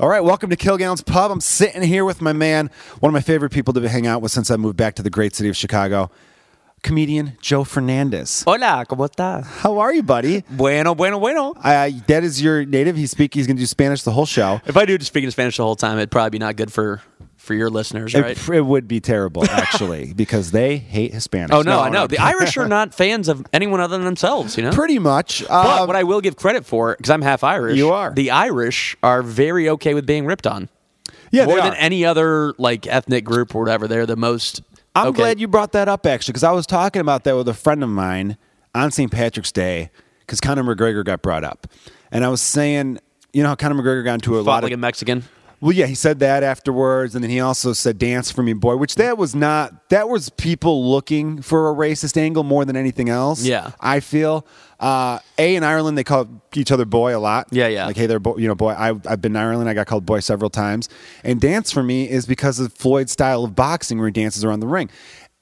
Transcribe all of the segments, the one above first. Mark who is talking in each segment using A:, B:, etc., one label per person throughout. A: All right, welcome to Kilgown's Pub. I'm sitting here with my man, one of my favorite people to hang out with since I moved back to the great city of Chicago, comedian Joe Fernandez.
B: Hola, ¿cómo estás?
A: How are you, buddy?
B: Bueno, bueno, bueno.
A: Uh, that is your native. He speak. He's going to do Spanish the whole show.
B: If I do just speak in Spanish the whole time, it'd probably be not good for for your listeners, right?
A: It, it would be terrible, actually, because they hate Hispanics.
B: oh no, I know the Irish are not fans of anyone other than themselves. You know,
A: Pretty much. Um,
B: But what I will give credit for, because I'm half Irish,
A: You are.
B: The Irish are very okay with being ripped on.
A: yeah,
B: More
A: they
B: than
A: are.
B: any other like ethnic group or whatever, they're the most.
A: I'm
B: okay.
A: glad you brought that up actually, because I was talking about that with a friend of mine on St. Patrick's Day, because Conor McGregor got brought up, and I was saying, you know how Conor McGregor got into a
B: fought
A: lot
B: like a
A: of.
B: Mexican.
A: Well, yeah, he said that afterwards, and then he also said "Dance for Me, Boy," which that was not. That was people looking for a racist angle more than anything else.
B: Yeah.
A: I feel. Uh, a in Ireland they call each other boy a lot.
B: Yeah, yeah.
A: Like hey, they're bo- you know boy. I I've been in Ireland. I got called boy several times. And dance for me is because of Floyd's style of boxing where he dances around the ring.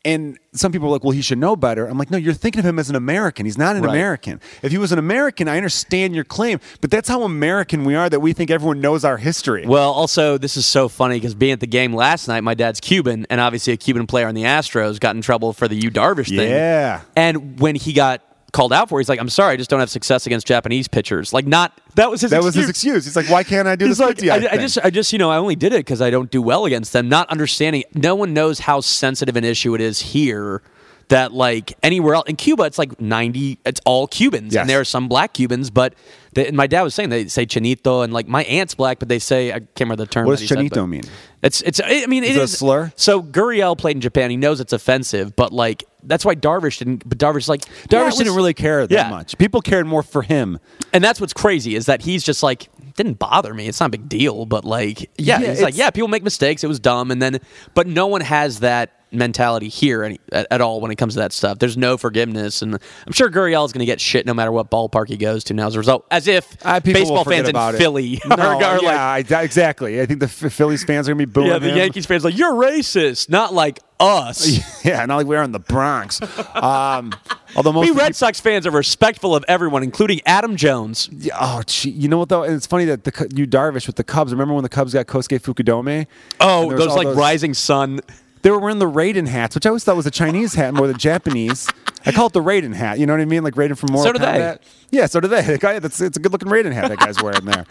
A: And some people are like, well, he should know better. I'm like, no, you're thinking of him as an American. He's not an
B: Right.
A: American. If he was an American, I understand your claim, but that's how American we are that we think everyone knows our history.
B: Well, also, this is so funny because being at the game last night, my dad's Cuban, and obviously a Cuban player on the Astros got in trouble for the U Darvish thing.
A: Yeah.
B: And when he got called out for, it, he's like, "I'm sorry, I just don't have success against Japanese pitchers." Like, not that was his.
A: That
B: excuse.
A: was his excuse. He's like, why can't I do
B: He's
A: this?
B: like, I, I just, I just, you know, I only did it because I don't do well against them. Not understanding, no one knows how sensitive an issue it is here. That like anywhere else in Cuba, it's like ninety. It's all Cubans,
A: Yes.
B: and there are some black Cubans, but the, and my dad was saying they say chinito, and like my aunt's black, but they say I can't remember the term.
A: What does
B: that he said,
A: chinito
B: but-
A: mean?
B: It's it's. I mean,
A: Is
B: it
A: it a
B: is
A: slur?
B: So Gurriel played in Japan. He knows it's offensive, but like that's why Darvish didn't. But Darvish like Darvish
A: didn't really care that
B: Yeah.
A: much. People cared more for him.
B: and that's what's crazy is that he's just like didn't bother me. It's not a big deal, but like
A: Yeah,
B: yeah, he's like
A: it's-
B: yeah, people make mistakes. It was dumb, and then but no one has that mentality here any, at, at all when it comes to that stuff. There's no forgiveness, and I'm sure Gurriel is going to get shit no matter what ballpark he goes to now as a result. As if
A: Uh, people will
B: baseball
A: forget
B: fans in
A: about it.
B: Philly
A: No,
B: are, are like
A: yeah, I- exactly. I think the Ph- Phillies fans are gonna be booing
B: yeah, the
A: him.
B: Yankees fans like you're racist, not like us.
A: Yeah, not like we're in the Bronx. Um, although most
B: We
A: of the
B: Red Sox fans are respectful of everyone, including Adam Jones.
A: Yeah, oh, gee, you know what though? And it's funny that the you Darvish with the Cubs. Remember when the Cubs got Kosuke Fukudome?
B: Oh,
A: And there was
B: those
A: all
B: like rising sun.
A: They were wearing the Raiden hats, which I always thought was a Chinese hat more than Japanese. I call it the Raiden hat. You know what I mean? Like Raiden from Mortal
B: So do they.
A: Kombat. Yeah, so do they. The guy, that's, it's a good looking Raiden hat that guy's wearing there.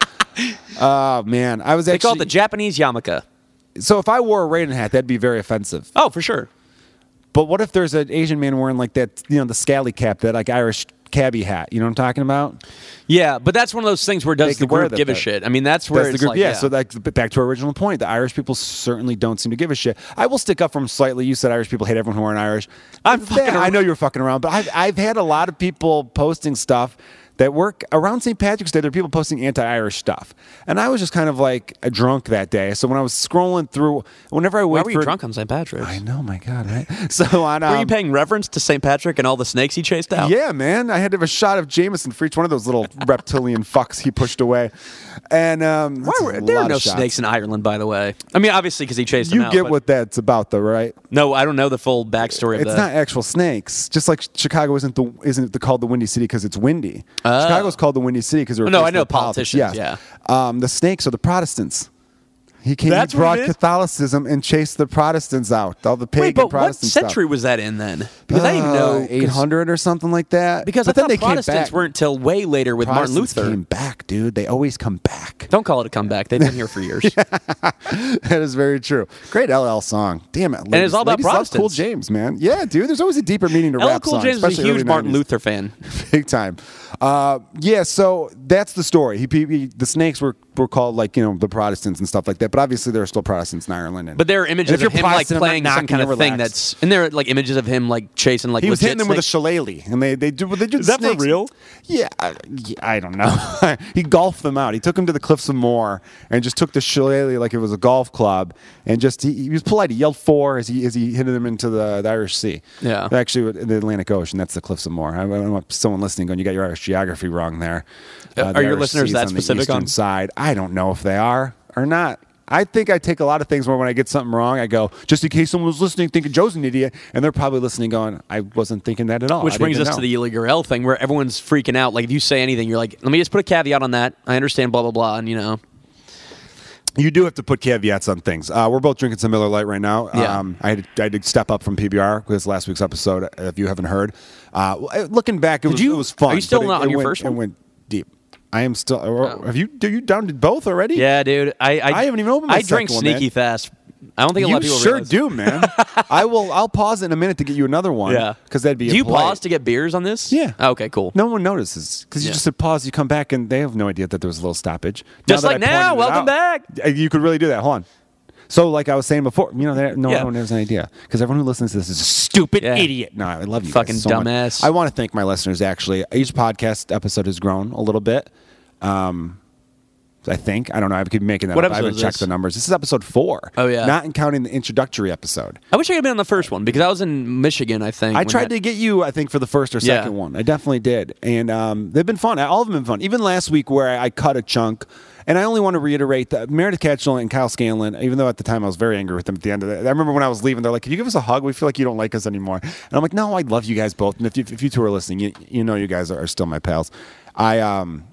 A: Oh man, I was
B: They call it
A: actually
B: the Japanese yarmulke.
A: so if I wore a Raiden hat, that'd be very offensive.
B: Oh, for sure.
A: But what if there's an Asian man wearing like that, you know, the scally cap, that like Irish cabbie hat? You know what I'm talking about?
B: Yeah, but that's one of those things where does
A: They
B: the
A: could wear
B: group
A: that,
B: give a
A: though.
B: shit? I mean, that's where
A: That's
B: it's
A: the group.
B: like,
A: yeah, So that's back to our original point. The Irish people certainly don't seem to give a shit. I will stick up for them slightly. You said Irish people hate everyone who aren't Irish.
B: I'm
A: Yeah,
B: fucking
A: I
B: around.
A: know you're fucking around, but I've I've had a lot of people posting stuff that work around St. Patrick's Day. There are people posting anti-Irish stuff, and I was just kind of like drunk that day. So when I was scrolling through, whenever I wait
B: why were you
A: for
B: drunk on St. Patrick's?
A: I know, my God, right? So on um,
B: were you paying reverence to St. Patrick and all the snakes he chased out?
A: yeah, man. I had to have a shot of Jameson for each one of those little reptilian fucks he pushed away. And um,
B: Why
A: that's
B: were,
A: a
B: there
A: lot
B: are
A: of
B: no
A: shots.
B: snakes in Ireland, by the way. I mean, obviously, because he chased them
A: You
B: out,
A: get
B: but-
A: what that's about, though, right?
B: No, I don't know the full backstory of
A: It's
B: that.
A: not actual snakes. Just like Chicago isn't the isn't the, called the Windy City because it's windy. Chicago's called the Windy City because
B: Oh. No, I know politicians,
A: Um, the snakes are the Protestants. He came.
B: That's
A: he
B: what
A: brought
B: it is?
A: Catholicism and chased the Protestants out. All the pagan
B: Wait, but what
A: Protestant Uh,
B: century was that in then? Because I didn't know 'cause-
A: eight hundred or something like that.
B: Because
A: but
B: I
A: then
B: thought
A: they came
B: Protestants
A: back.
B: weren't till way later with Martin
A: Protestants
B: Luther.
A: came back, dude. They always come back.
B: Don't call it a comeback. They've been here for years.
A: That is very true. Great LL song. Damn it. And
B: it's all about
A: Cool
B: Protestants.
A: James, man. Yeah, dude. There's always a deeper meaning to
B: LL
A: rap
B: Cool
A: songs,
B: James was a
A: especially
B: huge
A: early
B: Martin
A: 90s.
B: Luther fan.
A: big time. Uh, yeah, so that's the story. He, he- the snakes were, were called like you know the Protestants and stuff like that, but obviously there are still Protestants in Ireland. And,
B: But there are images
A: and if
B: of
A: you're
B: him like
A: Protestant, I'm not
B: playing some
A: knocking
B: kind
A: you,
B: of thing
A: relax.
B: that's and there are like images of him like chasing like
A: He was
B: legit
A: hitting them with a
B: snakes.
A: shillelagh, and they, they do what they do.
B: Is
A: to
B: that for
A: snakes.
B: real?
A: Yeah, I, yeah, I don't know. he golfed them out. He took them to the cliffs of Moher and just took the shillelagh like it was a golf club, and just he, he was polite. He yelled four as he as he hit them into the, the Irish Sea.
B: Yeah.
A: actually, the Atlantic Ocean. That's the cliffs of Moher. I, I don't want someone listening going, "You got your Irish geography wrong there."
B: Uh,
A: the
B: are your
A: Irish
B: listeners
A: Sea's
B: that
A: on
B: specific
A: the eastern
B: on-
A: side? I don't know if they are or not. I think I take a lot of things where when I get something wrong, I go, just in case someone was listening, thinking Joe's an idiot, and they're probably listening, going, I wasn't thinking that at all. I
B: Which
A: didn't
B: brings us
A: know."
B: to the Illegal thing where everyone's freaking out. Like if you say anything, you're like, let me just put a caveat on that. I understand, blah blah blah, and you know.
A: you do have to put caveats on things. Uh, we're both drinking some Miller Lite right now.
B: Yeah.
A: Um, I, had to, I had to step up from PBR because last week's episode, if you haven't heard. Uh, well, looking back, it, was,
B: you-
A: it was fun.
B: are you still
A: but it-
B: not on
A: it
B: your
A: went-
B: first
A: It
B: one? Oh.
A: went deep. I am still. Have you? Do you down to both already?
B: Yeah, dude. I I,
A: I haven't even opened my
B: I drink
A: second one,
B: sneaky
A: man.
B: fast. I don't think a lot
A: You
B: of people
A: sure
B: realize.
A: do, man. I will. I'll pause in a minute to get you another one.
B: Yeah,
A: because that'd be.
B: Do you
A: impolite.
B: pause to get beers on this?
A: Yeah.
B: Oh, okay. Cool.
A: No one notices because you
B: Yeah.
A: just said pause. You come back and they have no idea that there was a little stoppage.
B: Just
A: that
B: like
A: I pointed
B: now,
A: it
B: welcome
A: out-
B: back.
A: Uh, You could really do that. Hold on. So, like I was saying before, you know, there, no
B: Yeah.
A: one has an idea because everyone who listens to this is a stupid
B: Yeah.
A: idiot. No, I love you, guys
B: Fucking
A: so much.
B: dumbass.
A: I want to thank my listeners. Actually, each podcast episode has grown a little bit. Um, I think I don't know. I could be making that.
B: What
A: up. I
B: episode
A: haven't
B: is
A: checked
B: this?
A: the numbers. This is episode four.
B: Oh, yeah.
A: not counting the introductory episode.
B: I wish I could have been on the first one because I was in Michigan. I think
A: I
B: when
A: tried
B: that-
A: to get you, I think, for the first or
B: Yeah.
A: second one. I definitely did, and um, they've been fun. All of them have been fun. Even last week, where I, I cut a chunk, and I only want to reiterate that Meredith Catchell and Kyle Scanlon. Even though at the time I was very angry with them at the end of it, I remember when I was leaving, they're like, "Can you give us a hug? We feel like you don't like us anymore." And I'm like, "No, I love you guys both, and if you, if you two are listening, you, you know you guys are, are still my pals." I um.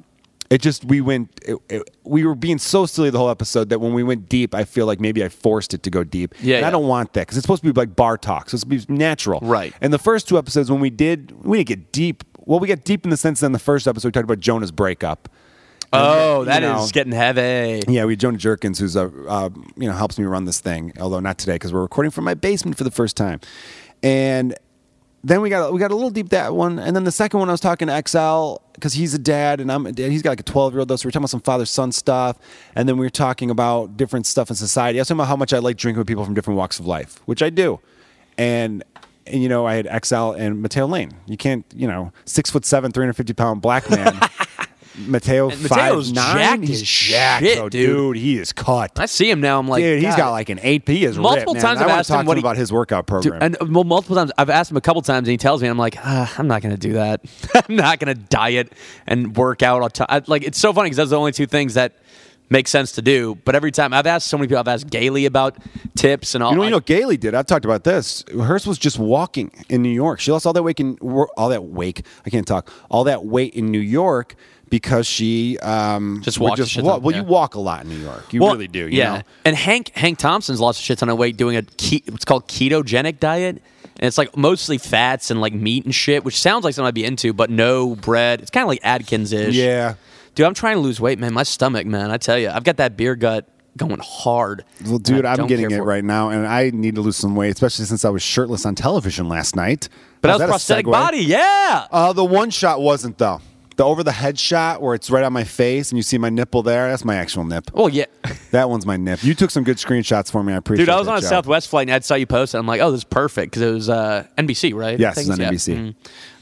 A: It just we went. It, it, we were being so silly the whole episode that when we went deep, I feel like maybe I forced it to go deep.
B: Yeah,
A: and I
B: yeah.
A: don't want that because it's supposed to be like bar talk, so it's supposed to be natural.
B: Right.
A: And the first two episodes, when we did, we didn't get deep. Well, we got deep in the sense that in the first episode, we talked about Jonah's breakup.
B: Oh, that is
A: you know.
B: getting heavy.
A: Yeah, we had Jonah Jerkins, who's a uh, you know helps me run this thing, although not today because we're recording from my basement for the first time. And then we got we got a little deep that one, and then the second one I was talking to XL because he's a dad and I'm a dad. He's got like a 12 year old though, so we're talking about some father son stuff, and then we were talking about different stuff in society. I was talking about how much I like drinking with people from different walks of life, which I do, and. And you know, I had XL and Mateo Lane. You can't, you know, six foot seven, three hundred fifty pound black man. Mateo,
B: And Mateo's
A: five nine.
B: jacked
A: he's
B: as
A: jacked,
B: shit,
A: though,
B: dude.
A: dude, he is cut.
B: I see him now. I'm like,
A: dude, he's
B: God.
A: got like an eight. He is
B: Multiple
A: ripped,
B: times
A: man.
B: I've
A: I want
B: asked
A: to talk
B: him
A: to
B: what he-
A: about his workout
B: Dude,
A: program.
B: and uh, well, multiple times I've asked him a couple times, and he tells me, and I'm like, ah, I'm not going to do that. I'm not going to diet and work out all time. Like it's so funny because those are the only two things that make sense to do. But every time I've asked so many people, I've asked Gailey about tips and all.
A: you know, you
B: like-
A: know, what Gailey did. I've talked about this. Hers was just walking in New York. She lost all that weight in wor- all that wake. I can't talk. All that weight in New York because she um,
B: Just
A: would
B: walked a
A: Just
B: shit
A: walk.
B: ton,
A: Well,
B: yeah.
A: you walk a lot in New York. You
B: Well,
A: really do. You
B: yeah.
A: Know?
B: And Hank Hank Thompson's lost a shit ton of weight doing a ke- it's called ketogenic diet, and it's like mostly fats and like meat and shit, which sounds like something I'd be into, but no bread. It's kind of like Atkins ish.
A: Yeah.
B: Dude, I'm trying to lose weight, man. My stomach, man. I tell you, I've got that beer gut going hard.
A: Well,
B: and
A: dude,
B: I
A: I'm
B: don't
A: getting
B: care
A: it
B: for
A: right now, and I need to lose some weight, especially since I was shirtless on television last night.
B: But
A: How's
B: that was
A: a
B: prosthetic
A: segue?
B: body, yeah.
A: Uh, the one shot wasn't though. The over the head shot where it's right on my face and you see my nipple there. That's my actual nip.
B: Well, yeah.
A: That one's my nip. You took some good screenshots for me. I appreciate.
B: Dude, I was
A: that,
B: on a
A: Joe.
B: Southwest flight and I saw you post it. I'm like, oh, this is perfect because it was uh, NBC, right?
A: Yes,
B: I think
A: it's on
B: yeah.
A: NBC.
B: Mm.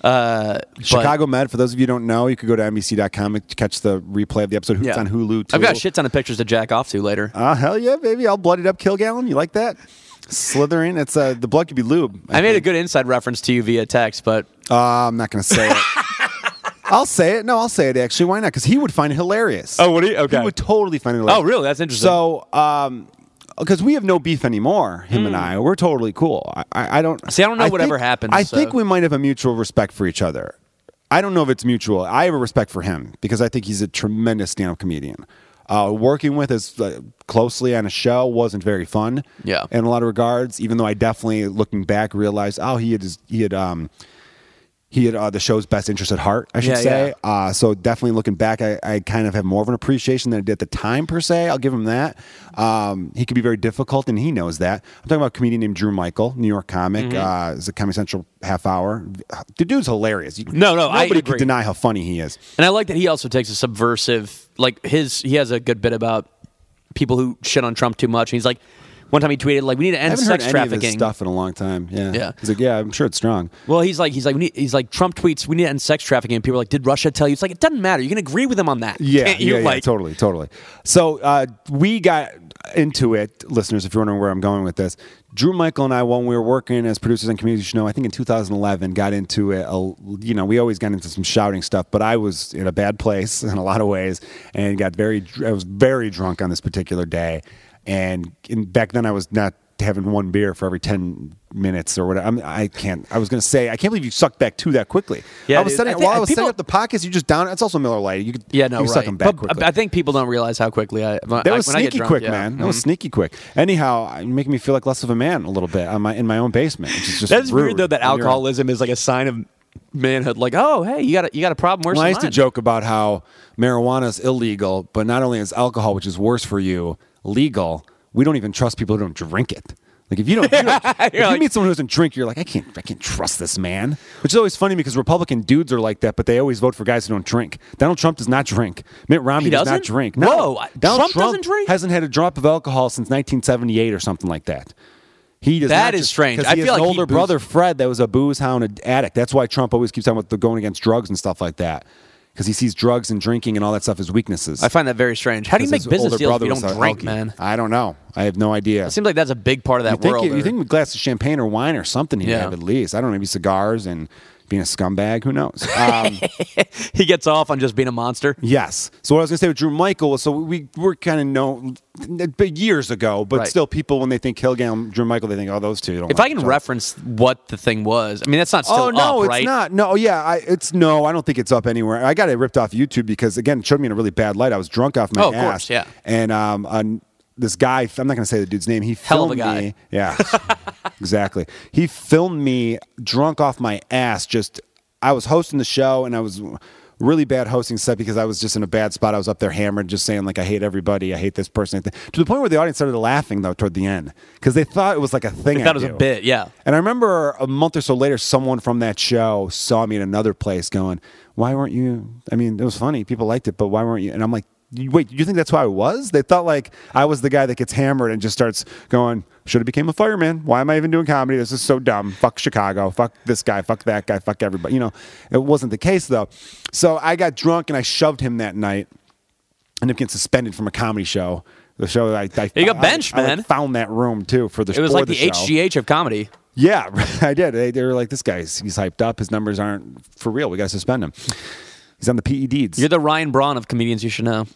B: Uh, but-
A: Chicago Med. For those of you who don't know, you could go to NBC.com and catch the replay of the episode. It's
B: yeah.
A: on Hulu. Too.
B: I've got a shit ton of pictures to jack off to later.
A: Ah, hell yeah, baby! All blooded up, Kilgallen. You like that? Slithering. It's uh, the blood could be lube.
B: I made a good inside reference to you via text, but
A: Uh, I'm not gonna say it. I'll say it. No, I'll say it. Actually, why not? Because he would find it hilarious.
B: would he?
A: He would totally find it. Hilarious.
B: oh, really? That's interesting.
A: So, um, because we have no beef anymore, him and I, we're totally cool. I, I I don't
B: Hmm. See, I don't know whatever
A: think-
B: happens,
A: I
B: so-
A: think we might have a mutual respect for each other. I don't know if it's mutual. I have a respect for him because I think he's a tremendous stand-up comedian. Uh, working with us uh, closely on a show wasn't very fun.
B: Yeah.
A: in a lot of regards. Even though I definitely, looking back, realized oh he had his, he had um he had uh, the show's best interest at heart, I should
B: Yeah,
A: say.
B: yeah.
A: Uh, so definitely looking back, I, I kind of have more of an appreciation than I did at the time per se. I'll give him that. Um, he could be very difficult, and he knows that. I'm talking about a comedian named Drew Michael, New York comic.
B: Mm-hmm.
A: Uh, is a Comedy Central half hour. The dude's hilarious. You-
B: No, no, I
A: nobody could
B: agree.
A: deny how funny he is.
B: and I like that he also takes a subversive, like his. He has a good bit about people who shit on Trump too much. And he's like, one time he tweeted like, "We need to
A: I
B: end
A: haven't heard
B: sex
A: any
B: trafficking."
A: of his stuff in a long time. Yeah,
B: Yeah.
A: He's like, yeah, I'm sure it's strong.
B: Well, he's like, he's like, we need, he's like, Trump tweets, we need to end sex trafficking. And people are like, did Russia tell you? It's like, it doesn't matter. You can agree with him on that.
A: Yeah,
B: Can't you?
A: yeah, yeah,
B: like,
A: totally, totally. So uh, we got into it, listeners. If you're wondering where I'm going with this, Drew Michael and I, when we were working as producers on Community Show, I think in 2011, got into it. A, you know, we always got into some shouting stuff, but I was in a bad place in a lot of ways, and got very, I was very drunk on this particular day, and, and back then I was not having one beer for every 10 minutes or whatever. I'm, I can't, I was going to say, I can't believe you sucked back two that quickly.
B: Yeah,
A: I was
B: dude.
A: setting,
B: I think-
A: while I was
B: people-
A: setting up the podcast, you just down, it's also Miller Lite. You could,
B: Yeah, no,
A: you
B: right.
A: can suck them back
B: but
A: quickly.
B: I think people don't realize how quickly I.
A: that was sneaky quick, man. That
B: Mm-hmm.
A: was sneaky quick. Anyhow, you're making me feel like less of a man a little bit on my, in my own basement, which is just
B: That's weird
A: rude
B: though. That
A: when you're-
B: alcoholism is like a sign of manhood. Like, oh, hey, you got a, you got a problem worse
A: Well, I
B: than
A: used to
B: mine.
A: joke about how marijuana is illegal, but not only is alcohol, which is worse for you, legal. We don't even trust people who don't drink it. Like if you don't, if you, don't- if you
B: You're like-
A: meet someone who doesn't drink, you're like, I can't, I can't trust this man. Which is always funny because Republican dudes are like that, but they always vote for guys who don't drink. Donald Trump does not drink. Mitt Romney
B: He
A: does not
B: doesn't?
A: drink.
B: Whoa, I- Trump doesn't drink?
A: Hasn't had a drop of alcohol since 1978 or something like that. He does.
B: That
A: not
B: is
A: just-
B: strange.
A: 'cause
B: I
A: he
B: feel
A: has an
B: like he
A: older
B: boozed-
A: brother Fred that was a booze hound and addict. That's why Trump always keeps talking about the going against drugs and stuff like that because he sees drugs and drinking and all that stuff as weaknesses.
B: I find that very strange. How do you make
A: His
B: business
A: older
B: deals if
A: brother
B: you
A: was
B: don't
A: a
B: drink,
A: alkie.
B: man?
A: I don't know. I have no idea.
B: It seems like that's a big part of that
A: you think
B: world.
A: you
B: or-
A: think with glasses of champagne or wine or something he'd
B: Yeah.
A: have at least. I don't know, maybe cigars and being a scumbag. Who knows? Um,
B: he gets off on just being a monster?
A: Yes. So what I was gonna say with Drew Michael was so we were kind of known but years ago, but
B: Right.
A: still people when they think Kilgan and Drew Michael, they think oh those two. Don't
B: If
A: like
B: I can
A: each other.
B: reference what the thing was, I mean that's not still
A: Oh no,
B: up,
A: it's
B: right?
A: not. No, yeah, I, it's no. I don't think it's up anywhere. I got it ripped off YouTube because again, it showed me in a really bad light. I was drunk off my
B: Oh, of
A: ass.
B: course, yeah.
A: And um, on this guy, I'm not going to say the dude's name. He
B: Hell of
A: filmed
B: a guy.
A: me. Yeah, exactly. He filmed me drunk off my ass. Just I was hosting the show and I was really bad hosting set because I was just in a bad spot. I was up there hammered, just saying like I hate everybody, I hate this person, to the point where the audience started laughing though toward the end because they thought it was like a thing.
B: They thought
A: I
B: it was a
A: do.
B: bit, yeah.
A: And I remember a month or so later, someone from that show saw me at another place going, Why weren't you? I mean, it was funny. People liked it, but why weren't you? And I'm like, "You- Wait, you think that's who I was? They thought like I was the guy that gets hammered and just starts going, Should have became a fireman. Why am I even doing comedy? This is so dumb. Fuck Chicago. Fuck this guy. Fuck that guy. Fuck everybody. You know, it wasn't the case though. So I got drunk and I shoved him that night. Ended up getting suspended from a comedy show. The show that I, I
B: You got
A: I-
B: benched,
A: I, like,
B: man.
A: found that room too for the.
B: It was
A: for
B: like the,
A: show.
B: HGH of comedy.
A: Yeah, I did. They, they were like, "This guy's he's hyped up. His numbers aren't for real. We got to suspend him. He's on the E PEDs."
B: You're the Ryan Braun of comedians. You should know.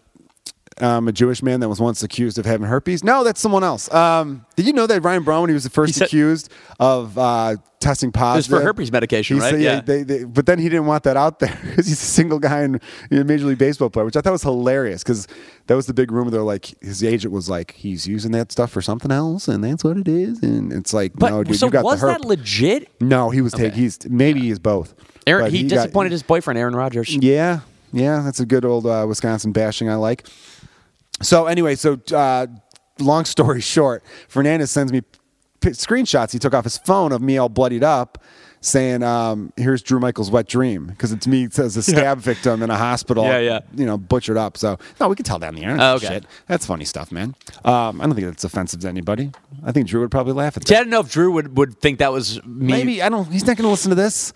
A: um, a Jewish man that was once accused of having herpes. No, that's someone else. Um, did you know that Ryan Brown, when he was the first
B: He said-
A: accused of uh, testing
B: was
A: positive
B: for herpes medication,
A: he
B: right?
A: said-
B: Yeah.
A: they- they- but then he didn't want that out there because he's a single guy in you know, Major League Baseball player, which I thought was hilarious because that was the big rumor. They're like, his agent was like, he's using that stuff for something else, and that's what it is. And it's like,
B: But
A: no, dude,
B: so
A: you got
B: was
A: the herp.
B: that legit?
A: No, he was taking. He's maybe he's both.
B: Aaron,
A: But
B: he,
A: got- Mm.
B: disappointed his boyfriend, Aaron Rodgers.
A: Yeah, yeah, that's a good old uh, Wisconsin bashing I like. So anyway, so uh, long story short, Fernandez sends me p- screenshots he took off his phone of me all bloodied up, saying, um, "Here's Drew Michael's wet dream," because it's me as a stab victim in a hospital.
B: Yeah, yeah.
A: You know, butchered up. So no, we can tell down the air.
B: Oh, okay.
A: Shit. that's funny stuff, man. Um, I don't think that's offensive to anybody. I think Drew would probably laugh at that.
B: See, I don't know if Drew would, would think that was me.
A: Maybe I don't. He's not going to listen to this.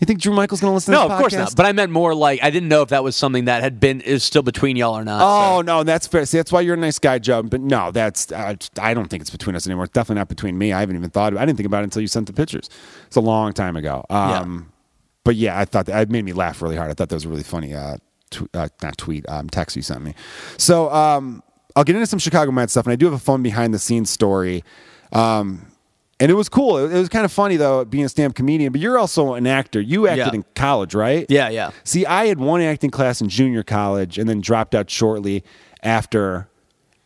A: You think Drew Michael's going to listen?
B: No,
A: to
B: of
A: this
B: course not.
A: podcast?
B: But I meant more like I didn't know if that was something that had been is still between y'all or not. so.
A: Oh no, that's fair. See, that's why you're a nice guy, Joe. But no, that's uh, I don't think it's between us anymore. It's definitely not between me. I haven't even thought. Of, I didn't think about it until you sent the pictures. It's a long time ago. Um, But yeah, I thought that it made me laugh really hard. I thought that was a really funny. Uh, tw- uh, not tweet, um, text you sent me. So um, I'll get into some Chicago Med stuff, and I do have a fun behind the scenes story. Um, and it was cool. It, it was kind of funny though, being a stand-up comedian. But you're also an actor. You acted
B: Yeah.
A: in college, right?
B: Yeah, yeah.
A: See, I had one acting class in junior college and then dropped out shortly after.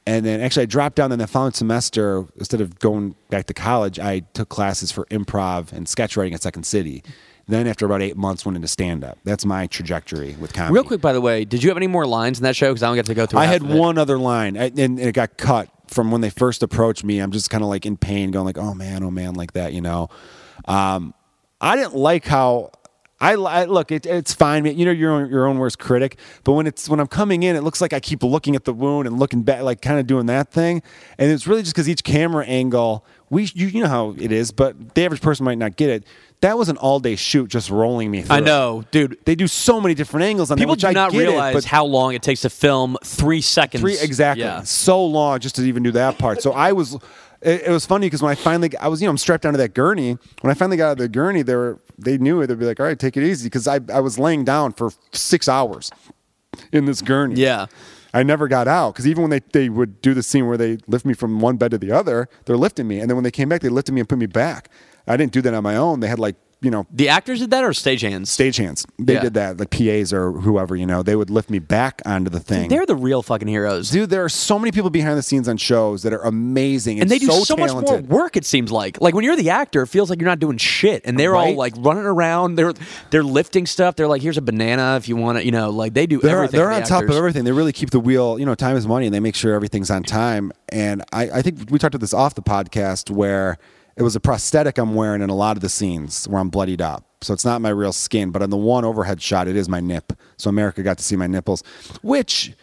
A: And then actually, I dropped out. Then the following semester, instead of going back to college, I took classes for improv and sketch writing at Second City. Then, after about eight months, went into stand up. That's my trajectory with comedy.
B: Real quick, by the way, did you have any more lines in that show? Because I don't get to go through.
A: I
B: half
A: had
B: of it.
A: one other line, I- and, and it got cut from when they first approached me. I'm just kind of like in pain, going like, "Oh man, oh man," like that, you know. Um, I didn't like how I, li- I look. It, it's fine, you know. You're your own- your own worst critic. But when it's when I'm coming in, it looks like I keep looking at the wound and looking back, like kind of doing that thing. And it's really just because each camera angle, we you, you know how it is, but the average person might not get it. That was an all day shoot, just rolling me. through.
B: I know, dude.
A: They do so many different angles on that,
B: People
A: which
B: do
A: I
B: not
A: get it,
B: realize
A: but
B: how long it takes to film three seconds.
A: Three exactly.
B: Yeah.
A: So long just to even do that part. So I was. It, it was funny because when I finally, I was, you know, I'm strapped down to that gurney. When I finally got out of the gurney, they were, they knew it. They'd be like, all right, take it easy. Cause I, I was laying down for six hours in this gurney.
B: Yeah.
A: I never got out because even when they, they would do the scene where they lift me from one bed to the other, they're lifting me. And then when they came back, they lifted me and put me back. I didn't do that on my own. They had like, you know,
B: The actors did that or stagehands?
A: stagehands. They
B: Yeah.
A: did that, the PAs or whoever, you know, they would lift me back onto the thing.
B: They're the real fucking heroes.
A: Dude, there are so many people behind the scenes on shows that are amazing and,
B: and they do so, much more
A: talented.
B: work. It seems like, like when you're the actor, it feels like you're not doing shit, and they're all
A: Right.
B: like running around. They're they're lifting stuff. They're like, here's a banana if you want it. You know, like they do
A: They're,
B: everything.
A: they're
B: the
A: on top of
B: actors.
A: everything. They really keep the wheel. You know, time is money, and they make sure everything's on time. And I, I think we talked about this off the podcast where it was a prosthetic I'm wearing in a lot of the scenes where I'm bloodied up. So it's not my real skin, but on the one overhead shot, it is my nip. So America got to see my nipples, which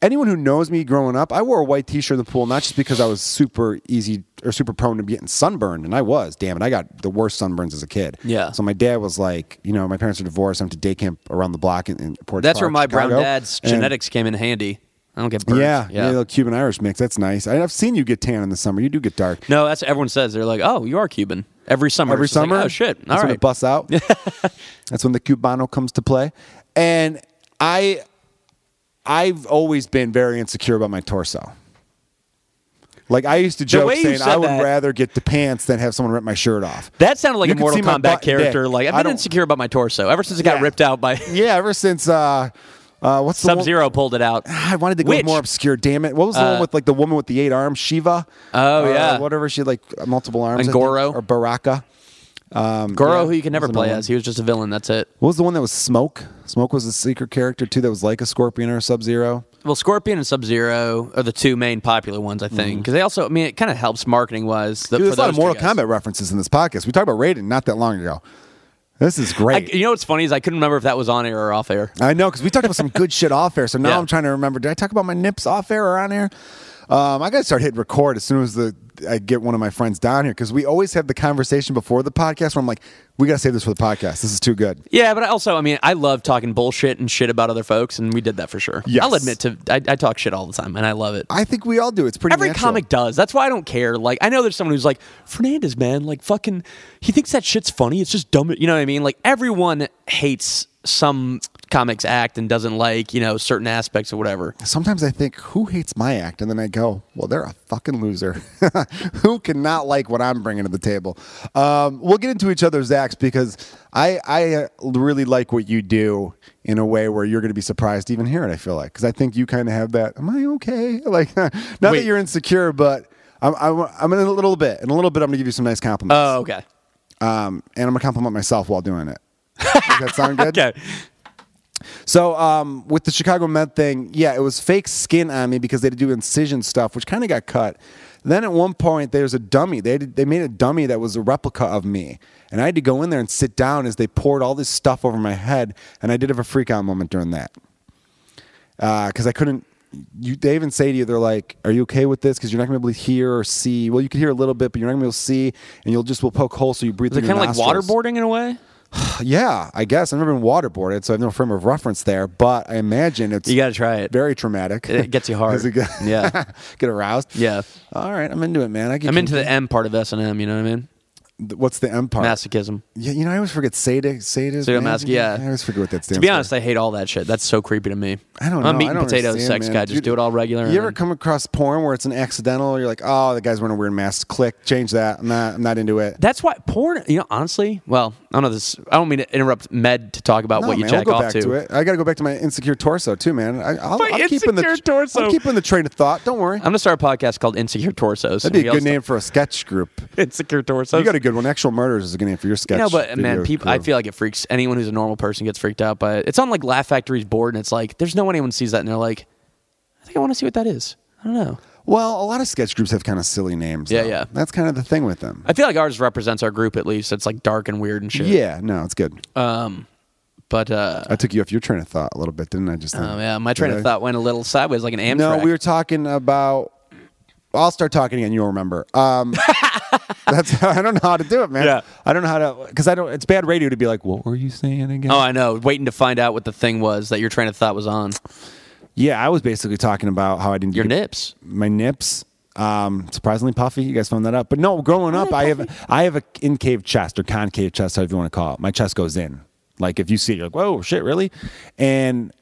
A: anyone who knows me growing up, I wore a white T-shirt in the pool not just because I was super easy or super prone to getting sunburned, and I was. Damn it, I got the worst sunburns as a kid.
B: Yeah.
A: So my dad was like, you know, my parents are divorced. I went to day camp around the block in, in Port.
B: That's where
A: Park,
B: my brown
A: Chicago,
B: dad's
A: and-
B: genetics came in handy. I don't get burned.
A: Yeah, yeah, little Cuban Irish mix. That's nice. I- I've seen you get tan in the summer. You do get dark
B: No, that's what everyone says. They're like, oh, you are Cuban every summer.
A: every
B: It's just like,
A: summer.
B: oh shit. All
A: that's when
B: right.
A: it busts out. that's when the cubano comes to play. And I, I've always been very insecure about my torso. Like I used to joke
B: way you
A: saying
B: said
A: I would
B: that-
A: rather get the pants than have someone rip my shirt off.
B: that sounded like
A: You
B: a
A: can
B: Mortal
A: see my butt
B: Kombat
A: and
B: character.
A: dick.
B: Like
A: I
B: I've been
A: don't-
B: insecure about my torso ever since it got
A: Yeah.
B: ripped out by
A: Yeah, ever since uh, uh, what's the
B: Sub
A: one-
B: Zero pulled it out.
A: I wanted to go
B: Which- Uh,
A: more obscure. Damn it! What was the one with like the woman with the eight arms, Shiva?
B: Oh,
A: Uh,
B: yeah.
A: whatever. She had like multiple arms.
B: And
A: I think,
B: Goro.
A: or Baraka.
B: Goro,
A: yeah,
B: who you can never
A: that's another
B: play
A: one.
B: as, he was just a villain. That's it.
A: What was the one that was Smoke? Smoke was a secret character too. That was like a Scorpion or Sub Zero.
B: Well, Scorpion and Sub Zero are the two main popular ones, I think, because they also. I mean, it kind of helps marketing wise.
A: Mm-hmm. Dude, there's a lot of Mortal Kombat references in this podcast. We talked about Raiden not that long ago. This is
B: I,
A: great.
B: you know what's funny is I couldn't remember if that was on air or off air.
A: I know because we talked about some good shit off air. So now
B: Yeah.
A: I'm trying to remember. Did I talk about my nips off air or on air? Um, I gotta start hitting record as soon as the I get one of my friends down here because we always have the conversation before the podcast where I'm like, we gotta save this for the podcast. This is too good.
B: Yeah, but I also, I mean, I love talking bullshit and shit about other folks, and we did that for sure.
A: Yes.
B: I'll admit to, I, I talk shit all the time, and I love it.
A: I think we all do. It's pretty.
B: Every
A: natural.
B: comic does. That's why I don't care. Like, I know there's someone who's like, Fernandez, man, like, fucking, he thinks that shit's funny. It's just dumb. You know what I mean? Like, everyone hates some comics act and doesn't like, you know, certain aspects or whatever.
A: Sometimes I think, who hates my act? And then I go, well, they're a fucking loser. who cannot like what I'm bringing to the table? Um, we'll get into each other's acts because I, I uh, really like what you do in a way where you're going to be surprised to even hear it, I feel like. Because I think you kind of have that, am I okay? Like, not
B: Wait.
A: that you're insecure, but I'm, I'm, I'm in a little bit. In a little bit, I'm going to give you some nice compliments.
B: Oh, okay.
A: um, and I'm going to compliment myself while doing it. Does that sound good?
B: Okay.
A: So um, with the Chicago Med thing, yeah, it was fake skin on me because they had to do incision stuff, which kind of got cut. Then at one point, there was a dummy. They had, they made a dummy that was a replica of me, and I had to go in there and sit down as they poured all this stuff over my head, and I did have a freak out moment during that because I couldn't. You, they even say to you, they're like, "Are you okay with this? Because you're not going to be able to hear or see. Well, you can hear a little bit, but you're not going to be able to see, and you'll just will poke holes so you breathe
B: Is it
A: through
B: kind
A: your
B: of like
A: nostrils."
B: waterboarding in a way?
A: Yeah, I guess I've never been waterboarded, so I have no frame of reference there. But I imagine it's
B: You gotta try it.
A: Very traumatic.
B: It gets you hard.
A: Does it get-
B: Yeah.
A: get aroused.
B: Yeah.
A: All right, I'm into it, man. I get
B: I'm into the M part of S and M. You know what I mean?
A: what's the M part?
B: Masochism.
A: Yeah, you know, I always forget sadic, sadism.
B: Sadomas- yeah.
A: I always forget what that stands.
B: To be
A: for.
B: honest, I hate all that shit. That's so creepy to me.
A: I don't
B: I'm
A: know.
B: a meat
A: I
B: and
A: don't
B: potato
A: understand,
B: sex
A: man.
B: guy. Just
A: Dude,
B: do it all regular.
A: You ever
B: and-
A: come across porn where it's an accidental? You're like, oh, the guy's wearing a weird mask. Click, change that. I'm not, I'm not into it.
B: That's why porn. You know, honestly, well, I don't know this. I don't mean to interrupt Med to talk about
A: No,
B: what you
A: man,
B: jack
A: I'll go
B: off
A: back to. it. I got to go back to my insecure torso too, man. I, I'll,
B: My
A: I'm keeping the
B: insecure torso.
A: I'm keeping the train of thought. Don't worry.
B: I'm gonna start a podcast called Insecure Torsos.
A: That'd be a good name for a sketch group.
B: Insecure Torsos.
A: You got a good one. Actual murders is a good name for your sketch.
B: No, but man,
A: video
B: people,
A: crew.
B: I feel like it freaks anyone who's a normal person gets freaked out by it. It's on like Laugh Factory's board, and it's like there's no one anyone sees that, and they're like, I think I want to see what that is. I don't know.
A: Well, a lot of sketch groups have kind of silly names.
B: Yeah,
A: though.
B: yeah.
A: That's kind of the thing with them.
B: I feel like ours represents our group at least. It's like dark and weird and shit.
A: Yeah, no, it's good.
B: Um, but uh,
A: I took you off your train of thought a little bit, didn't I? Just
B: oh, yeah, my train
A: Did
B: of
A: I-
B: thought went a little sideways, like an Amtrak.
A: No, we were talking about. I'll start talking again. You'll remember. Um, that's I don't know how to do it, man.
B: Yeah.
A: I don't know how to because I don't. It's bad radio to be like, what were you saying again?
B: Oh, I know. Waiting to find out what the thing was that your train of thought was on.
A: yeah, I was basically talking about how I didn't.
B: Your
A: get-
B: nips.
A: my nips. Um, surprisingly puffy. You guys found that out. But no, growing up, I have I have a concave chest or concave chest, however you want to call it. My chest goes in. Like if you see it, you're like, whoa, shit, really? And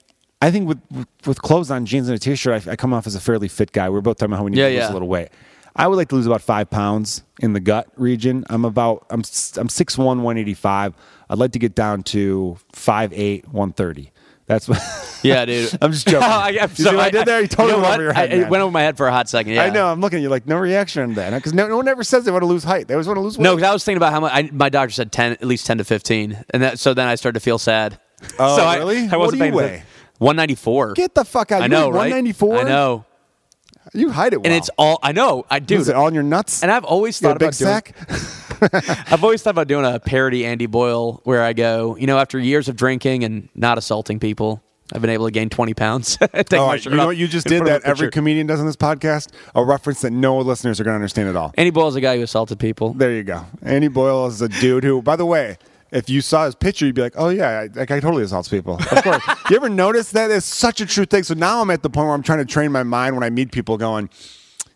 A: I think with with- with clothes on, jeans and a t-shirt, I, I come off as a fairly fit guy. We are both talking about how we need
B: Yeah,
A: to lose a
B: yeah.
A: little weight. I would like to lose about five pounds in the gut region. I'm about I'm s- I'm six one one eighty five. I'd like to get down to five eight one thirty. That's what
B: Yeah, dude.
A: I'm just joking.
B: I,
A: you
B: I'm
A: see
B: sorry.
A: what I did there? You totally
B: know
A: went
B: what?
A: over your head.
B: I-
A: man.
B: it went over my head for a hot second. Yeah.
A: I know. I'm looking at you like no reaction on that because no, no one ever says they want to lose height. They always want to lose weight.
B: No, because I was thinking about how much I, my doctor said ten, at least ten to fifteen, and that, so then I started to feel sad.
A: Oh,
B: so I-
A: really?
B: I,
A: What
B: wasn't
A: do you
B: paying
A: weigh?
B: One ninety four.
A: Get the fuck out.
B: I
A: You
B: know,
A: weigh
B: right?
A: 194?
B: I know,
A: you hide it.
B: and
A: well.
B: it's all I know. I do.
A: Is it all in your nuts?
B: And I've always
A: You
B: thought
A: got a big
B: about doing.
A: sack.
B: I've always thought about doing a parody Andy Boyle where I go, you know, after years of drinking and not assaulting people, I've been able to gain 20 pounds. Take
A: All
B: my
A: right,
B: shirt
A: you know
B: off
A: what you just
B: in
A: did
B: front of
A: that
B: a
A: every
B: picture.
A: comedian does on this podcast? A reference that no listeners are going to understand at all.
B: Andy Boyle's a guy who assaulted people.
A: There you go. Andy Boyle is a dude who, by the way, if you saw his picture, you'd be like, "Oh yeah, I, I totally assaults people." Of course. you ever notice that? It's such a true thing. So now I'm at the point where I'm trying to train my mind when I meet people, going,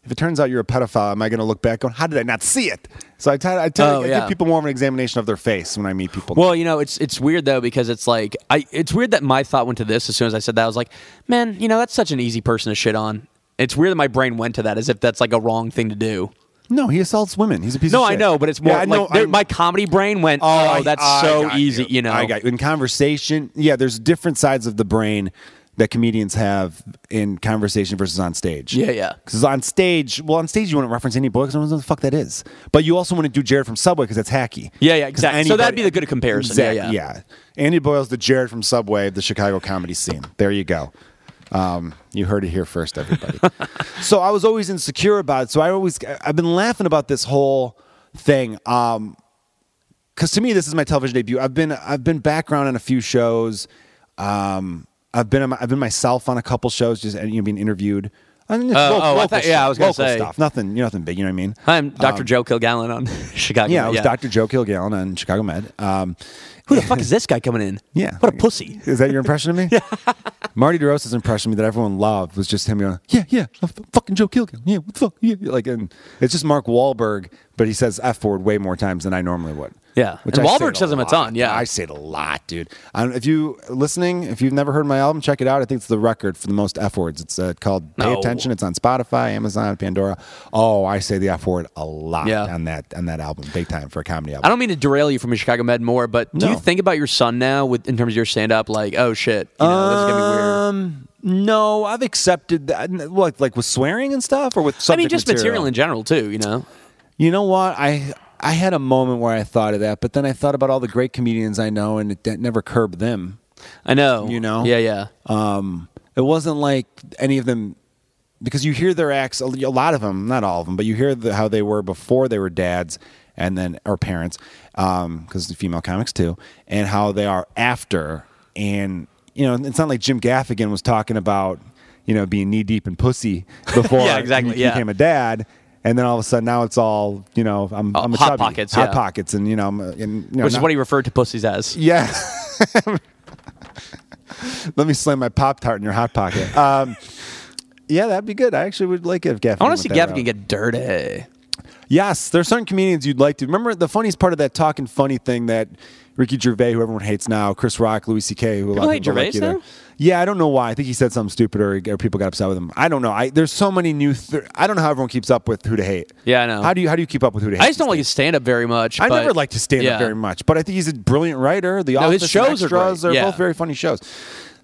A: "If it turns out you're a pedophile, am I going to look back? Going, how did I not see it?" So I tell, I tell,
B: Oh,
A: I
B: yeah.
A: give people more of an examination of their face when I meet people.
B: Well, you know, it's it's weird though because it's like I it's weird that my thought went to this as soon as I said that. I was like, man, you know, that's such an easy person to shit on. It's weird that my brain went to that as if that's like a wrong thing to do.
A: no, he assaults women. He's a piece
B: No,
A: of
B: I
A: shit.
B: know, but it's more
A: Yeah, I know,
B: like there-
A: I'm-
B: my comedy brain went, oh,
A: I-
B: that's
A: I
B: so
A: got
B: easy, you, know.
A: I got you. In conversation, yeah, there's different sides of the brain that comedians have in conversation versus on stage.
B: Yeah, yeah.
A: Because on stage, well, on stage you wouldn't reference any boy because no one knows what the fuck that is. But you also wouldn't do Jared from Subway because that's hacky.
B: Yeah, yeah,
A: 'Cause
B: exactly. So that'd be the good comparison. Yeah,
A: Exact- yeah. Andy Boyle's the Jared from Subway of the Chicago comedy scene. There you go. Um, you heard it here first, everybody. so I was always insecure about it. So I always, I've been laughing about this whole thing. Um, because to me this is my television debut. I've been I've been background on a few shows. Um, I've been I've been myself on a couple shows, just you know being interviewed. I mean, it's
B: Oh,
A: lo-
B: oh, I
A: local
B: thought- yeah, I was gonna
A: local
B: say.
A: stuff. Nothing, you know, nothing big. You know what I mean?
B: Hi, I'm Dr. Joe Kilgallen on Chicago.
A: Um, yeah, I was Dr. Joe Kilgallen on Chicago Med. Um,
B: Who the fuck is this guy coming in?
A: yeah,
B: What a pussy.
A: Is that your impression of me? yeah. Marty DeRosa's impression of me that everyone loved was just him going, yeah, yeah, I'm f- fucking Joe Kilgallen. Yeah, what the fuck? Yeah, yeah. like, and it's just Mark Wahlberg, but he says f word way more times than I normally would.
B: Yeah.
A: Which
B: And
A: I say
B: Wahlberg
A: it
B: says them a
A: lot.
B: ton, yeah.
A: I say it a lot, dude. I don't, if you listening, if you've never heard my album, check it out. I think it's the record for the most F words. It's uh, called Pay
B: No.
A: Attention. It's on Spotify, Amazon, Pandora. Oh, I say the F word a lot
B: Yeah.
A: on that on that album, big time for a comedy album.
B: I don't mean to derail you from your Chicago Med more, but do you
A: No.
B: think about your son now with in terms of your stand up? Like, oh shit, you know, this is gonna be weird.
A: Um, no, I've accepted that. What, like with swearing and stuff, or with
B: I
A: subject
B: mean, just material. in general too. You know,
A: You know what? I I had a moment where I thought of that, but then I thought about all the great comedians I know, and it, that never curbed them.
B: I know.
A: You know?
B: Yeah, yeah.
A: Um, it wasn't like any of them because you hear their acts. A lot of them, not all of them, but you hear the, how they were before they were dads and then or parents, because the female comics too, and how they are after. And you know, it's not like Jim Gaffigan was talking about you know being knee deep in pussy before
B: Yeah, exactly,
A: he
B: yeah.
A: became a dad. And then all of a sudden, now it's all you know. I'm,
B: Oh,
A: I'm a
B: Hot
A: chubby.
B: Pockets,
A: hot
B: yeah.
A: pockets, and you know, I'm, a- and, you know
B: Which is
A: not-
B: what he referred to pussies as.
A: yeah. Let me slam my pop tart in your hot pocket. Um, yeah, that'd be good. I actually would like it if Gavin.
B: I want to see Gavin get dirty.
A: Yes, there's certain comedians you'd like to remember. The funniest part of that talking funny thing that Ricky Gervais, who everyone hates now, Chris Rock, Louis C.K., who a lot
B: People
A: of
B: hate
A: people like
B: Gervais
A: either.
B: now?
A: Yeah, I don't know why. I think he said something stupid, or, or people got upset with him. I don't know. I there's so many new. Th- I don't know how everyone keeps up with who to hate.
B: Yeah, I know.
A: How do you how do you keep up with who to hate?
B: I just don't
A: these
B: like his stand up very much.
A: I
B: but-
A: never liked his stand up
B: yeah.
A: very much, but I think he's a brilliant writer. The
B: No,
A: Office
B: his shows
A: and
B: are
A: Extras
B: great. Yeah.
A: both very funny shows.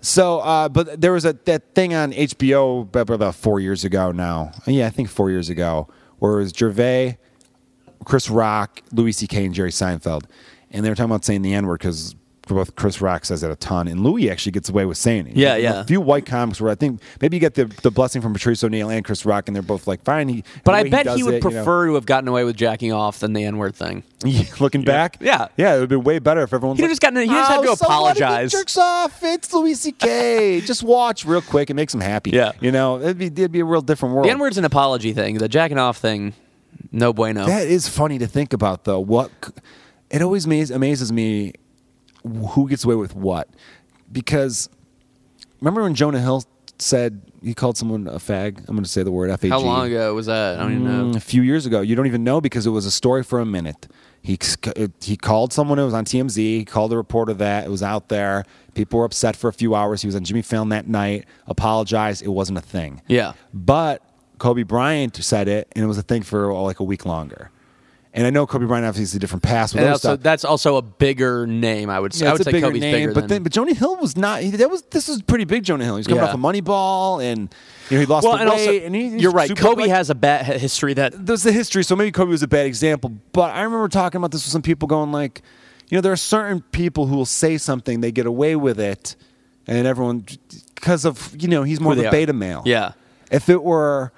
A: So, uh, but there was a that thing on HBO ab- about four years ago now. Yeah, I think four years ago, where it was Gervais, Chris Rock, Louis C.K., and Jerry Seinfeld, and they were talking about saying the N word because both Chris Rock says it a ton, and Louis actually gets away with saying it.
B: Yeah,
A: A
B: yeah.
A: few white comics where I think maybe you get the, the blessing from Patrice O'Neill and Chris Rock, and they're both like, fine. He,
B: But
A: the
B: I
A: way
B: bet he,
A: does
B: would
A: it, you know.
B: prefer to have gotten away with jacking off than the N word thing.
A: Yeah, Looking back,
B: Yeah.
A: yeah, it would have been way better if everyone. Oh,
B: He'd have just gotten- he'd just had to apologize."
A: Jerks off. It's Louis C.K. just watch real quick. It makes him happy.
B: Yeah.
A: you know, it'd be it'd be a real different world.
B: The N word's an apology thing. The jacking off thing, no bueno.
A: That is funny to think about, though. What c- it always amazes, amazes me who gets away with what because remember when Jonah Hill said he called someone a fag. I'm going to say the word F A G.
B: How long ago was that? I don't even know.
A: Mm, a few years ago. You don't even know because it was a story for a minute. He he called someone. It was on TMZ. He called the reporter that it was out there. People were upset for a few hours. He was on Jimmy Fallon that night. Apologized. It wasn't a thing.
B: Yeah.
A: But Kobe Bryant said it, and it was a thing for well, like a week longer. And I know Kobe Bryant obviously is a different past with
B: And
A: other
B: also,
A: stuff.
B: that's also a bigger name, I would say. I would
A: it's
B: say
A: a bigger
B: Kobe's
A: name,
B: bigger
A: but
B: than-
A: then but Jonah Hill was not. He, that was this was pretty big. Jonah Hill. He was coming
B: Yeah.
A: off a money ball, and you know he lost
B: well,
A: the
B: and also,
A: weight. and he- he's
B: you're right.
A: super,
B: Kobe
A: like,
B: has a bad h- history that
A: there's the history, so maybe Kobe was a bad example. But I remember talking about this with some people going like, you know, there are certain people who will say something, they get away with it, and everyone because of you know he's more of
B: Who they
A: a
B: are.
A: beta male.
B: Yeah.
A: If it were,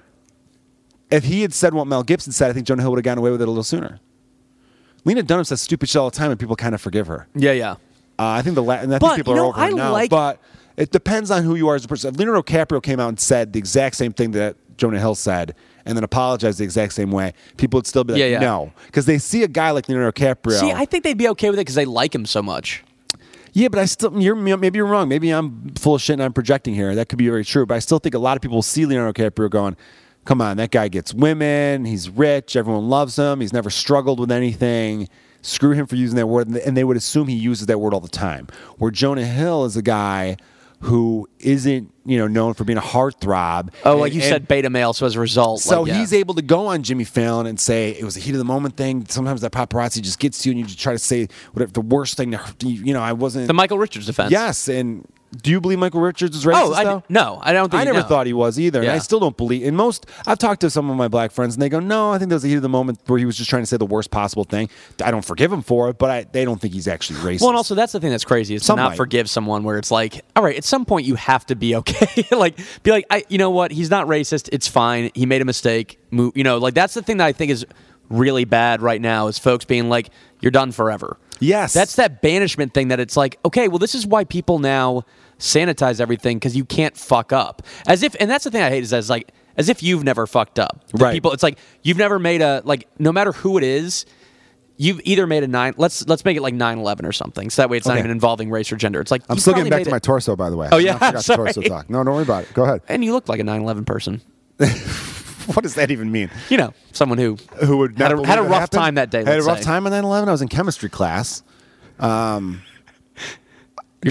A: if he had said what Mel Gibson said, I think Jonah Hill would have gotten away with it a little sooner. Lena Dunham says stupid shit all the time, and people kind of forgive her.
B: Yeah, yeah.
A: Uh, I think the Latin, I
B: But,
A: think people
B: you
A: are
B: know,
A: over it
B: I
A: now.
B: like-
A: but it depends on who you are as a person. If Leonardo DiCaprio came out and said the exact same thing that Jonah Hill said, and then apologized the exact same way, people would still be like,
B: Yeah, yeah.
A: no, because they see a guy like Leonardo DiCaprio.
B: See, I think they'd be okay with it because they like him so much.
A: yeah, but I still, you're maybe you're wrong. Maybe I'm full of shit and I'm projecting here. That could be very true. But I still think a lot of people see Leonardo DiCaprio going, come on, that guy gets women. He's rich. Everyone loves him. He's never struggled with anything. Screw him for using that word. And they would assume he uses that word all the time. Where Jonah Hill is a guy who isn't, you know, known for being a heartthrob.
B: Oh,
A: And-
B: like you
A: and-
B: said, beta male. So as a result,
A: so
B: like, yeah.
A: he's able to go on Jimmy Fallon and say it was a heat of the moment thing. Sometimes that paparazzi just gets to you and you just try to say whatever the worst thing. To, you know, I wasn't
B: the Michael Richards defense.
A: Yes, and do you believe Michael Richards is racist?
B: Oh, I,
A: though?
B: no, I don't
A: I
B: think you
A: never
B: know.
A: thought he was either, and I
B: Yeah.
A: still don't believe. And most, I've talked to some of my black friends, and they go, "No, I think that was the heat of the moment where he was just trying to say the worst possible thing." I don't forgive him for it, but I, they don't think he's actually racist.
B: Well, and also that's the thing that's crazy is
A: Some
B: to not
A: might.
B: forgive someone where it's like, all right, at some point you have to be okay, like be like, I, you know what, he's not racist, it's fine, he made a mistake, move, you know, like that's the thing that I think is really bad right now is folks being like, you're done forever.
A: Yes.
B: that's that banishment thing that it's like, okay, well, this is why people now sanitize everything because you can't fuck up, as if, and that's the thing I hate is that it's like. As if you've never fucked up. The
A: Right.
B: People, it's like you've never made a like. No matter who it is, you've either made a nine. Let's let's make it like 9-11 or something. So that way it's not
A: Okay.
B: even involving race or gender. It's like
C: I'm
B: you
C: still getting
B: probably
C: back
B: made
C: to
B: it-
C: my torso, by the way.
B: Oh, yeah,
C: I forgot
B: sorry.
C: torso talk. No, don't worry about it. Go ahead.
B: And you look like a 9-11 person.
A: what does that even mean?
B: You know, someone who
A: Who would
B: had
A: not
B: a,
A: believe
B: had a
A: it
B: rough
A: happened?
B: time that day.
A: Had a
B: let's
A: rough
B: say.
A: time on 9/11. I was in chemistry class. Um,
B: Your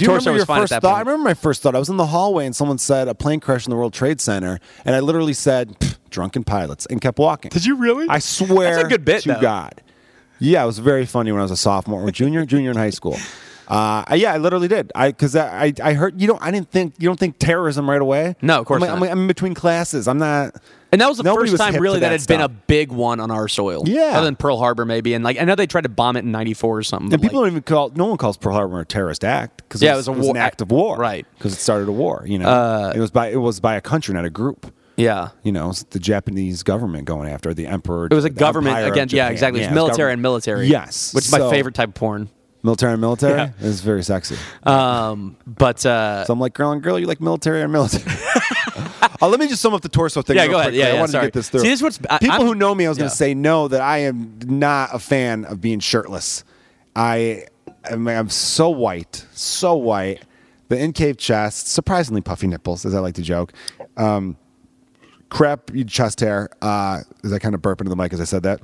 A: Do you
B: torso
A: remember
B: was
A: your
B: fine
A: first
B: at that
A: thought? I
B: point.
A: remember my first thought. I was in the hallway and someone said a plane crashed in the World Trade Center, and I literally said, "Pfft, "Drunken pilots," and kept walking.
B: Did you really?
A: I swear.
B: That's a good bit,
A: to
B: though.
A: God. Yeah, it was very funny when I was a sophomore or junior, junior in high school. Uh, I- yeah, I literally did. I because I, I I heard you don't I didn't think you don't think terrorism right away.
B: No, of course
A: I'm, like-
B: not.
A: I'm, like, I'm in between classes. I'm not.
B: And that was the
A: Nobody
B: first
A: was
B: time
A: hip
B: really
A: to
B: that,
A: that
B: had been a
A: stuff.
B: big one on our soil.
A: Yeah.
B: Other than Pearl Harbor maybe and like I know they tried to bomb it in 94 or something.
A: And
B: but,
A: people
B: like,
A: don't even call. No one calls Pearl Harbor a terrorist act because
B: Yeah,
A: it was, it was an act of war,
B: right. Uh,
A: Because it started a war. You know, it was by it was by a country, not a group.
B: yeah.
A: you know, it's the Japanese government going after the emperor.
B: It was a government again.
A: against
B: Yeah, exactly. It's military and military.
A: Yes,
B: Which is my
A: so-
B: favorite type of porn.
A: Military and military
B: Yeah.
A: is very sexy.
B: Um, but uh,
A: So I'm like, girl and girl, you like military or military? uh, let me just sum up the torso thing.
B: Yeah,
A: real
B: go ahead.
A: quick, 'cause
B: Yeah,
A: I
B: yeah,
A: wanted
B: sorry.
A: to get this through.
B: See, this is what's- I-
A: people
B: I'm-
A: who know me. I was going
B: yeah.
A: to say no that I am not a fan of being shirtless. I, I mean, I'm so white, so white. The in cave chest, surprisingly puffy nipples, as I like to joke. Um, crap chest hair. Uh, as I kind of burp into the mic as I said that.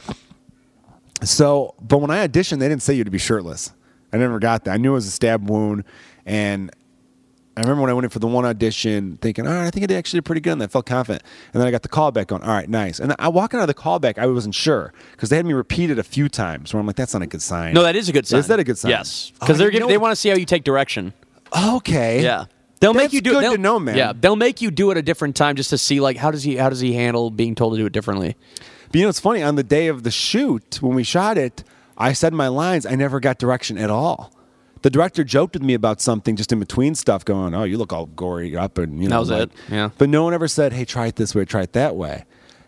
A: So, but when I auditioned, they didn't say you to be shirtless. I never got that. I knew it was a stab wound, and I remember when I went in for the one audition, thinking, "All right, I think I did actually pretty good," and I felt confident. And then I got the call back on, "All right, nice." And I walking out of the callback, I wasn't sure because they had me repeat it a few times. Where I'm like, "That's not a good sign."
B: no, that is a good sign.
A: Is that a good sign?
B: Yes,
A: Oh,
B: because
A: I
B: they're
A: didn't
B: giving, they
A: know-
B: want to see how you take direction.
A: okay.
B: Yeah. They'll make
A: That's
B: you do
A: good
B: they'll-
A: to know, man.
B: Yeah, they'll make you do it a different time just to see like how does he how does he handle being told to do it differently.
A: But you know, it's funny. On the day of the shoot, when we shot it, I said my lines. I never got direction at all. The director joked with me about something just in between stuff, going, "Oh, you look all gory up," and you know,
B: That was
A: like-
B: it. Yeah.
A: But no one ever said, "Hey, try it this way, try it that way."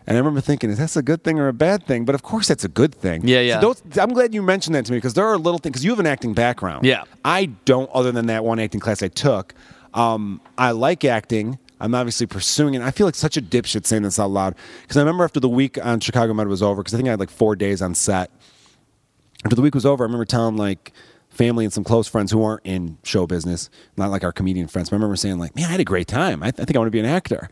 A: And I remember thinking, "Is that a good thing or a bad thing?" But of course, that's a good thing.
B: Yeah, yeah.
A: So those, I'm glad you mentioned that to me because there are little things. Because you have an acting background.
B: Yeah.
A: I don't, other than that one acting class I took. Um, I like acting. I'm obviously pursuing it. I feel like such a dipshit saying this out loud because I remember after the week on Chicago Med was over, because I think I had like four days on set. After the week was over, I remember telling like family and some close friends who aren't in show business, not like our comedian friends. But I remember saying like, "Man, I had a great time. I, th- I think I want to be an actor,"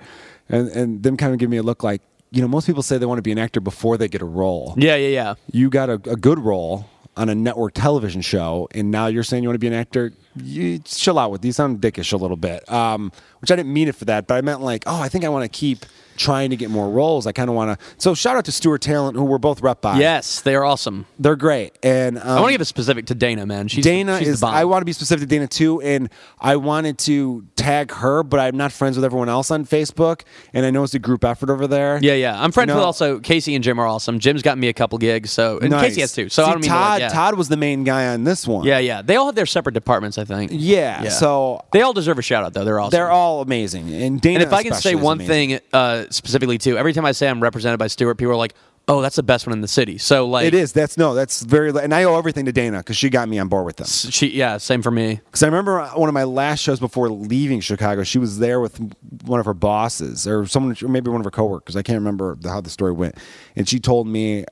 A: and and them kind of give me a look like, you know, most people say they want to be an actor before they get a role.
B: Yeah, yeah, yeah.
A: You got a, a good role on a network television show, and now you're saying you want to be an actor. You chill out with these. I'm dickish a little bit, um, which I didn't mean it for that, but I meant like, oh, I think I want to keep trying to get more roles. I kind of want to. So shout out to Stuart Talent, who we're both rep by.
B: Yes, they are awesome.
A: they're great. And um,
B: I want to give a specific to Dana, man. She's
A: Dana
B: she's the
A: is.
B: bomb.
A: I want to be specific to Dana too, and I wanted to tag her, but I'm not friends with everyone else on Facebook, and I know it's a group effort over there.
B: Yeah, yeah. I'm friends
A: You
B: with
A: know?
B: also Casey and Jim are awesome. Jim's got me a couple gigs, so and
A: Nice.
B: Casey has two. So
A: See,
B: I don't mean to,
A: Todd.
B: like, yeah.
A: Todd was the main guy on this one.
B: Yeah, yeah. They all have their separate departments, I think.
A: Yeah, so-
B: they all deserve a shout out, though. They're awesome.
A: They're all amazing, and Dana.
B: And if I can say
A: especially is
B: one
A: amazing.
B: thing uh, specifically too, every time I say I'm represented by Stewart, people are like, "Oh, that's the best one in the city." So like,
A: It is. That's no. That's very. And I owe everything to Dana because she got me on board with them.
B: She, yeah, same for me.
A: Because I remember uh, one of my last shows before leaving Chicago, she was there with one of her bosses or someone, or maybe one of her coworkers. I can't remember the- how the story went, and she told me,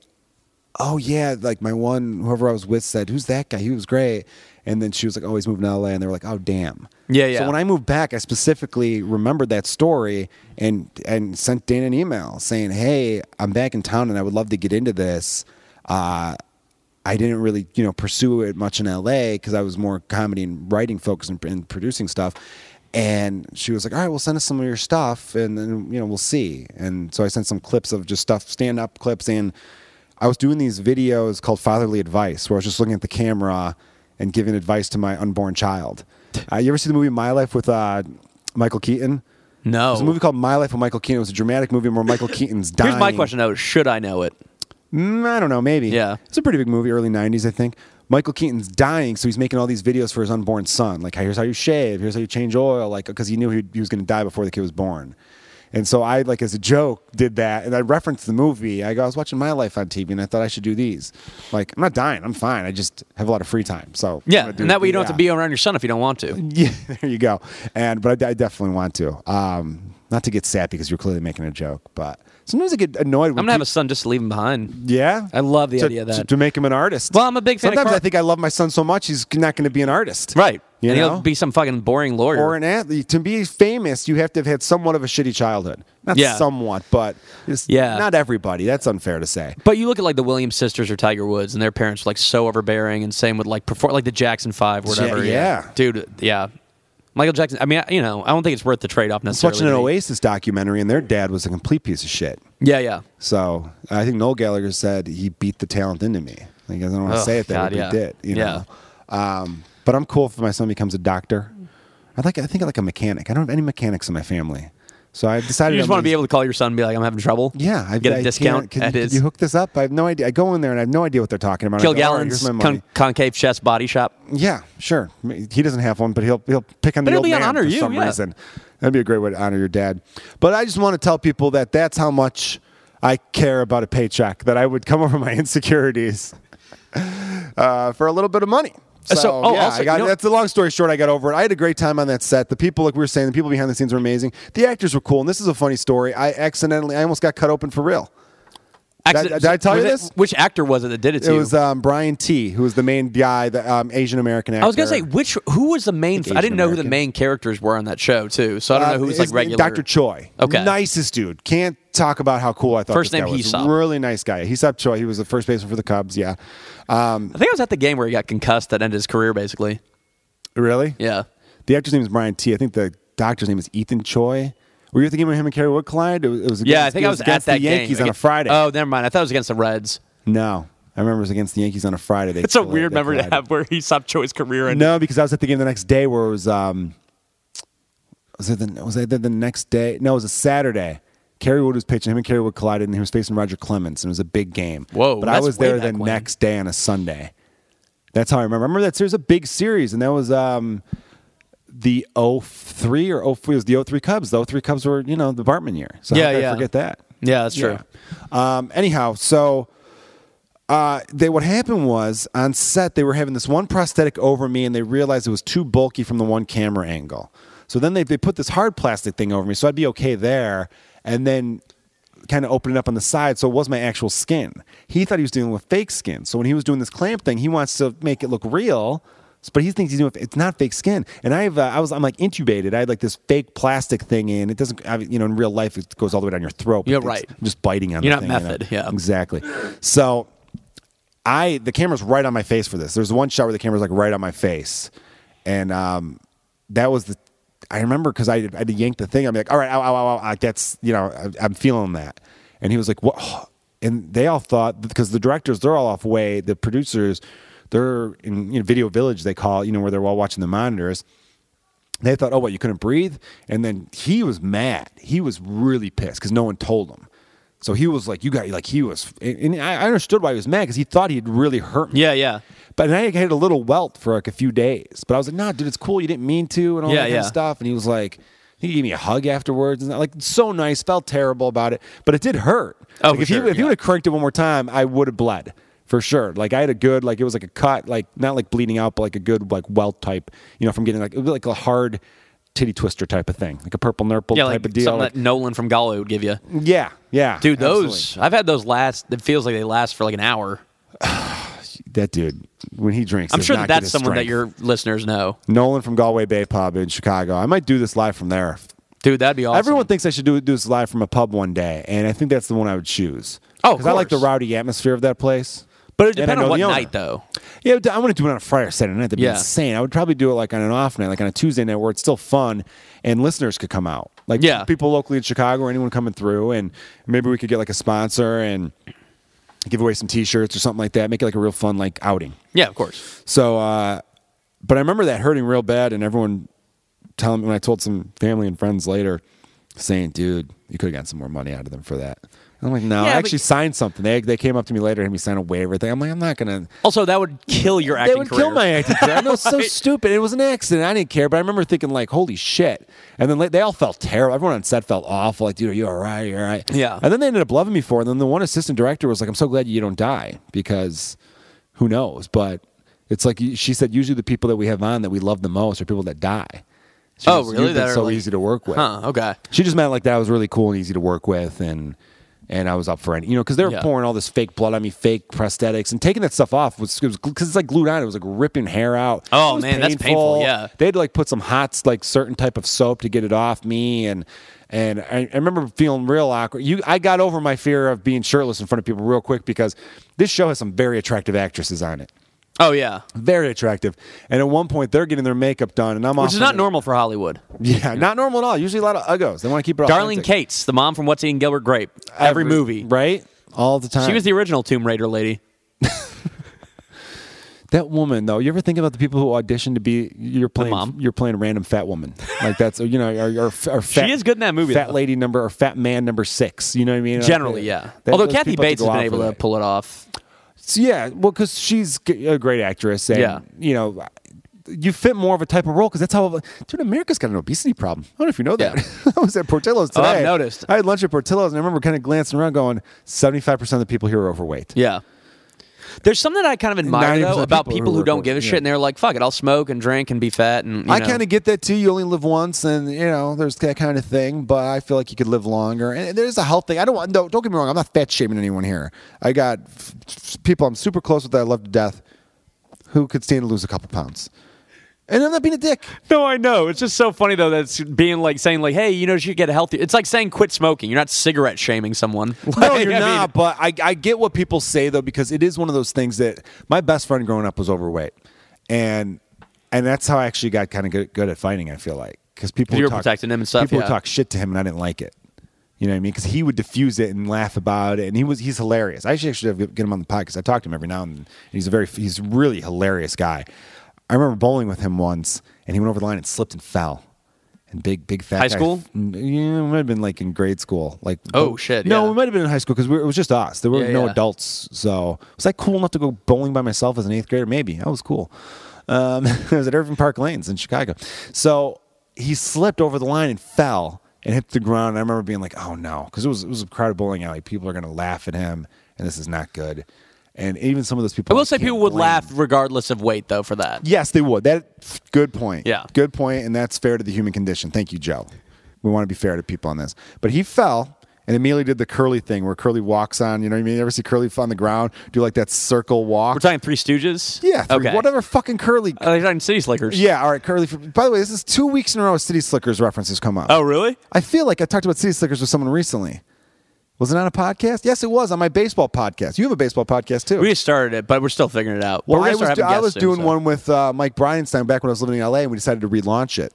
A: "Oh yeah, like my one whoever I was with said, who's that guy? He was great." And then she was like, "Oh, he's moving to LA," and they were like, "Oh damn."
B: Yeah, yeah.
A: So when I moved back, I specifically remembered that story and and sent Dana an email saying, "Hey, I'm back in town and I would love to get into this." Uh, I didn't really, you know, pursue it much in LA because I was more comedy and writing focused and, and producing stuff. And she was like, "All right, well, send us some of your stuff, and then you know we'll see." And so I sent some clips of just stuff, stand up clips, and I was doing these videos called Fatherly Advice, where I was just looking at the camera and giving advice to my unborn child. Uh, you ever see the movie My Life with uh, Michael Keaton?
B: No.
A: There's a movie called My Life with Michael Keaton. It was a dramatic movie where Michael Keaton's dying.
B: Oh. Here's my question though: Should I know it?
A: Mm, I don't know, maybe.
B: Yeah.
A: It's a pretty big movie, early 90s, I think. Michael Keaton's dying, so he's making all these videos for his unborn son. Like, here's how you shave, here's how you change oil, like, because he knew he, he was going to die before the kid was born. And so I, like, as a joke, did that. And I referenced the movie. I, go, I was watching My Life on TV, and I thought I should do these. Like, I'm not dying. I'm fine. I just have a lot of free time. So, I'm
B: Yeah,
A: gonna do-
B: and that way you don't have to
A: yeah.
B: be around your son if you don't want to.
A: Yeah, there you go. And but I, de- I definitely want to. Um, not to get sad because you're clearly making a joke, but sometimes I get annoyed. When
B: I'm gonna have
A: peop-
B: a son just to leave him behind.
A: yeah,
B: I love the
A: To-
B: idea of that.
A: to, to make him an artist.
B: Well, I'm a big fan of
A: Sometimes
B: Car-
A: I think I love my son so much he's not going to be an artist,
B: Right.
A: You
B: and
A: know,
B: he'll be some fucking boring lawyer.
A: or an athlete. To be famous, you have to have had somewhat of a shitty childhood. Not
B: Yeah.
A: somewhat, but just
B: Yeah.
A: not everybody. That's unfair to say.
B: but you look at like the Williams sisters or Tiger Woods, and their parents were like so overbearing, and same with like perfor- like the Jackson Five, or whatever.
A: yeah.
B: dude, yeah. Michael Jackson. I mean, I- you know, I don't think it's worth the trade off
A: I was watching oh an
B: necessarily.
A: Oasis documentary, and their dad was a complete piece of shit.
B: Yeah, yeah.
A: So I think Noel Gallagher said he beat the talent into me. Like, I don't want to
B: Oh,
A: say it that
B: God,
A: way, but he
B: yeah.
A: did. You know? Um, but I'm cool if my son becomes a doctor. I like. I think I like a mechanic. I don't have any mechanics in my family, so I decided.
B: You just
A: I'm
B: want to
A: gonna-
B: be able to call your son and be like, "I'm having trouble."
A: Yeah, I
B: get
A: I
B: a discount.
A: can't- Can,
B: at
A: you,
B: his
A: could you hook this up? I have no idea. I go in there and I have no idea what they're talking about. I go, "All right,
B: Kilgallen's
A: here's my money.
B: con- concave chest body shop.
A: yeah, sure. He doesn't have one, but he'll he'll pick on
B: But
A: the old
B: it'll be an
A: man
B: honor
A: for
B: you,
A: some
B: yeah.
A: reason. That'd be a great way to honor your dad. But I just want to tell people that that's how much I care about a paycheck. That I would come over my insecurities uh, for a little bit of money. So,
B: Uh, so- oh,
A: yeah,
B: also,
A: I got,
B: you know-
A: that's the long story short. I got over it. I had a great time on that set. The people, like we were saying, the people behind the scenes were amazing. The actors were cool, and this is a funny story. I accidentally, I almost got cut open for real.
B: Accident-
A: did I tell
B: was
A: you
B: it-
A: this?
B: Which actor was it that did it to
A: It
B: you?
A: was um, Brian T, who was the main guy, the um, Asian American actor.
B: I was gonna say which who was the main.
A: think
B: I didn't know who the
A: Asian-American. Uh,
B: main characters were on that show too, so I don't know who was like
A: his-
B: regular.
A: Dr. Choi.
B: Okay.
A: Nicest dude. Can't talk about how cool I thought
B: First
A: this guy
B: name
A: was.
B: Hesop.
A: Really nice guy. Hesop Choi. He was the first baseman for the Cubs. Yeah. Um,
B: I think I was at the game where he got concussed that ended his career basically.
A: really?
B: Yeah,
A: The actor's name is Brian T. I think the doctor's name is Ethan Choi. Were you at the game with him and Kerry Wood collide? It was, it was
B: yeah.
A: against-
B: I think
A: it
B: I was at
A: against
B: that
A: the Yankees
B: game
A: on a
B: Aga-
A: Friday.
B: Oh, never mind. I thought it was against the Reds.
A: no. I remember it was against the Yankees on a Friday. They
B: It's a
A: collided-
B: weird
A: they
B: memory to
A: collided.
B: have where he stopped Choi's career and
A: No, because I was at the game the next day where it was um was it the was it the, the next day? No, it was a Saturday. Kerry Wood was pitching. Him and Kerry Wood collided, and he was facing Roger Clemens, and it was a big game.
B: Whoa,
A: But I
B: that's
A: was
B: way
A: there the
B: back when.
A: next day on a Sunday. That's how I remember. I remember that series a big series, and that was um the 03 or 04 it was the 03 Cubs. The 03 Cubs were you know the Bartman year. So
B: Yeah,
A: how could
B: yeah.
A: I forget that.
B: Yeah, that's true.
A: Yeah. Um, anyhow, so uh, they what happened was on set they were having this one prosthetic over me, and they realized it was too bulky from the one camera angle. So then they they put this hard plastic thing over me, so I'd be okay there, and then kind of open it up on the side, so it was my actual skin. He thought he was dealing with fake skin, so when he was doing this clamp thing, he wants to make it look real. But he thinks he's doing it's not fake skin. And I have uh, I was I'm like intubated. I had like this fake plastic thing in. It doesn't I, you know in real life it goes all the way down your throat. but
B: Yeah,
A: it's-
B: right.
A: I'm just biting on.
B: You're
A: the
B: not
A: thing, you know?
B: method, yeah.
A: exactly. So I the camera's right on my face for this. There's one shot where the camera's like right on my face, and um, that was the. I remember because I, I had to yank the thing. I'm like, all right, ow, ow, ow, ow, ow. That's you know, I, I'm feeling that, and he was like, what? And they all thought because the directors they're all off way. The producers, they're in you know, video village they call it, you know where they're all watching the monitors they thought, oh, what, you couldn't breathe? And then he was mad. He was really pissed because no one told him. So he was like, you got, like, he was, and I I understood why he was mad because he thought he'd really hurt me.
B: Yeah, yeah.
A: But then I had a little welt for like a few days. But I was like, nah, dude, it's cool. You didn't mean to and all
B: Yeah,
A: that kind of
B: yeah.
A: stuff. And he was like, he gave me a hug afterwards and like so nice. Felt terrible about it, but it did hurt.
B: Oh,
A: Like,
B: for
A: if
B: sure,
A: he if he
B: yeah.
A: would have cranked it one more time, I would have bled for sure. Like I had a good like it was like a cut, like not like bleeding out, but like a good like welt type. You know, from getting like it was like a hard titty twister type of thing, like a purple nurple
B: Yeah,
A: type
B: like
A: of deal.
B: something
A: Like,
B: that Nolan from Galway would give you.
A: yeah, yeah,
B: Dude, those
A: absolutely.
B: I've had those last. It feels like they last for like an hour.
A: that dude when he drinks.
B: I'm
A: does
B: sure
A: not get
B: that that's
A: his
B: someone that
A: strength.
B: your listeners know.
A: Nolan from Galway Bay Pub in Chicago. I might do this live from there.
B: Dude, that'd be awesome.
A: Everyone thinks I should do, do this live from a pub one day, and I think that's the one I would choose.
B: Oh, of
A: I like the
B: course.
A: rowdy atmosphere of that place.
B: but it
A: And I
B: depends on
A: know
B: what
A: the owner.
B: night though.
A: Yeah, I wouldn't do it on a Friday or Saturday night. That'd be
B: Yeah.
A: insane. I would probably do it like on an off night, like on a Tuesday night where it's still fun and listeners could come out. Like
B: Yeah.
A: people locally in Chicago or anyone coming through, and maybe we could get like a sponsor and give away some t shirts or something like that. Make it like a real fun like outing.
B: Yeah, of course.
A: So, uh, but I remember that hurting real bad, and everyone telling me when I told some family and friends later, saying, "Dude, you could have gotten some more money out of them for that." And I'm like, "No,
B: Yeah,
A: I
B: but-
A: actually signed something." They they came up to me later and had me sign a waiver thing. I'm like, "I'm not gonna."
B: Also, that would kill your acting
A: They would
B: career.
A: kill my acting career. I know it's so stupid. It was an accident. I didn't care, but I remember thinking like, "Holy shit!" And then like, they all felt terrible. Everyone on set felt awful. Like, "Dude, are you all right? You all right?"
B: Yeah.
A: And then they ended up loving me for. it. And then the one assistant director was like, "I'm so glad you don't die because who knows?" But it's like you- she said, usually the people that we have on that we love the most are people that die. She
B: Oh,
A: goes,
B: really?
A: You've been
B: That are,
A: so
B: like-
A: easy to work with.
B: Huh? Okay.
A: She just meant like that was really cool and easy to work with, and and I was up for it, you know, because they were
B: Yeah.
A: pouring all this fake blood on me, fake prosthetics, and taking that stuff off was because it's like glued on. It was like ripping hair out.
B: Oh,
A: It was
B: man, that's painful, yeah.
A: they had to like put some hot like certain type of soap to get it off me, and and I, I remember feeling real awkward. You, I got over my fear of being shirtless in front of people real quick because this show has some very attractive actresses on it.
B: Oh yeah.
A: Very attractive, and at one point they're getting their makeup done, and I'm
B: Which is
A: offering
B: not
A: it-
B: normal for Hollywood.
A: Yeah, not normal at all. Usually a lot of uggos. They want to keep it.
B: Darlene
A: authentic
B: Cates, the mom from What's Eating Gilbert Grape. Every, movie.
A: right? All the time.
B: She was the original Tomb Raider lady.
A: that woman though. You ever think about the people who audition to be you're playing
B: mom?
A: you're playing a random fat woman like that's you know or, or, or fat,
B: is good in that movie,
A: Fat
B: though.
A: lady number or fat man number six. You know what I mean? Like,
B: Generally,
A: uh,
B: yeah.
A: that-
B: Although
A: those
B: Kathy
A: people have
B: Bates
A: go
B: has been
A: out for
B: able to
A: that.
B: pull it off.
A: So, yeah, well, because she's g- a great actress, and
B: Yeah.
A: you know. You fit more of a type of role because that's how. Dude, America's got an obesity problem. I don't know if you know that. I was at Portillo's
B: Oh,
A: today.
B: I've noticed.
A: I had lunch at Portillo's, and I remember kind of glancing around, going, "75 percent of the people here are overweight."
B: Yeah. There's something that I kind of admire
A: 90%
B: though
A: of
B: about
A: people who
B: people who,
A: work
B: don't
A: with-
B: give a
A: yeah.
B: shit and they're like, "Fuck it, I'll smoke and drink and be fat." And you
A: I
B: know.
A: kind of get that too. You only live once, and you know there's that kind of thing. But I feel like you could live longer, and there's a health thing. I don't want. No, don't get me wrong. I'm not fat shaming anyone here. I got f- f- people I'm super close with that I love to death, who could stand to lose a couple pounds, and I'm not being a dick.
B: No, I know. It's just so funny though that's being like saying like, "Hey, you know, you should get healthy." It's like saying quit smoking. You're not cigarette shaming someone.
A: No,
B: Like,
A: you're
B: I mean,
A: not. but I, I get what people say though, because it is one of those things that my best friend growing up was overweight, and and that's how I actually got kind of good, good at fighting. I feel like because people
B: You
A: would
B: were
A: talk,
B: protecting him and stuff,
A: People would
B: yeah.
A: talk shit to him, and I didn't like it. You know what I mean? Because he would diffuse it and laugh about it, and he was he's hilarious. I should actually have, get him on the podcast. I talk to him every now and then. And he's a very he's a really hilarious guy. I remember bowling with him once, and he went over the line and slipped and fell. And big, big fat
B: High
A: guy- Mm,
B: school?
A: Yeah, it might have been like in grade school. Like
B: Oh, shit,
A: No,
B: yeah.
A: we might have been in high school because it was just us. There were
B: Yeah,
A: no
B: yeah.
A: adults. So was I cool enough to go bowling by myself as an eighth grader? Maybe I was cool. Um, I was at Irving Park Lanes in Chicago. So he slipped over the line and fell and hit the ground. And I remember being like, "Oh no," because it was it was a crowded bowling alley. People are gonna laugh at him, and this is not good. And even some of those
B: I
A: people,
B: will say
A: can't
B: people would
A: blame.
B: laugh regardless of weight though for that.
A: Yes, they would. That good point.
B: Yeah.
A: good point, and that's fair to the human condition. Thank you, Joe. We want to be fair to people on this. But he fell, And Amelia did the curly thing where Curly walks on, you know what I mean? You ever see Curly on the ground do like that circle walk?
B: We're talking Three Stooges.
A: yeah, three,
B: okay.
A: whatever fucking Curly.
B: Oh, they're talking City Slickers.
A: yeah, all right, Curly. By the way, this is two weeks in a row City Slickers references come up.
B: Oh, really?
A: I feel like I talked about City Slickers with someone recently. Was it on a podcast? Yes, it was on my baseball podcast. You have a baseball podcast too.
B: We just started it, but we're still figuring it out. But
A: well,
B: we're
A: I
B: gonna
A: was,
B: start
A: do-
B: having
A: I
B: guests
A: was
B: soon,
A: doing
B: so.
A: one with uh, Mike Bryanstein back when I was living in LA, and we decided to relaunch it.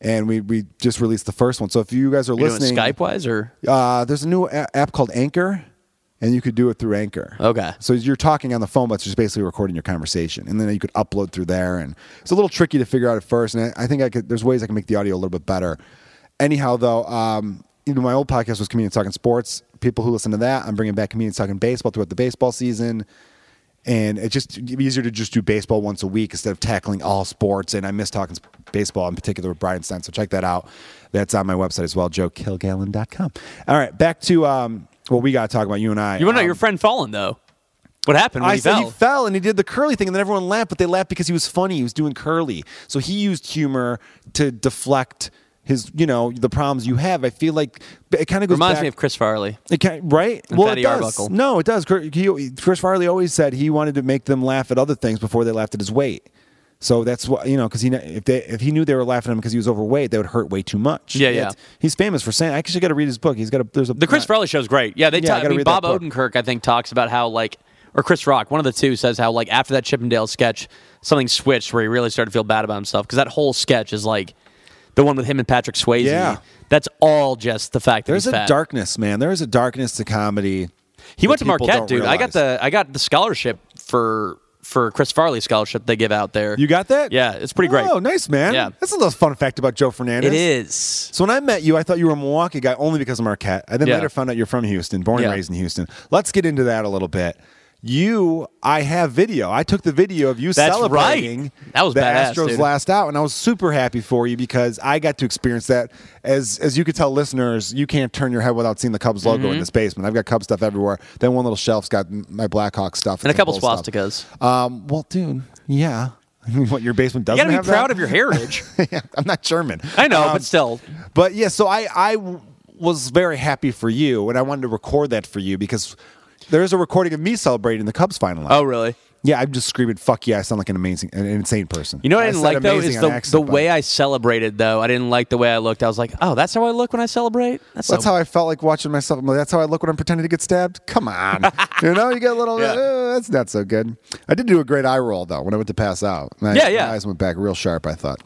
A: And we, we just released the first one. So if you guys are
B: You're
A: listening,
B: doing Skype wise, or
A: Uh, there's a new a- app called Anchor, and you could do it through Anchor.
B: Okay.
A: So you're talking on the phone, but it's just basically recording your conversation, and then you could upload through there. And it's a little tricky to figure out at first, and I I think I could. There's ways I can make the audio a little bit better. Anyhow, though, um, you know, my old podcast was comedians talking sports. People who listen to that, I'm bringing back comedians talking baseball throughout the baseball season. And it just it'd be easier to just do baseball once a week instead of tackling all sports. And I miss talking sp- baseball in particular with Brian Stein. So check that out. That's on my website as well, joekilgallen.com. All right, back to um, what we got to talk about, you and I.
B: you want to know
A: Um,
B: your friend fallen though? What happened? When
A: I
B: he
A: said
B: fell?
A: he fell and he did the curly thing, and then everyone laughed, but they laughed because he was funny. He was doing curly. So he used humor to deflect his, you know, the problems you have. I feel like it kind of goes
B: Reminds
A: back-
B: me of Chris Farley.
A: it can't, right?
B: And Fatty
A: it does.
B: Arbuckle.
A: No, it does. Cr- he- Chris Farley always said he wanted to make them laugh at other things before they laughed at his weight. So that's what you know, because he kn- if they if he knew they were laughing at him because he was overweight, that would hurt way too much.
B: Yeah, yeah.
A: It's- He's famous for saying. I actually got to read his book. He's got a there's a
B: The Chris Farley show's great. Yeah, they
A: Yeah, I
B: talk. I
A: gotta
B: mean,
A: read that
B: Bob
A: book.
B: Odenkirk, I think, talks about how like, or Chris Rock, one of the two, says how like after that Chippendale sketch, something switched where he really started to feel bad about himself because that whole sketch is like the one with him and Patrick Swayze.
A: Yeah.
B: that's all just the fact that
A: there's
B: he's
A: a
B: fat.
A: darkness, man. There is a darkness to comedy.
B: He
A: that
B: went to
A: people
B: Marquette,
A: don't
B: dude. I got
A: realize.
B: the I got the scholarship for for Chris Farley scholarship they give out there.
A: You got that?
B: Yeah, it's pretty great.
A: Oh, nice, man.
B: Yeah.
A: That's a little fun fact about Joe Fernandez.
B: It is.
A: So when I met you, I thought you were a Milwaukee guy only because of Marquette. I then
B: Yeah.
A: later found out you're from Houston, born
B: Yeah.
A: and raised in Houston. Let's get into that a little bit. You, I have video. I took the video of you
B: That's
A: celebrating
B: right. That was
A: the
B: badass,
A: Astros
B: dude.
A: last out, and I was super happy for you because I got to experience that. As as you could tell, listeners, you can't turn your head without seeing the Cubs logo
B: Mm-hmm.
A: in this basement. I've got Cubs stuff everywhere. Then one little shelf's got my Blackhawk stuff
B: And a
A: some
B: couple
A: Bulls stuff.
B: swastikas.
A: Um, well, dude, yeah. what your basement
B: You
A: doesn't
B: got to be
A: have
B: proud
A: that?
B: of your heritage.
A: yeah, I'm not German.
B: I know,
A: Um,
B: but still.
A: but yeah, so I I w- was very happy for you, and I wanted to record that for you because there is a recording of me celebrating the Cubs final.
B: Oh, really?
A: yeah, I'm just screaming "fuck yeah!" I sound like an amazing, an insane person.
B: You know what I didn't
A: said
B: like though
A: amazing
B: is
A: on
B: the,
A: accident,
B: the
A: but
B: way I celebrated though. I didn't like the way I looked. I was like, oh, that's how I look when I celebrate. That's,
A: That's how I felt like watching myself. I'm like, that's how I look when I'm pretending to get stabbed. Come on, you know, you get a little.
B: Yeah.
A: "Uh, that's not so good. I did do a great eye roll though when I went to pass out. My-
B: Yeah, yeah.
A: My eyes went back real sharp. I thought.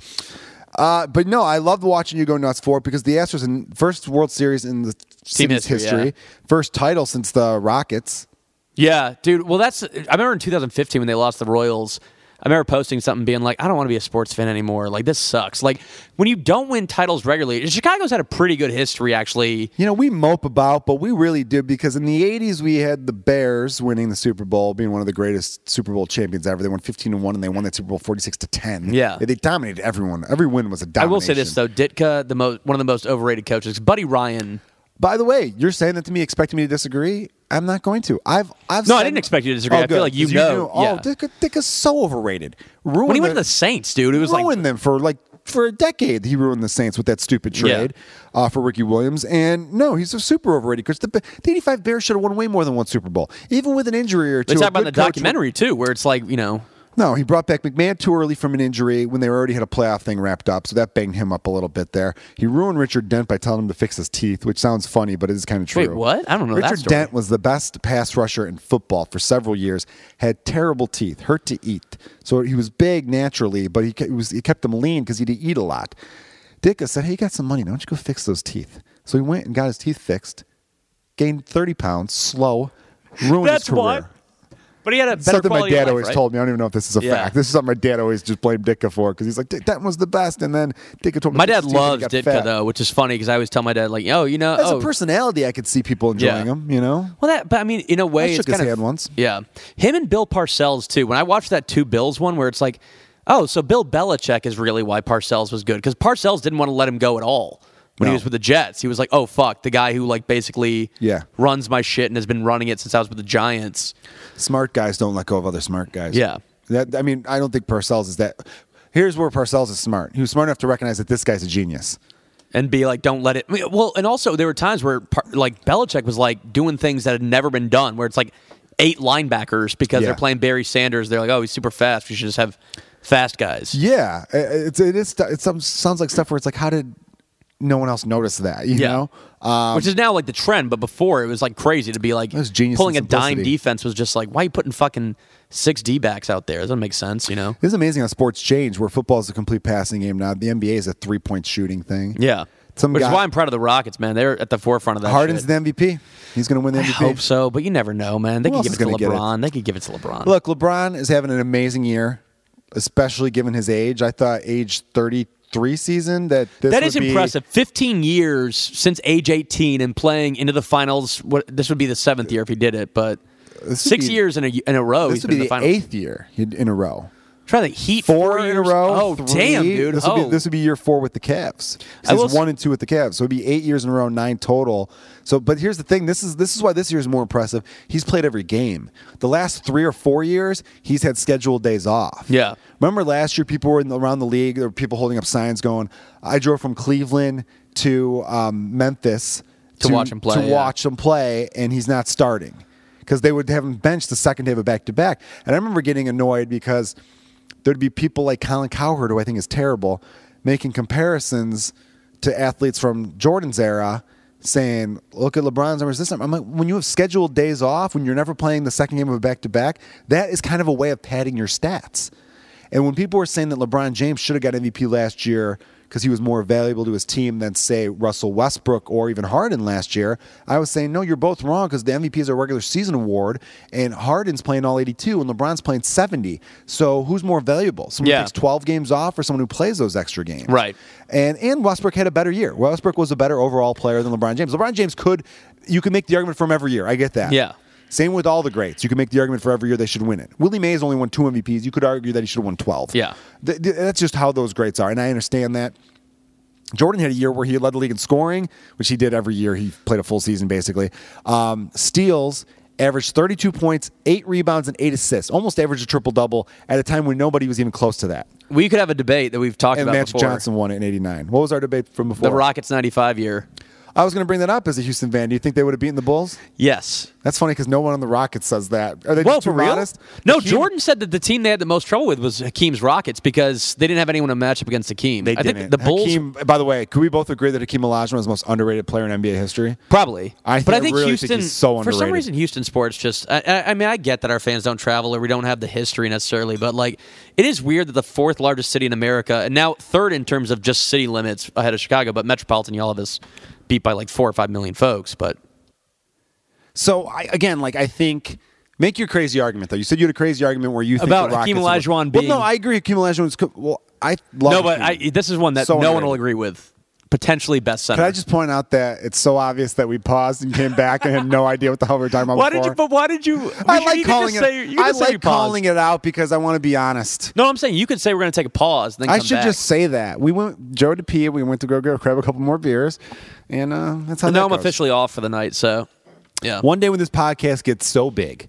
A: Uh, but no, I loved watching you go nuts for it because the Astros in first World Series in the city's
B: history,
A: history, first title since the Rockets.
B: Yeah, dude. Well, that's. I remember in 2015 when they lost the Royals. I remember posting something being like, I don't want to be a sports fan anymore. Like this sucks. Like when you don't win titles regularly, Chicago's had a pretty good history actually.
A: You know, we mope about, but we really do because in the 80s we had the Bears winning the Super Bowl, being one of the greatest Super Bowl champions ever. They won 15 to 1 and they won that Super Bowl 46 to 10.
B: Yeah.
A: They, they dominated everyone. Every win was a
B: I
A: domination.
B: will say this though, Ditka, the most one of the most overrated coaches, Buddy Ryan.
A: By the way, you're saying that to me expecting me to disagree? I'm not going to. I've I've
B: No, I
A: said-
B: didn't expect you to disagree.
A: Oh,
B: I feel
A: good,
B: like you
A: 'cause
B: know,
A: knew, oh,
B: yeah.
A: Dick, Dick is so overrated. Ruined
B: When he went to
A: their-
B: the Saints, dude, it was like
A: ruined them for like for a decade. He ruined the Saints with that stupid trade uh, for Ricky Williams, and no, he's a super overrated because the, the '85 Bears should have won way more than one Super Bowl, even with an injury or two.
B: They
A: a
B: talk about in the
A: good coach would-
B: documentary too, where it's like you know,
A: no, he brought back McMahon too early from an injury when they already had a playoff thing wrapped up, so that banged him up a little bit there. He ruined Richard Dent by telling him to fix his teeth, which sounds funny, but it is kind of true.
B: Wait, what? I don't know that
A: Richard
B: story.
A: Dent was the best pass rusher in football for several years. Had terrible teeth, hurt to eat, so he was big naturally, but he ke- he was he kept them lean because he'd eat a lot. Dicka said, "Hey, you got some money? Why don't you go fix those teeth?" So he went and got his teeth fixed, gained thirty pounds, slow, ruined his
B: that's
A: career
B: what. But he had a better
A: something my
B: quality of
A: dad
B: life,
A: always
B: right?
A: told me. I don't even know if this is a
B: Yeah.
A: fact. This is something my dad always just blamed Ditka for because he's like, "Dick, that was the best. And then Ditka told me,
B: My
A: to fix his teeth
B: dad
A: and he
B: loves
A: got
B: Ditka
A: fat.
B: though, which is funny because I always tell my dad like, "Oh, you know,
A: As
B: oh,
A: a personality, I could see people enjoying
B: Yeah.
A: him, you know?
B: Well, that, but I mean, in a way,
A: shook
B: it's
A: his
B: kind of,
A: hand once.
B: Yeah, him and Bill Parcells too. When I watched that two Bills one, where it's like, oh, so Bill Belichick is really why Parcells was good because Parcells didn't want to let him go at all when
A: No.
B: he was with the Jets. He was like, oh fuck, the guy who like basically
A: Yeah.
B: runs my shit and has been running it since I was with the Giants.
A: Smart guys don't let go of other smart guys.
B: Yeah.
A: That, I mean, I don't think Parcells is that. Here's where Parcells is smart. He was smart enough to recognize that this guy's a genius.
B: and be like, don't let it. I mean, well, and also there were times where par- like Belichick was like doing things that had never been done, where it's like eight linebackers because
A: Yeah.
B: they're playing Barry Sanders. They're like, oh, he's super fast. We should just have fast guys.
A: Yeah, i- it's it is. stu- It some- sounds like stuff where it's like, how did no one else notice that? You
B: Yeah.
A: know, um,
B: Which is now like the trend, but before it was like crazy to be like
A: That's genius
B: pulling a
A: and
B: dime
A: simplicity.
B: defense was just like, why are you putting fucking six D backs out there? It doesn't make sense, you know?
A: it's amazing how sports change. Where football is a complete passing game now. The NBA is a three point shooting thing.
B: Yeah.
A: Some
B: Which
A: guy-
B: is why I'm proud of the Rockets, man. They're at the forefront of that.
A: Harden's
B: shit.
A: the MVP. He's going to win the MVP.
B: I hope so, but you never know, man. They
A: Who
B: could
A: else
B: give
A: is
B: it to
A: gonna get it?
B: LeBron. They could give it to LeBron.
A: Look, LeBron is having an amazing year, especially given his age. I thought age 33 season that this
B: that
A: would
B: is
A: be-
B: impressive. 15 years since age 18 and playing into the finals. What this would be the seventh year if he did it, but
A: This would
B: six
A: be-
B: years in a in a row he's
A: This would
B: been
A: be
B: in the
A: the,
B: finals.
A: eighth year in a row.
B: Try the Heat
A: Four, in a
B: years-
A: row.
B: Oh
A: three.
B: damn, dude!
A: This would,
B: oh.
A: be, this would be year four with the Cavs.
B: I will
A: He's
B: s-
A: one and two with the Cavs, so it'd be eight years in a row, nine total. So, but here's the thing: this is this is why this year is more impressive. He's played every game. The last three or four years, he's had scheduled days off.
B: Yeah.
A: Remember last year, people were in, around the league. There were people holding up signs going, "I drove from Cleveland to um, Memphis
B: To watch him play,
A: to
B: yeah.
A: watch him play, and he's not starting." Because they would have him benched the second day of a back to back. And I remember getting annoyed because there'd be people like Colin Cowherd, who I think is terrible, making comparisons to athletes from Jordan's era, saying, "Look at LeBron's numbers this time." I'm like, when you have scheduled days off, when you're never playing the second game of a back-to-back, that is kind of a way of padding your stats. And when people were saying that LeBron James should have got MVP last year because he was more valuable to his team than say Russell Westbrook or even Harden last year, I was saying no, you're both wrong because the MVP is a regular season award and Harden's playing all 82 and LeBron's playing 70. So who's more valuable? Someone
B: Yeah.
A: who takes 12 games off or someone who plays those extra games?
B: Right.
A: And and Westbrook had a better year. Westbrook was a better overall player than LeBron James. LeBron James could you can make the argument for him every year. I get that.
B: Yeah.
A: Same with all the greats. You can make the argument for every year they should win it. Willie Mays only won two MVPs. You could argue that he should have won 12.
B: Yeah.
A: Th- th- that's just how those greats are. And I understand that. Jordan had a year where he led the league in scoring, which he did every year. He played a full season basically. Um, steals, averaged 32 points, eight rebounds, and eight assists. Almost averaged a triple double at a time when nobody was even close to that.
B: we could have a debate that we've talked
A: And
B: about
A: Magic
B: before.
A: Johnson won it in '89. What was our debate from before?
B: The Rockets 95 year.
A: I was going to bring that up as a Houston fan. Do you think they would have beaten the Bulls?
B: Yes.
A: That's funny because no one on the Rockets says that. Are they
B: Well,
A: just
B: for
A: too
B: real?
A: modest?
B: No,
A: Hakeem-
B: Jordan said that the team they had the most trouble with was Hakeem's Rockets because they didn't have anyone to match up against Hakeem.
A: They
B: I
A: didn't.
B: think the Bulls
A: Hakeem, by the way, could we both agree that Hakeem Olajuwon is the most underrated player in NBA history?
B: Probably,
A: I
B: but
A: think-
B: I
A: I
B: think
A: really think
B: Houston.
A: he's so
B: for some
A: underrated.
B: reason, Houston sports just—I I, I mean, I get that our fans don't travel or we don't have the history necessarily, but like, it is weird that the fourth largest city in America and now third in terms of just city limits ahead of Chicago, but metropolitan, y'all have us beat by like four or five million folks. But
A: So I, again, like I think, make your crazy argument though. You said you had a crazy argument where you think
B: About
A: the Rockets
B: Hakeem
A: were-
B: Olajuwon being-
A: Well, no, I agree. Hakeem Olajuwon is. co- Well, I love.
B: no, but
A: Hakeem.
B: I, this is one that
A: So
B: no
A: underrated.
B: one will agree with. Potentially best center.
A: Can I just point out that it's so obvious that we paused and came back and had no idea what the hell we were talking about?
B: why did
A: before.
B: you? But why did you?
A: I like calling it. I like calling it out because I want to be honest.
B: No, I'm saying you could say we're going to take a pause. Then
A: I
B: come
A: should
B: back.
A: just say that we went Joe to pee. We went to go go grab a couple more beers, and uh, that's how.
B: And
A: that
B: now I'm
A: goes.
B: officially off for the night. So, yeah.
A: One day when this podcast gets so big,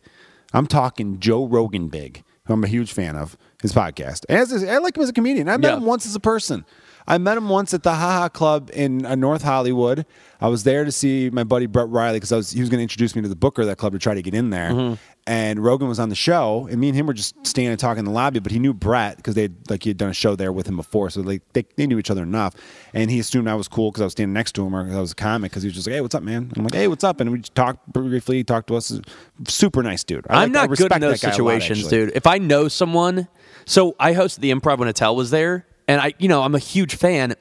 A: I'm talking Joe Rogan big, who I'm a huge fan of his podcast. As is, I like him as a comedian. I met
B: Yeah.
A: him once as a person. I met him once at the Ha Ha Club in uh, North Hollywood. I was there to see my buddy Brett Riley because I was he was going to introduce me to the booker of that club to try to get in there.
B: Mm-hmm.
A: And Rogan was on the show, and me and him were just standing and talking in the lobby. But he knew Brett because they like he had done a show there with him before, so like they, they knew each other enough. And he assumed I was cool because I was standing next to him or 'cause I was a comic because he was just like, "Hey, what's up, man?" I'm like, "Hey, what's up?" And we just talked briefly. He talked to us. Super nice dude. I like-
B: I'm
A: I
B: not good
A: respect
B: in
A: that
B: those
A: guy a lot,
B: situations,
A: actually.
B: dude. If I know someone, so I hosted the improv when Attell was there, and I, you know, I'm a huge fan.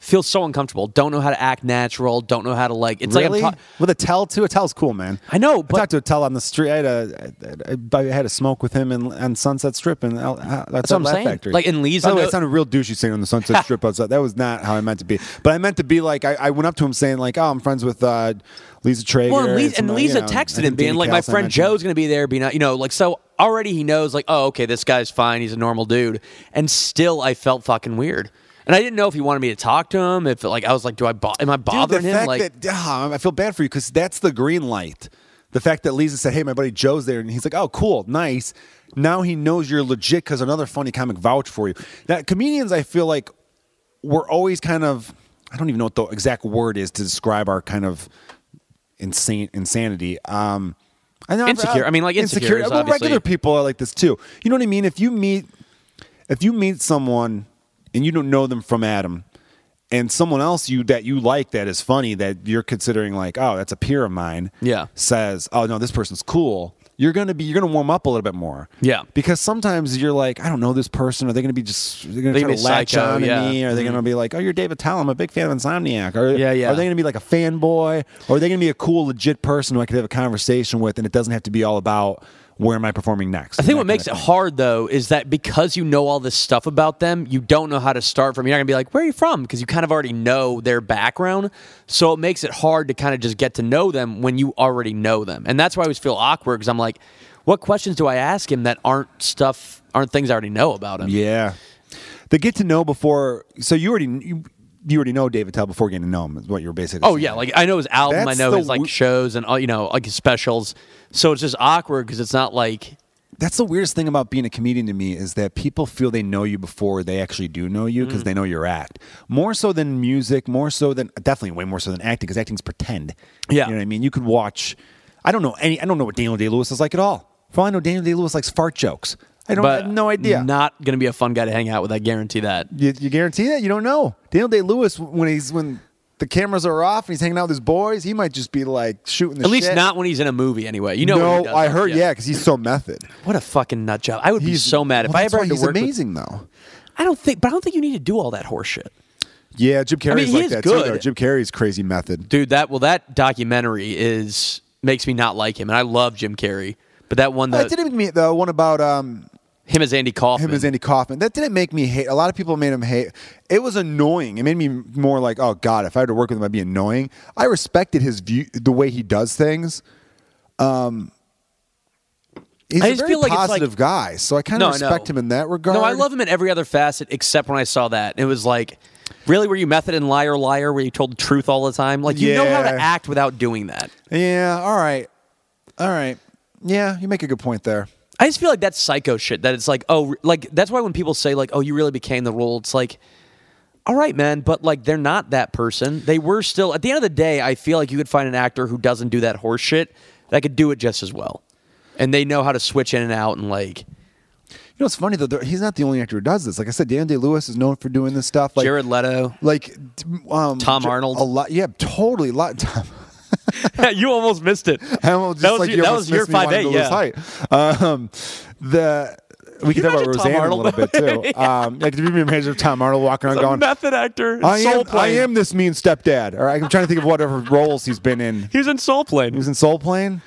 B: Feel so uncomfortable. Don't know how to act natural. Don't know how to like. It's
A: Really?
B: like I'm ta-
A: with a tell too. A tell's cool, man.
B: I know,
A: I
B: but-
A: talked to a tell on the street. I had a I- I- I had a smoke with him in, on Sunset Strip and uh, out- out- outside
B: what I'm
A: Laugh
B: saying.
A: Factory.
B: Like, in Lee's
A: By the way,
B: unknown-
A: it sounded real douchey saying on the Sunset Strip outside. That was not how I meant to be. But I meant to be like I, I went up to him saying like, oh, I'm friends with uh, Lisa Traeger.
B: Well, and, Lisa,
A: some,
B: and
A: uh,
B: Lisa
A: you know, I
B: texted
A: think
B: him being
A: Danny
B: like, "My
A: Kaus I
B: friend
A: mentioned."
B: Joe's gonna be there, be not, you know, like so." Already he knows, like, "Oh, okay, this guy's fine. He's a normal dude." And still, I felt fucking weird, and I didn't know if he wanted me to talk to him. If like I was like, "Do I bo- am I
A: Dude,
B: bothering
A: the
B: him?"
A: fact
B: Like,
A: that ah, I feel bad for you because that's the green light. The fact that Lisa said, "Hey, my buddy Joe's there," and he's like, "Oh, cool, nice." Now he knows you're legit because another funny comic vouched for you. Now comedians, I feel like, we're always kind of. I don't even know what the exact word is to describe our kind of insane insanity. Um, I know I've-
B: Insecure. I mean, like, insecure is
A: Well,
B: obviously-
A: regular people are like this too. You know what I mean? If you meet, if you meet someone and you don't know them from Adam, and someone else you that you like that is funny that you're considering like, oh, that's a peer of mine.
B: Yeah.
A: Says, oh no, this person's cool. You're gonna be you're gonna warm up a little bit more.
B: Yeah.
A: Because sometimes you're like, I don't know this person. Are they gonna be just they're gonna
B: They
A: try
B: can
A: to
B: be
A: latch
B: psycho,
A: on to
B: yeah. Mm-hmm.
A: me? Are they gonna be like, oh, you're David Tell. I'm a big fan of Insomniac. Or,
B: Yeah, yeah.
A: Are they gonna be like a fanboy? Or are they gonna be a cool, legit person who I could have a conversation with, and it doesn't have to be all about where am I performing next?
B: I think what makes it hard though is that because you know all this stuff about them, you don't know how to start from. You're not gonna be like, "Where are you from?" Because you kind of already know their background, so it makes it hard to kind of just get to know them when you already know them. And that's why I always feel awkward because I'm like, "What questions do I ask him that aren't stuff, aren't things I already know about him?"
A: Yeah. The get to know before. So you already you, you already know David Tell before getting to know him is what you're basically.
B: Oh
A: saying.
B: yeah, like I know his album,
A: That's
B: I know
A: the
B: his like
A: w-
B: shows and all you know like his specials. So it's just awkward because it's not like
A: That's the weirdest thing about being a comedian to me is that people feel they know you before they actually do know you
B: Mm.
A: because they know your act. More so than music, more so than definitely way more so than acting because acting's pretend.
B: Yeah.
A: You know what I mean? You could watch I don't know any I don't know what Daniel Day Lewis is like at all. For all I know, Daniel Day Lewis likes fart jokes. I don't
B: but
A: I have no idea.
B: Not gonna be a fun guy to hang out with. I guarantee that.
A: you, you guarantee that? You don't know. Daniel Day Lewis when he's when the cameras are off and he's hanging out with his boys, he might just be like shooting the
B: At least
A: shit.
B: not when he's in a movie, anyway. You know. when he
A: No,
B: does
A: I
B: that,
A: heard, yeah, because he's so method.
B: What a fucking nut job! I would be
A: He's
B: so mad if
A: well,
B: I
A: that's
B: ever
A: why
B: had to
A: he's
B: work. with-
A: amazing though.
B: I don't think, but I don't think you need to do all that horse shit,
A: Yeah, Jim Carrey's
B: I mean, he
A: like
B: is
A: that
B: good.
A: too. Though. Jim Carrey's crazy method.
B: dude. That well, that documentary is makes me not like him, and I love Jim Carrey, but that one
A: That
B: that
A: didn't make me the one about um,
B: him as Andy Kaufman.
A: him as Andy Kaufman. That didn't make me hate. A lot of people made him hate. It was annoying. It made me more like, oh god, if I had to work with him, I'd be annoying. I respected his view, the way he does things. Um, he's
B: I
A: a
B: just
A: very
B: feel like it's like-
A: positive guy, so I kind
B: No,
A: of
B: I know.
A: respect him in that regard.
B: No, I love him in every other facet except when I saw that. It was like, really, were you method and liar, liar? Where you told the truth all the time? Like you know how to
A: Yeah.
B: act without doing that.
A: Yeah. All right. All right. Yeah, you make a good point there.
B: I just feel like that's psycho shit. That it's like, oh, like that's why when people say like, oh, you really became the role. It's like, all right, man, but like they're not that person. They were still at the end of the day. I feel like you could find an actor who doesn't do that horse shit that could do it just as well, and they know how to switch in and out and like.
A: You know, it's funny though. there- He's not the only actor who does this. Like I said, Dan Day Lewis is known for doing this stuff. Like
B: Jared Leto.
A: like d- um,
B: Tom
A: J-
B: Arnold.
A: A lot, yeah, totally. A lot. Tom,
B: you almost missed it.
A: I almost just
B: that was,
A: like
B: your-
A: you
B: that
A: almost
B: was your
A: missed me wanting
B: five eight.
A: to
B: Yeah.
A: lose height. Um, the we can
B: you
A: talk about
B: imagine Tom
A: Roseanne in a
B: Arnold,
A: little bit too. Um, like, do you imagine Tom Arnold walking around
B: A
A: going,
B: method actor. in
A: "I
B: Soul
A: am, I
B: Plane.
A: am this mean stepdad"? Or I'm trying to think of whatever roles he's been in.
B: He was in Soul Plane.
A: He was in Soul Plane.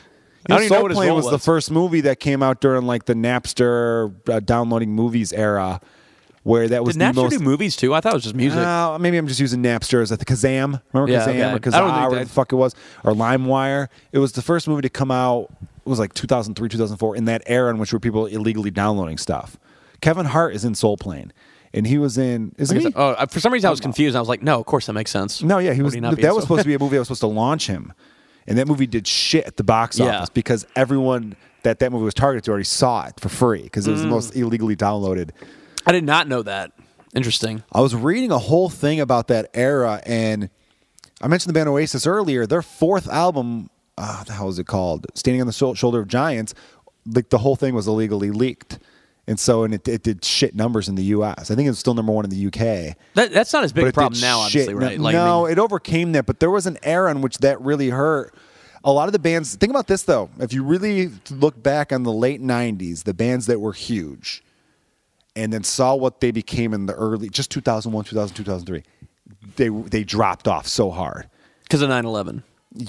B: I don't
A: You
B: even know
A: Soul
B: what his
A: Plane
B: role
A: was, the
B: was.
A: first movie that came out during like the Napster uh, downloading movies era, where that was
B: Did
A: the
B: Napster
A: most
B: do movies too? I thought it was just music.
A: Uh, maybe I'm just using Napster as a Kazam. Remember
B: Yeah,
A: Kazam
B: okay.
A: or
B: I don't think
A: Kazaa,
B: that-
A: whatever the fuck it was, or LimeWire. It was the first movie to come out. It was like 2003, 2004, in that era in which were people illegally downloading stuff. Kevin Hart is in Soul Plane, and he was in. Is
B: I guess-
A: he?
B: oh, I- for some reason I was confused. I was like, no, of course that makes sense.
A: No, yeah, he
B: Would
A: was.
B: not
A: That
B: be
A: was
B: in Soul-
A: supposed to be a movie that was supposed to launch him, and that movie did shit at the box
B: Yeah.
A: office because everyone that that movie was targeted to already saw it for free because it
B: Mm.
A: was the most illegally downloaded.
B: I did not know that. Interesting.
A: I was reading a whole thing about that era, and I mentioned the band Oasis earlier. Their fourth album, uh, the hell is it called? Standing on the Shou- Shoulder of Giants. Like the whole thing was illegally leaked, and so and it, it did shit numbers in the U.S. I think it was still number one in the U.K.
B: That, that's not as big
A: But
B: a
A: it
B: problem
A: did
B: now,
A: shit
B: obviously,
A: nu-
B: right? I
A: no,
B: mean,
A: it overcame that, but there was an era in which that really hurt. A lot of the bands. Think about this though. If you really look back on the late '90s, the bands that were huge, and then saw what they became in the early, just 2001, 2002, 2003, they they dropped off so hard.
B: because of 9/11.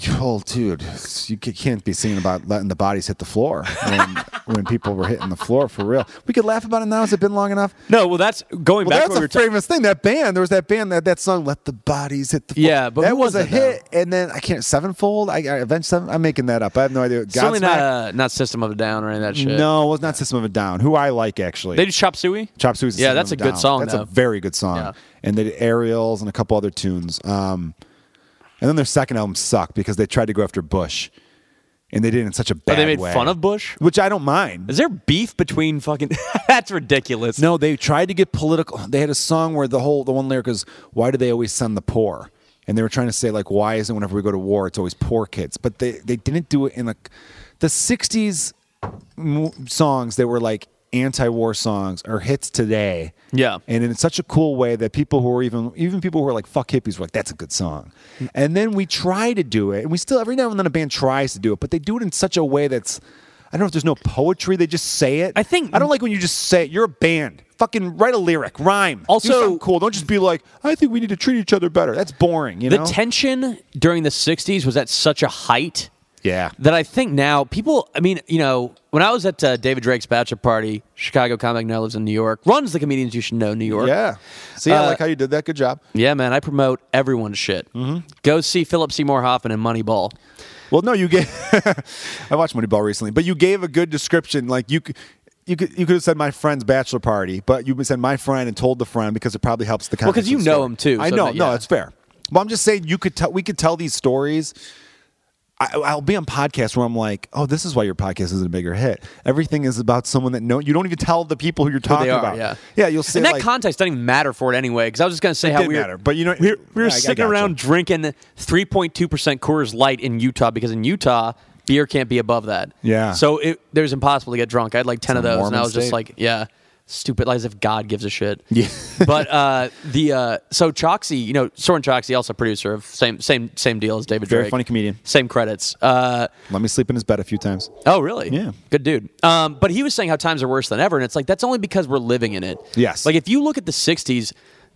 A: Oh, dude, you ca- can't be singing about letting the bodies hit the floor when, when people were hitting the floor for real. We could laugh about it now. Has it been long enough?
B: No, well, that's going
A: Well,
B: back.
A: that's
B: to what we
A: a
B: were ta-
A: famous thing. That band, there was that band that that song "Let the Bodies Hit the." Floor."
B: Yeah, but who
A: that was
B: was
A: a
B: it, though?
A: hit, and then I can't sevenfold. I, I Avenged Seven. I'm making that up. I have no idea.
B: certainly not
A: Godsmack?
B: uh, not System of a Down or any of that shit.
A: No, it was not System of a Down. Who I like actually.
B: they do chop suey.
A: Chop Suey's
B: Yeah,
A: System
B: that's
A: of
B: a good
A: Down.
B: song,
A: That's
B: though.
A: a very good song.
B: Yeah.
A: And they did Aerials and a couple other tunes. Um, and then their second album sucked because they tried to go after Bush. and they did it in such a bad
B: But Oh, they made
A: way.
B: fun of Bush.
A: which I don't mind.
B: Is there beef between fucking? That's ridiculous.
A: No, they tried to get political. They had a song where the whole the one lyric is "Why do they always send the poor?" And they were trying to say like, "Why isn't whenever we go to war, it's always poor kids?" But they they didn't do it in like the '60s mo- songs that were like anti-war songs or hits today.
B: Yeah.
A: and in such a cool way that people who are even even people who are like fuck hippies were like that's a good song. And then we try to do it, and we still every now and then a band tries to do it, but they do it in such a way that's. I don't know if there's no poetry. They just say it.
B: I think-
A: I don't like like when you just say it. you're a band. Fucking write a lyric, rhyme.
B: Also-
A: do something cool. Don't just be like, I think we need to treat each other better. That's boring. You
B: the
A: know.
B: tension during the '60s was at such a height
A: yeah.
B: that I think now people, I mean, you know, when I was at uh, David Drake's bachelor party, Chicago comic now lives in New York, runs the comedians you should know, New York.
A: yeah. See,
B: Uh,
A: I like how you did that. Good job.
B: Yeah, man, I promote everyone's shit.
A: Mm-hmm.
B: Go see Philip Seymour Hoffman in Moneyball.
A: Well, no, you gave. I watched Moneyball recently, but you gave a good description. Like you. c- You could, you could have said my friend's bachelor party, but you said my friend and told the friend because it probably helps the
B: Well, 'cause
A: context
B: you
A: of the
B: know
A: story.
B: him too,
A: I
B: so
A: know,
B: that-
A: no,
B: yeah.
A: it's fair. Well, I'm just saying you could tell we could tell these stories I, I'll be on podcasts where I'm like, oh, this is why your podcast isn't a bigger hit. Everything is about someone that no, you don't even tell the people who you're
B: Who
A: talking
B: they are,
A: about.
B: yeah.
A: yeah, you'll say
B: And that
A: like,
B: context doesn't even matter for it anyway, because I was just going to say how
A: didn't
B: we were,
A: matter, but you know-
B: we were, we were
A: I- I
B: sitting
A: gotcha.
B: around drinking 3.2% Coors Light in Utah, because in Utah, beer can't be above that.
A: Yeah.
B: So it, there's impossible to get drunk. I had like 10 of
A: a
B: those, and I
A: Mormon
B: was just
A: state.
B: like, yeah, stupid, like as if God gives a shit.
A: Yeah.
B: but uh, the uh, so Choxy, you know, Soren Choxy, also producer of same same same deal as David
A: Very
B: Drake.
A: funny comedian.
B: Same credits. Uh,
A: let me sleep in his bed a few times.
B: oh, really?
A: Yeah.
B: Good dude. Um, but he was saying how times are worse than ever, and it's like that's only because we're living in it.
A: Yes.
B: Like if you look at the '60s,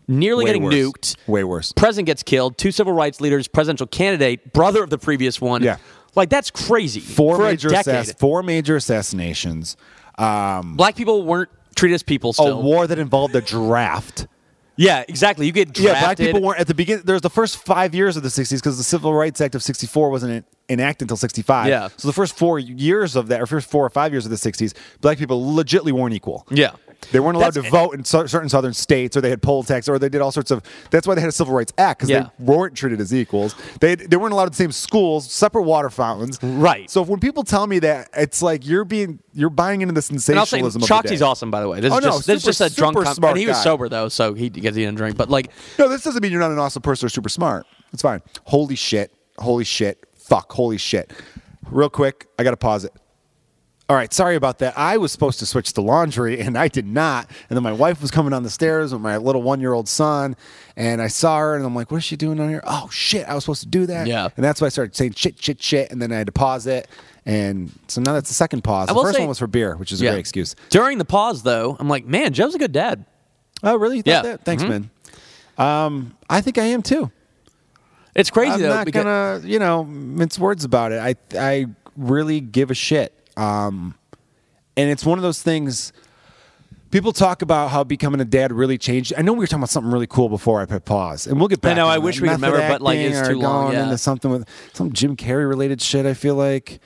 B: nearly
A: Way
B: getting
A: worse.
B: nuked.
A: Way worse.
B: President gets killed. Two civil rights leaders. Presidential candidate. Brother of the previous one.
A: Yeah.
B: Like that's crazy.
A: Four
B: For
A: major
B: a decade.
A: assass- four major assassinations, um,
B: Black people weren't treated as people.
A: a
B: Still.
A: war that involved a draft.
B: yeah. Exactly. You get drafted.
A: Yeah, black people weren't at the beginning. There's the first five years of the '60s because the Civil Rights Act of '64 wasn't en- enacted until '65.
B: Yeah.
A: so the first four years of that, or first four or five years of the '60s, black people legitly weren't equal.
B: Yeah.
A: They weren't allowed
B: That's-
A: to vote in cer- certain southern states, or they had poll tax, or they did all sorts of. That's why they had a civil rights act because
B: Yeah.
A: they weren't treated as equals. They they weren't allowed at the same schools, separate water fountains.
B: Right.
A: So when people tell me that, it's like you're being you're buying into the
B: And I'll say
A: sensationalism. of the
B: Chocty's
A: day.
B: awesome, by the way. This
A: Oh,
B: is
A: no,
B: just this is
A: super-
B: just a drunk.
A: super
B: Com-
A: smart
B: and he was
A: guy.
B: sober though, so he because he didn't drink. But like,
A: No, this doesn't mean you're not an awesome person or super smart. It's fine. Holy shit. Holy shit. Fuck. Holy shit. Real quick, I got to pause it. All right, sorry about that. I was supposed to switch to laundry and I did not. And then my wife was coming down the stairs with my little one year old son. And I saw her and I'm like, what is she doing on here? Oh, shit. I was supposed to do that.
B: Yeah.
A: And that's why I started saying shit, shit, shit. And then I had to pause it. And so now that's the second pause. The
B: will
A: first
B: say-
A: one was for beer, which is a
B: yeah.
A: great excuse.
B: During the pause though, I'm like, man, Joe's a good dad.
A: Oh, really? You thought
B: Yeah.
A: that? Thanks, man. Mm-hmm. Um, I think I am too.
B: It's crazy
A: I'm
B: though.
A: not
B: because,
A: gonna, you know, mince words about it. I I really give a shit. Um, and it's one of those things. People talk about how becoming a dad really changed. I know we were talking about something really cool before I put pause, and we'll get back.
B: know,
A: on
B: I
A: that.
B: wish we could
A: Method
B: remember, but, like,
A: acting
B: it's
A: or
B: too long,
A: Going
B: yeah.
A: into something with some Jim Carrey related shit. I feel like.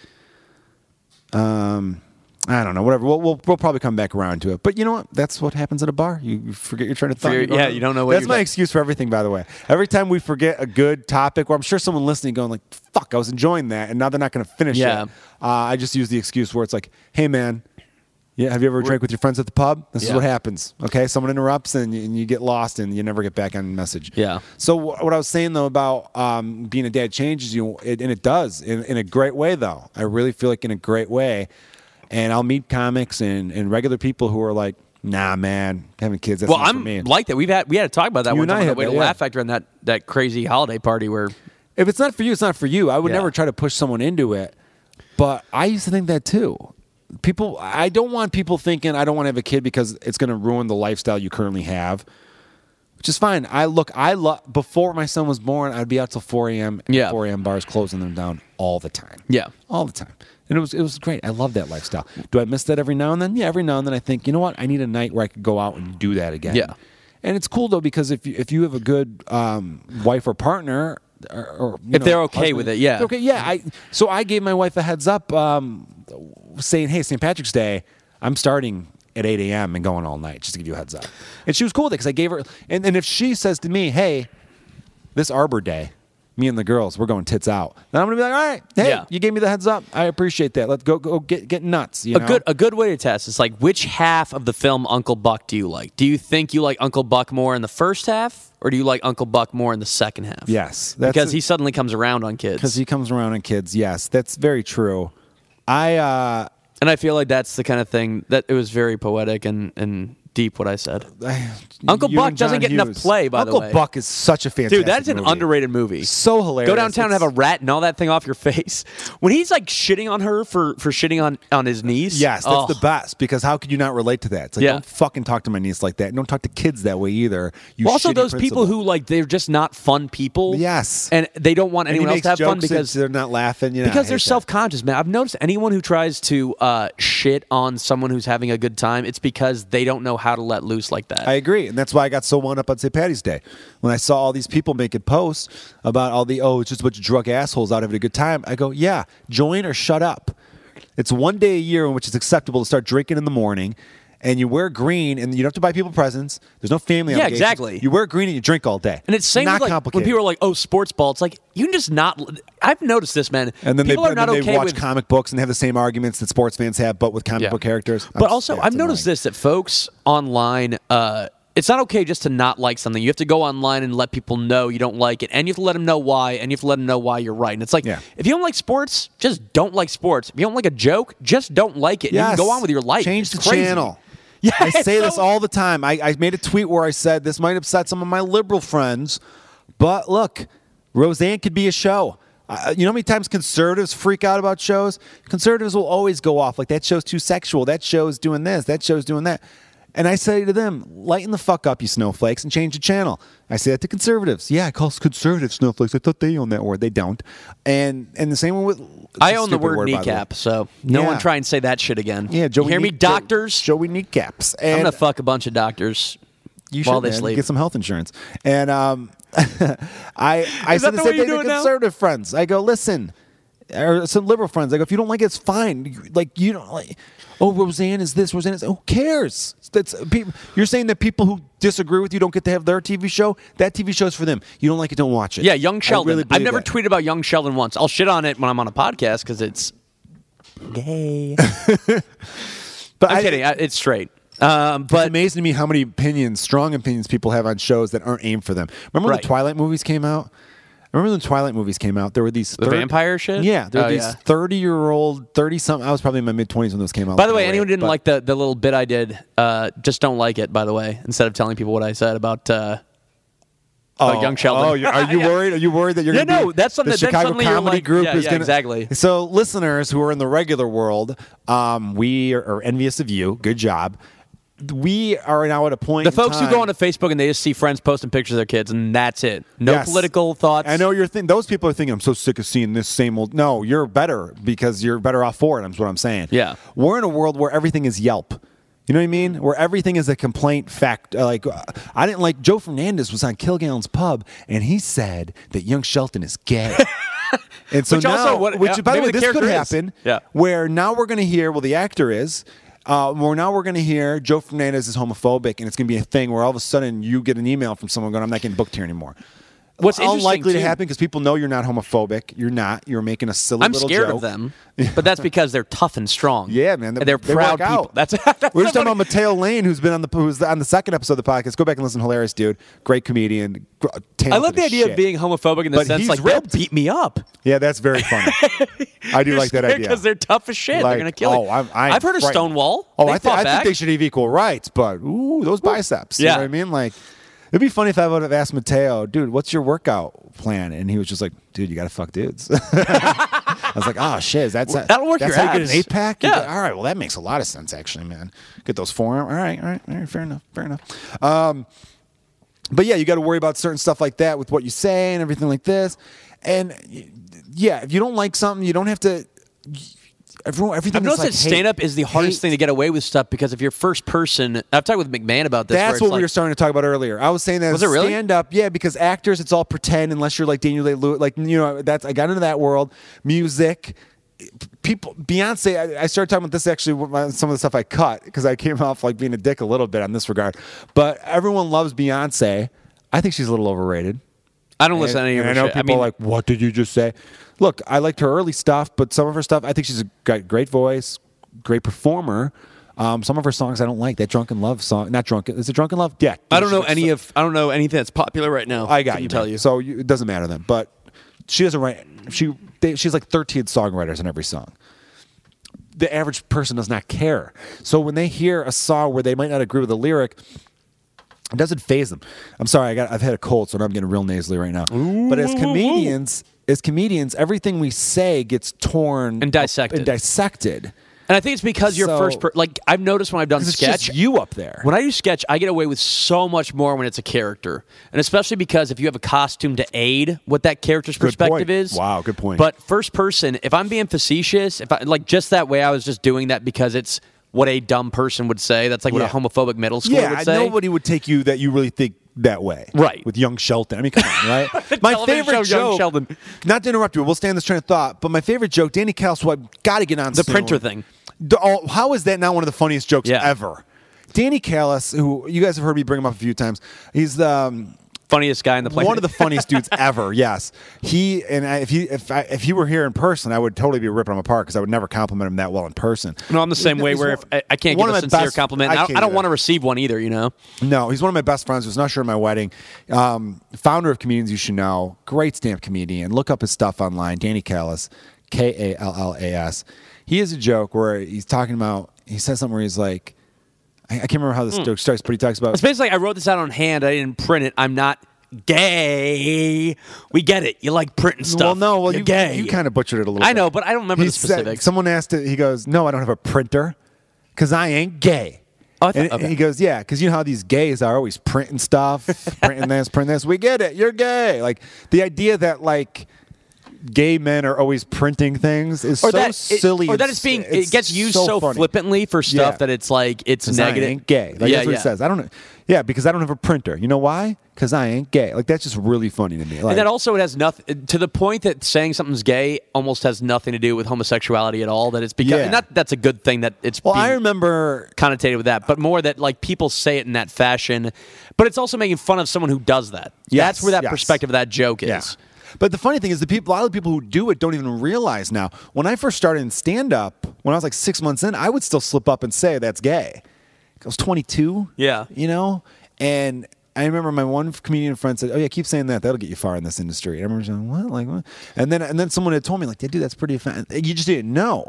A: Um. I don't know. Whatever. We'll, we'll we'll probably come back around to it. But you know what? That's what happens at a bar. You you forget your train of thought.
B: Forget-
A: You don't
B: yeah, you don't know what
A: That's
B: you're
A: my
B: talking-
A: excuse for everything, by the way. Every time we forget a good topic, where I'm sure someone listening going like, "Fuck, I was enjoying that," and now they're not going to finish
B: Yeah.
A: it. Uh, I just use the excuse where it's like, "Hey, man, yeah, have you ever drank with your friends at the pub? This is
B: Yeah.
A: what happens. Okay, someone interrupts and you, and you get lost and you never get back on message.
B: Yeah.
A: So wh- what I was saying though about um, being a dad changes you, it, and it does in, in a great way though. I really feel like in a great way, and I'll meet comics and, and regular people who are like, "Nah, man, having kids that's
B: well,
A: not for
B: I'm
A: me."
B: like that. We've had we had to talk about that
A: You
B: one
A: and I
B: time on the
A: had
B: way
A: that,
B: to
A: yeah.
B: Laugh Factory and that that crazy holiday party where
A: If it's not for you, it's not for you. I would
B: Yeah.
A: never try to push someone into it. But I used to think that too. People, I don't want people thinking I don't want to have a kid because it's going to ruin the lifestyle you currently have, which is fine. I look, I love, before my son was born, I'd be out till 4 a.m. and
B: Yeah.
A: 4 a.m. bars closing them down all the time.
B: Yeah.
A: All the time. And it was, it was great. I love that lifestyle. Do I miss that every now and then? Yeah, every now and then I think, you know what? I need a night where I could go out and do that again.
B: Yeah.
A: And it's cool though because if you, if you have a good um, wife or partner, or, or you
B: If they're okay with it, yeah.
A: They're Okay, yeah. I so I gave my wife a heads up, um, saying, "Hey, St. Patrick's Day, I'm starting at 8 a.m. and going all night, just to give you a heads up." And she was cool with it because I gave her. And, and if she says to me, "Hey, this Arbor Day, me and the girls, we're going tits out. Then I'm gonna be like, all right, hey,
B: Yeah.
A: you gave me the heads up. I appreciate that. Let's go go get get nuts. You
B: A
A: know?
B: good a good way to test is like which half of the film Uncle Buck do you like? Do you think you like Uncle Buck more in the first half, or do you like Uncle Buck more in the second half?
A: Yes, that's
B: because
A: a-
B: he suddenly comes around on kids.
A: because he comes around on kids. Yes, that's very true. I uh,
B: and I feel like that's the kind of thing that it was very poetic and and deep what I said. Uncle
A: you
B: Buck
A: and John
B: doesn't get enough
A: Hughes.
B: play, by the
A: Uncle
B: way.
A: Buck is such a fantastic
B: Dude, that's an
A: movie.
B: underrated movie.
A: So hilarious.
B: Go downtown
A: It's-
B: and have a rat and all that thing off your face. When he's like shitting on her for for shitting on on his niece.
A: Yes, that's
B: oh.
A: the best because how could you not relate to that? It's like
B: Yeah.
A: don't fucking talk to my niece like that. Don't talk to kids that way either. You
B: Well, also
A: shitty
B: those people
A: principal.
B: who like they're just not fun people.
A: Yes.
B: and they don't want
A: And he
B: anyone else
A: makes
B: to have fun
A: jokes that
B: because
A: they're not laughing. You know, I
B: because they're
A: hate that.
B: self conscious, man. I've noticed anyone who tries to uh, shit on someone who's having a good time, it's because they don't know how to let loose like that.
A: I agree, and that's why I got so wound up on St. Patty's Day when I saw all these people making posts about all the oh, it's just a bunch of drunk assholes out having a good time. I go, yeah, join or shut up. It's one day a year in which it's acceptable to start drinking in the morning, and you wear green, and you don't have to buy people presents. There's no family.
B: Yeah,
A: obligations.
B: exactly.
A: You wear green and you drink all day,
B: and it's same
A: not
B: with, like
A: complicated.
B: when people are like, "Oh, sports ball." It's like you can just not. I've noticed this, man.
A: and then
B: people
A: they,
B: are not
A: and then
B: okay
A: they watch
B: with.
A: comic books and have the same arguments that sports fans have, but with comic
B: Yeah.
A: book characters.
B: But also, I've noticed
A: this.
B: this that folks online, uh, it's not okay just to not like something. You have to go online and let people know you don't like it, and you have to let them know why, and you have to let them know why you're right. And it's like,
A: Yeah.
B: if you don't like sports, just don't like sports. If you don't like a joke, just don't like it. You
A: Yes.
B: can go on with your life.
A: Change
B: It's
A: the
B: crazy.
A: channel.
B: Yeah,
A: I say
B: it's
A: this
B: so-
A: all the time. I, I made a tweet where I said this might upset some of my liberal friends, but look, Roseanne could be a show. Uh, you know how many times conservatives freak out about shows? Conservatives will always go off like that show's too sexual. That show's doing this. That show's doing that. And I say to them, lighten the fuck up, you snowflakes, and change the channel. I say that to conservatives. Yeah, I call conservative snowflakes. I thought they owned that word. They don't. And and the same one with
B: I
A: it's a
B: own the
A: stupid
B: word,
A: by the way.
B: kneecap, so no
A: Yeah.
B: one try and say that shit again.
A: Yeah, Joey.
B: You hear me,
A: knee-
B: doctors?
A: Joe, Joey kneecaps.
B: I'm
A: And
B: gonna fuck a bunch of doctors
A: you should
B: while they
A: man.
B: sleep.
A: get some health insurance. And um, I, I
B: Is
A: said the
B: that the
A: same
B: way you
A: thing to
B: do it now?
A: conservative friends. I go, listen, or some liberal friends. I go, if you don't like it, it's fine. You- Like you don't like. Oh, Roseanne is this. Roseanne is. Who cares? That's people. You're saying that people who disagree with you don't get to have their TV show. That TV show's for them. You don't like it, don't watch it.
B: yeah, Young
A: I
B: Sheldon.
A: really
B: I've
A: believe
B: never
A: that.
B: tweeted about Young Sheldon once. I'll shit on it when I'm on a podcast because it's gay.
A: But
B: I'm
A: I-
B: kidding. I, it's straight. Um, but
A: it's amazing to me how many opinions, strong opinions, people have on shows that aren't aimed for them. Remember when
B: Right.
A: the Twilight movies came out? Remember when the Twilight movies came out? There were these
B: The vampire shit?
A: Yeah, there were
B: Oh,
A: these
B: yeah.
A: thirty-year-old, thirty-something. I was probably in my mid-twenties when those came out.
B: by the way,
A: Great,
B: anyone who didn't
A: but-
B: like the, the little bit I did, uh, just don't like it. By the way, instead of telling people what I said about uh, about Young Sheldon.
A: Oh, you're- are you worried? Are you worried that you're
B: Yeah,
A: going to
B: no, that's something
A: the
B: that- then
A: Chicago
B: suddenly you're
A: comedy
B: like-
A: group
B: yeah,
A: is
B: yeah,
A: going to
B: exactly.
A: So listeners who are in the regular world, um, we are, are envious of you. Good job. We are now at a point.
B: the
A: in
B: folks who
A: time-
B: go onto Facebook and they just see friends posting pictures of their kids, and that's it. No
A: Yes.
B: political thoughts.
A: I know you're thinking those people are thinking I'm so sick of seeing this same old. No, you're better because you're better off for it. Is what I'm saying.
B: Yeah.
A: we're in a world where everything is Yelp. You know what I mean? Where everything is a complaint fact. uh, Like uh, I didn't like Joe Fernandez was on Kilgallen's pub and he said that Young Shelton is gay. and so
B: Which
A: now,
B: also what-
A: which
B: yeah,
A: by the way,
B: maybe the
A: this could
B: character is.
A: happen.
B: Yeah.
A: Where now we're going to hear, well, the actor is. Uh, where now we're going to hear Joe Fernandez is homophobic, and it's going to be a thing where all of a sudden you get an email from someone going, "I'm not getting booked here anymore."
B: What's interesting,
A: unlikely to
B: too-
A: happen because people know you're not homophobic. You're not. You're making a silly
B: I'm
A: little
B: scared
A: joke.
B: of them, but that's because they're tough and strong.
A: Yeah, man. They-
B: and they're
A: they
B: proud
A: work
B: people.
A: out.
B: That's, that's
A: We We're just talking
B: somebody-
A: about Mateo Lane, who's been on the who's on the second episode of the podcast. Go back and listen. Hilarious dude, great comedian. gr-
B: I
A: talented
B: love the
A: as
B: idea
A: shit.
B: of being homophobic in the
A: But
B: sense
A: he's
B: like they'll
A: ripped.
B: beat me up.
A: Yeah, that's very funny. I do like that idea.
B: because they're tough as shit.
A: Like,
B: they're gonna kill
A: oh,
B: you.
A: I'm, I'm
B: have heard of
A: frightened.
B: Stonewall.
A: Oh,
B: They
A: I, thi-
B: fought
A: I think
B: back.
A: they should have equal rights, but ooh, those biceps. You
B: Yeah.
A: know what I mean? Like, it'd be funny if I would have asked Mateo, dude, what's your workout plan? And he was just like, dude, you got to fuck dudes. I was like, oh, shit, that's
B: That'll work
A: that's
B: your
A: how you get
B: abs.
A: an eight pack? You
B: Yeah.
A: get- all right, well, that makes a lot of sense, actually, man. Get those forearm. All right, all right, all right, fair enough, fair enough. Um, but yeah, you got to worry about certain stuff like that with what you say and everything like this. And y- yeah, if you don't like something, you don't have to. Everyone, everything.
B: I've
A: is
B: noticed
A: like
B: that stand up
A: hate-
B: is the hardest
A: hate.
B: thing to get away with stuff because if you're first person, I've talked with McMahon about this. where
A: That's
B: it's
A: what
B: like,
A: we were starting to talk about earlier. I was saying that
B: Was it really?
A: stand up, yeah, because actors, it's all pretend unless you're like Daniel Day Lewis. Like you know, that's I got into that world. Music, people, Beyonce. I, I started talking about this actually. with my- Some of the stuff I cut because I came off like being a dick a little bit on this regard. But everyone loves Beyonce. I think she's a little overrated.
B: I don't listen to any of her
A: I know
B: shit. I
A: people
B: mean-
A: are like, "What did you just say?" Look, I liked her early stuff, but some of her stuff, I think she's got great voice, great performer. Um, some of her songs I don't like. That "Drunken Love" song, not "Drunken," is it "Drunken Love"? Yeah,
B: I don't know any of I don't know anything that's popular right now.
A: I got
B: couldn't
A: you.
B: Tell
A: man.
B: you.
A: So you, it doesn't matter then. But she doesn't write. She they, she's like 13 songwriters in every song. The average person does not care. So when they hear a song where they might not agree with the lyric, it doesn't phase them. I'm sorry, I got I've had a cold, so I'm getting real nasally right now. but as comedians, as comedians, everything we say gets torn
B: And dissected.
A: and dissected.
B: and I think it's because you're
A: So-
B: first. Per- like I've noticed when I've done
A: 'Cause It's
B: sketch,
A: just you up there.
B: When I do sketch, I get away with so much more when it's a character, and especially because if you have a costume to aid what that character's perspective
A: point.
B: is.
A: Wow, good point.
B: But first person, if I'm being facetious, if I like just that way, I was just doing that because it's what a dumb person would say. That's like
A: Yeah.
B: what a homophobic middle schooler
A: yeah,
B: would say.
A: nobody would take you that you really think that way.
B: Right.
A: With young Shelton. I mean, come on, right? my
B: television
A: favorite
B: show, young
A: joke.
B: Sheldon.
A: Not to interrupt you, we'll stay on this train of thought, but my favorite joke, Danny Kaus, who I've got to get on
B: The
A: soon.
B: printer thing.
A: The- oh, how is that not one of the funniest jokes
B: Yeah.
A: ever? Danny Kalis, who you guys have heard me bring him up a few times, he's the. Um,
B: Funniest guy in the planet.
A: one of the funniest dudes ever. Yes, he and I, if he if I, if he were here in person, I would totally be ripping him apart because I would never compliment him that well in person.
B: No, I'm the same
A: He's-
B: way.
A: he's
B: Where
A: one-
B: if I, I can't
A: one
B: give a
A: of my
B: sincere
A: best-
B: compliment, I, don't-
A: can't
B: I don't
A: either.
B: want to receive one either. You know,
A: No, he's one of my best friends. Was not sure at my wedding. Um, founder of Comedians You Should Know. Great stand-up comedian. Look up his stuff online. Danny Callis, K A L L A S. He has a joke where he's talking about. He says something where he's like, I, I can't remember how this joke starts, but he talks about.
B: it's basically like I wrote this out on hand. I didn't print it. I'm not gay. We get it. You like printing stuff.
A: Well, no, well
B: You're
A: you
B: gay.
A: you kind of butchered it a little.
B: I know,
A: bit.
B: but I don't remember
A: He
B: the
A: said-
B: specifics.
A: someone asked it. He goes, "No, I don't have a printer, because I ain't gay."
B: Oh, I thought-
A: and, and
B: okay.
A: he goes, "Yeah, because you know how these gays are always printing stuff, printing this, printing this. We get it. You're gay." Like the idea that like gay men are always printing things is so
B: that it-
A: silly.
B: or
A: and
B: that it's being
A: s-
B: it gets used so,
A: funny.
B: flippantly for stuff
A: Yeah.
B: that it's like it's
A: 'Cause
B: negative.
A: I ain't gay. Like,
B: yeah,
A: that's what
B: yeah.
A: it says. I don't. know. Yeah, because I don't have a printer. You know why? Because I ain't gay. Like that's just really funny to me. Like,
B: And that also it has nothing to the point that saying something's gay almost has nothing to do with homosexuality at all. That it's because
A: Yeah.
B: and not that's a good thing that it's
A: well,
B: being
A: I remember
B: connotated with that, but more that like people say it in that fashion. But it's also making fun of someone who does that.
A: Yes,
B: that's where that
A: yes.
B: perspective of that joke is.
A: Yeah. But the funny thing is, the people, a lot of the people who do it don't even realize now. When I first started in stand up, when I was like six months in, I would still slip up and say that's gay. I was 22.
B: Yeah.
A: You know? And I remember my one comedian friend said, Oh, yeah, keep saying that. That'll get you far in this industry. And I remember saying, What? Like, what? And then, and then someone had told me, like, dude, that's pretty offensive. You just didn't know.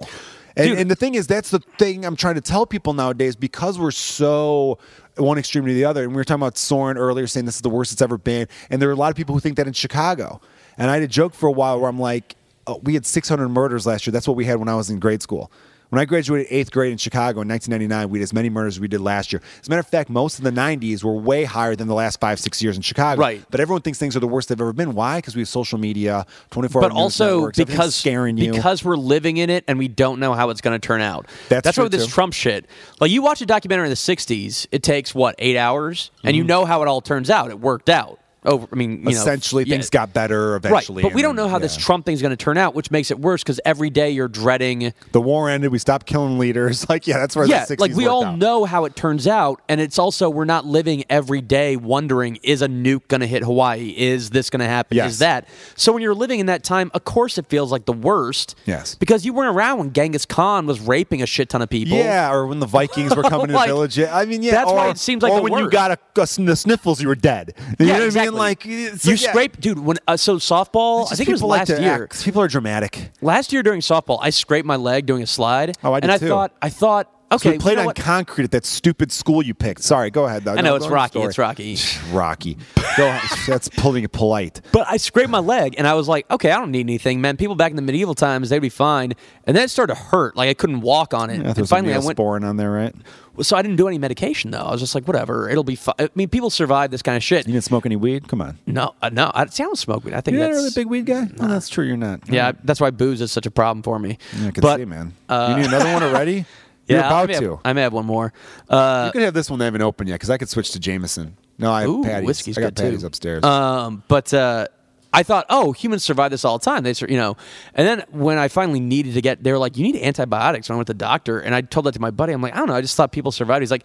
A: And,
B: Dude.
A: and the thing is, that's the thing I'm trying to tell people nowadays because we're so one extreme to the other. And we were talking about Soren earlier, saying this is the worst it's ever been. And there are a lot of people who think that in Chicago. And I had a joke for a while where I'm like, oh, we had 600 murders last year. That's what we had when I was in grade school. When I graduated eighth grade in Chicago in 1999, we had as many murders as we did last year. As a matter of fact, most of the 90s were way higher than the last five, six years in Chicago.
B: Right.
A: But everyone thinks things are the worst they've ever been. Why? Because we have social media, 24 hour
B: but also
A: networks, everything's
B: because
A: scaring you.
B: because we're living in it and we don't know how it's going to turn out.
A: That's
B: that's
A: true,
B: why with this
A: too.
B: Trump shit. Like you watch a documentary in the '60s, it takes what eight hours, and you
A: Mm-hmm.
B: know how it all turns out. It worked out. Over, I mean, you know,
A: essentially
B: yeah.
A: things got better eventually.
B: Right, but we
A: and
B: don't
A: then-
B: know how this
A: yeah.
B: Trump thing's going to turn out, which makes it worse because every day you're dreading.
A: the war ended. We stopped killing leaders. Like yeah, that's where
B: Yeah,
A: the 60s
B: like we
A: worked
B: all
A: out.
B: know how it turns out, and it's also we're not living every day wondering is a nuke going to hit Hawaii? Is this going to happen?
A: Yes.
B: Is that? So when you're living in that time, of course it feels like the worst.
A: Yes.
B: because you weren't around when Genghis Khan was raping a shit ton of people.
A: Yeah, or when the Vikings were coming
B: Like,
A: to the village. Yeah, I mean, yeah,
B: that's
A: or,
B: why it seems like
A: or
B: the
A: when you
B: worst.
A: got a, a sn- the sniffles, you were dead. You
B: Yeah,
A: know what I
B: exactly.
A: mean? Like it's
B: you
A: like, yeah.
B: scrape, dude. When uh, so softball,
A: It's
B: I
A: just
B: think it was
A: people
B: last
A: like to
B: year.
A: act- People are dramatic.
B: Last year during softball, I scraped my leg doing a slide.
A: Oh, I did
B: and I
A: too.
B: thought, I thought, okay,
A: So we played
B: you know
A: on
B: what?
A: concrete at that stupid school you picked. Sorry, go ahead though.
B: I know it's Rocky.
A: Story.
B: It's Rocky.
A: Rocky. Go ahead. That's pulling it polite.
B: But I scraped my leg and I was like, okay, I don't need anything, man. People back in the medieval times, they'd be fine. And then it started to hurt. Like I couldn't walk on it.
A: Yeah,
B: and
A: there's
B: finally I went.
A: Neosporin on there, right?
B: So I didn't do any medication though. I was just like, whatever. It'll be fine. I mean, people survive this kind of shit.
A: You didn't smoke any weed? Come on.
B: No, uh, no. I, see, I don't smoke weed. I think
A: You're not a
B: that's.
A: really big weed guy? No, that's true. You're not.
B: yeah, that's why booze is such a problem for me.
A: I can
B: but,
A: see, man.
B: uh,
A: you need another one already? You're
B: yeah, I
A: about
B: may have-
A: to.
B: I may have one more. Uh,
A: you could have this one. They haven't opened yet because I could switch to Jameson. No, I have
B: Ooh,
A: patties.
B: whiskey's
A: I got
B: good, too.
A: patties upstairs.
B: Um, but uh, I thought, oh, humans survive this all the time. They, sur- you know. And then when I finally needed to get, they were like, you need antibiotics. And I went to the doctor, and I told that to my buddy. I'm like, I don't know. I just thought people survived. He's like,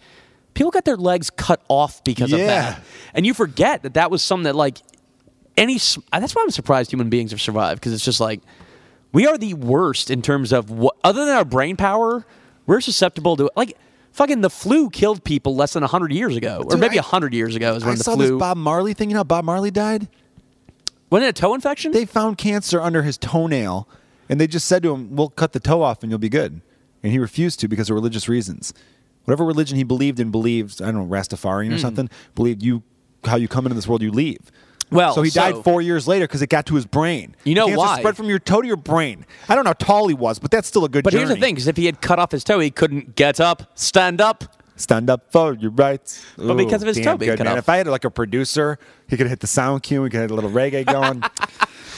B: people got their legs cut off because of
A: Yeah.
B: that. And you forget that that was something that like. any. s- uh, That's why I'm surprised human beings have survived because it's just like we are the worst in terms of what. Other than our brain power, we're susceptible to like fucking the flu killed people less than hundred years ago, or
A: Dude,
B: maybe
A: I-
B: hundred years ago is when
A: I
B: the
A: saw
B: flu.
A: this Bob Marley thing. You know, how Bob Marley died.
B: wasn't it a toe infection?
A: They found cancer under his toenail, and they just said to him, "We'll cut the toe off, and you'll be good." And he refused to because of religious reasons. Whatever religion he believed in, believed I don't know Rastafarian
B: Hmm.
A: or something. Believed you how you come into this world, you leave.
B: Well,
A: so he
B: so-
A: died four years later because it got to his brain.
B: You know
A: Cancer
B: why?
A: Spread from your toe to your brain. I don't know how tall he was, but that's still a good.
B: but here's the
A: journey.
B: thing: because if he had cut off his toe, he couldn't get up, stand up.
A: Stand up for your rights. But
B: because of his toe being cut off.
A: If I had like a producer, he could hit the sound cue. We could have a little reggae going.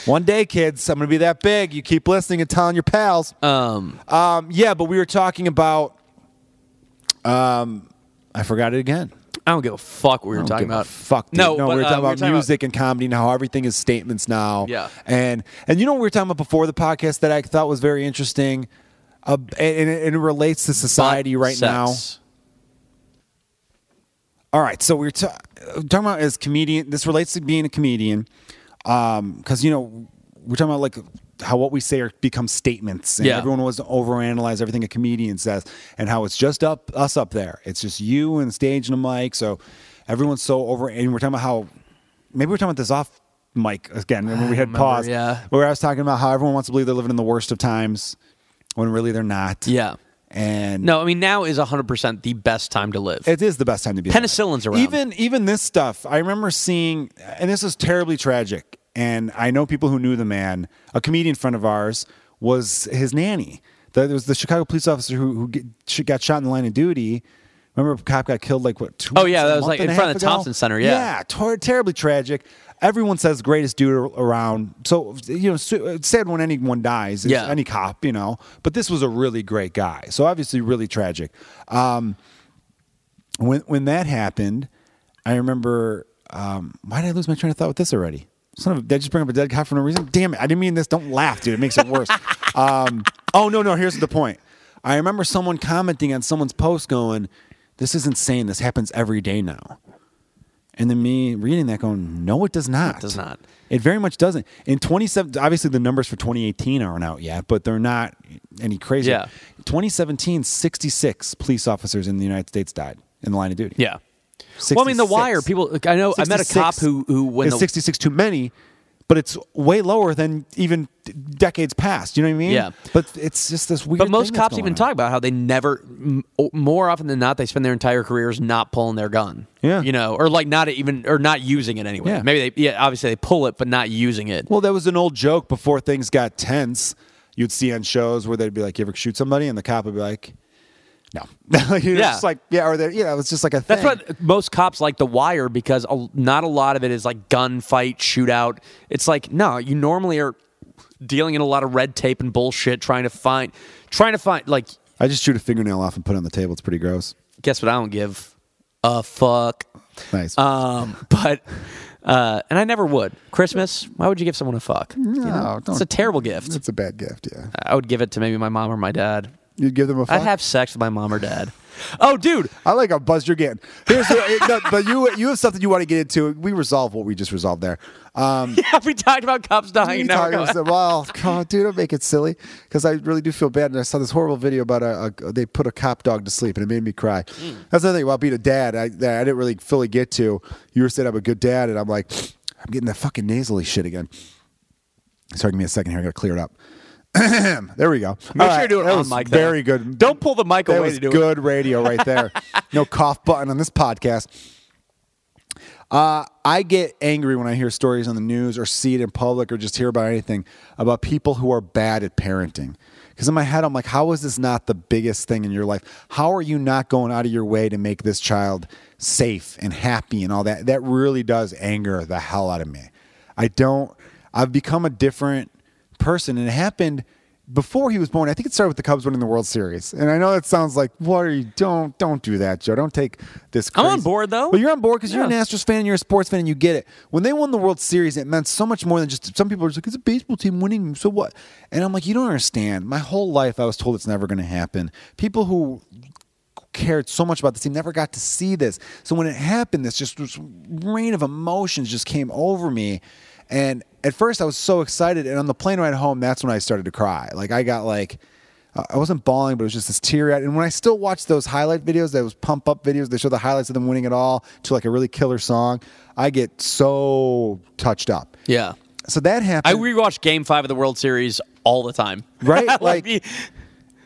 A: One day, kids, I'm going to be that big. You keep listening and telling your pals.
B: Um,
A: Um, yeah, but we were talking about. Um, I forgot it again.
B: I don't give a fuck what we were
A: I don't
B: talking
A: give a
B: about.
A: fuck. dude.
B: No,
A: no, we
B: but,
A: were
B: uh,
A: talking about
B: talking
A: music and comedy and how everything is statements now.
B: Yeah.
A: and and you know what we were talking about before the podcast that I thought was very interesting, uh, and, and it- and it relates to society
B: butt
A: right now.
B: sex.
A: All right, so we're ta- talking about as comedian. This relates to being a comedian, because you know we're talking about like how what we say are become statements, and
B: Yeah.
A: everyone wants to overanalyze everything a comedian says, and how it's just up us up there. It's just you and the stage and the mic. So everyone's so over, and we're talking about how maybe we're talking about this off mic again when we had
B: remember,
A: pause.
B: yeah.
A: where I was talking about how everyone wants to believe they're living in the worst of times, when really they're not.
B: Yeah.
A: and
B: No, I mean now is 100% the best time to live.
A: It is the best time to be. alive.
B: Penicillin's around.
A: Even even this stuff, I remember seeing, and this is terribly tragic. And I know people who knew the man. A comedian friend of ours was his nanny. That was the Chicago police officer who, who get, sh- got shot in the line of duty. Remember, a cop got killed like what? Two
B: Oh, yeah,
A: a
B: that was,
A: month
B: like,
A: and a
B: in front
A: half
B: of the
A: ago?
B: Thompson Center, yeah.
A: yeah, tor- terribly tragic. Everyone says greatest dude ar- around. So you know, su- it's sad when anyone dies. It's
B: Yeah.
A: any cop, you know. But this was a really great guy. So obviously, really tragic. Um, when when that happened, I remember. Um, why did I lose my train of thought with this already? Son of a, did I just bring up a dead cop for no reason? Damn it! I didn't mean this. Don't laugh, dude. It makes it worse. um, oh no, no. Here's the point. I remember someone commenting on someone's post, going, "This is insane. This happens every day now." And then me reading that, going, "No, it does not. It
B: does not.
A: It very much doesn't." In 27, obviously the numbers for 2018 aren't out yet, but they're not any crazy.
B: Yeah.
A: 2017, 66 police officers in the United States died in the line of duty.
B: yeah. Well, I mean, The
A: 66.
B: Wire. People. like, I know. I met a cop
A: 66
B: who who when
A: is
B: the
A: 66 too many, but it's way lower than even d- decades past. You know what I mean?
B: Yeah.
A: But it's just this weird.
B: but most
A: thing that's
B: cops
A: going
B: even
A: on.
B: talk about how they never m- o- more often than not they spend their entire careers not pulling their gun.
A: Yeah.
B: You know, or like not even or not using it anyway.
A: Yeah.
B: Maybe they yeah obviously they pull it but not using it.
A: Well, that was an old joke before things got tense. You'd see on shows where they'd be like, "You ever shoot somebody?" and the cop would be like, "No." You're
B: Yeah.
A: just like, yeah, or they- yeah, it was just like a
B: That's
A: thing.
B: why most cops like The Wire because a, not a lot of it is like gunfight, shootout. It's like no, you normally are dealing in a lot of red tape and bullshit, trying to find, trying to find. Like,
A: I just chewed a fingernail off and put it on the table. It's pretty gross.
B: guess what? I don't give a fuck.
A: Nice.
B: Um, but uh, and I never would. Christmas? Why would you give someone a fuck? You
A: No,
B: know?
A: don't-
B: it's a terrible gift.
A: It's a bad gift. Yeah,
B: I would give it to maybe my mom or my dad.
A: you'd give them a. Fuck?
B: I'd have sex with my mom or dad. Oh, dude,
A: I like a buzz you're getting. Here's the, it- no, but you you have something you want to get into. We resolve what we just resolved there. Um,
B: yeah, we talked about cops dying.
A: you
B: Now we're
A: talking
B: going-
A: about- well, come on, dude, don't make it silly because I really do feel bad. And I saw this horrible video about a, a they put a cop dog to sleep, and it made me cry.
B: Mm.
A: That's the thing about being a dad. I, that I didn't really fully get to. You were saying I'm a good dad, and I'm like, I'm getting that fucking nasally shit again. Sorry, give me a second here. I got to clear it up. there we go.
B: Make
A: All
B: sure
A: right,
B: you do it
A: that
B: on
A: was
B: mic. though.
A: Very good.
B: Don't pull the mic
A: That
B: away
A: was
B: to do it.
A: good radio right there. no cough button on this podcast. Uh, I get angry when I hear stories on the news or see it in public or just hear about anything about people who are bad at parenting. Because in my head, I'm like, how is this not the biggest thing in your life? How are you not going out of your way to make this child safe and happy and all that? That really does anger the hell out of me. I don't, I've become a different person. And it happened before he was born. I think it started with the Cubs winning the World Series. And I know that sounds like, what are you, don't, don't do that, Joe. Don't take this.
B: I'm on
A: crazy-
B: board, though.
A: Well, you're on board because you're an
B: Yeah.
A: Astros fan, and you're a sports fan, and you get it. When they won the World Series, it meant so much more than just some people are just like, it's a baseball team winning, so what? And I'm like, you don't understand. My whole life, I was told it's never going to happen. People who cared so much about this team never got to see this. So when it happened, this just this rain of emotions just came over me. And at first, I was so excited, and on the plane ride home, that's when I started to cry. Like I got like. I- I wasn't bawling, but it was just this teary eyed. And when I still watch those highlight videos, those pump up videos, they show the highlights of them winning it all to like a really killer song. I get so touched up.
B: Yeah.
A: So that happened.
B: I rewatch Game Five of the World Series all the time.
A: Right, like-
B: me-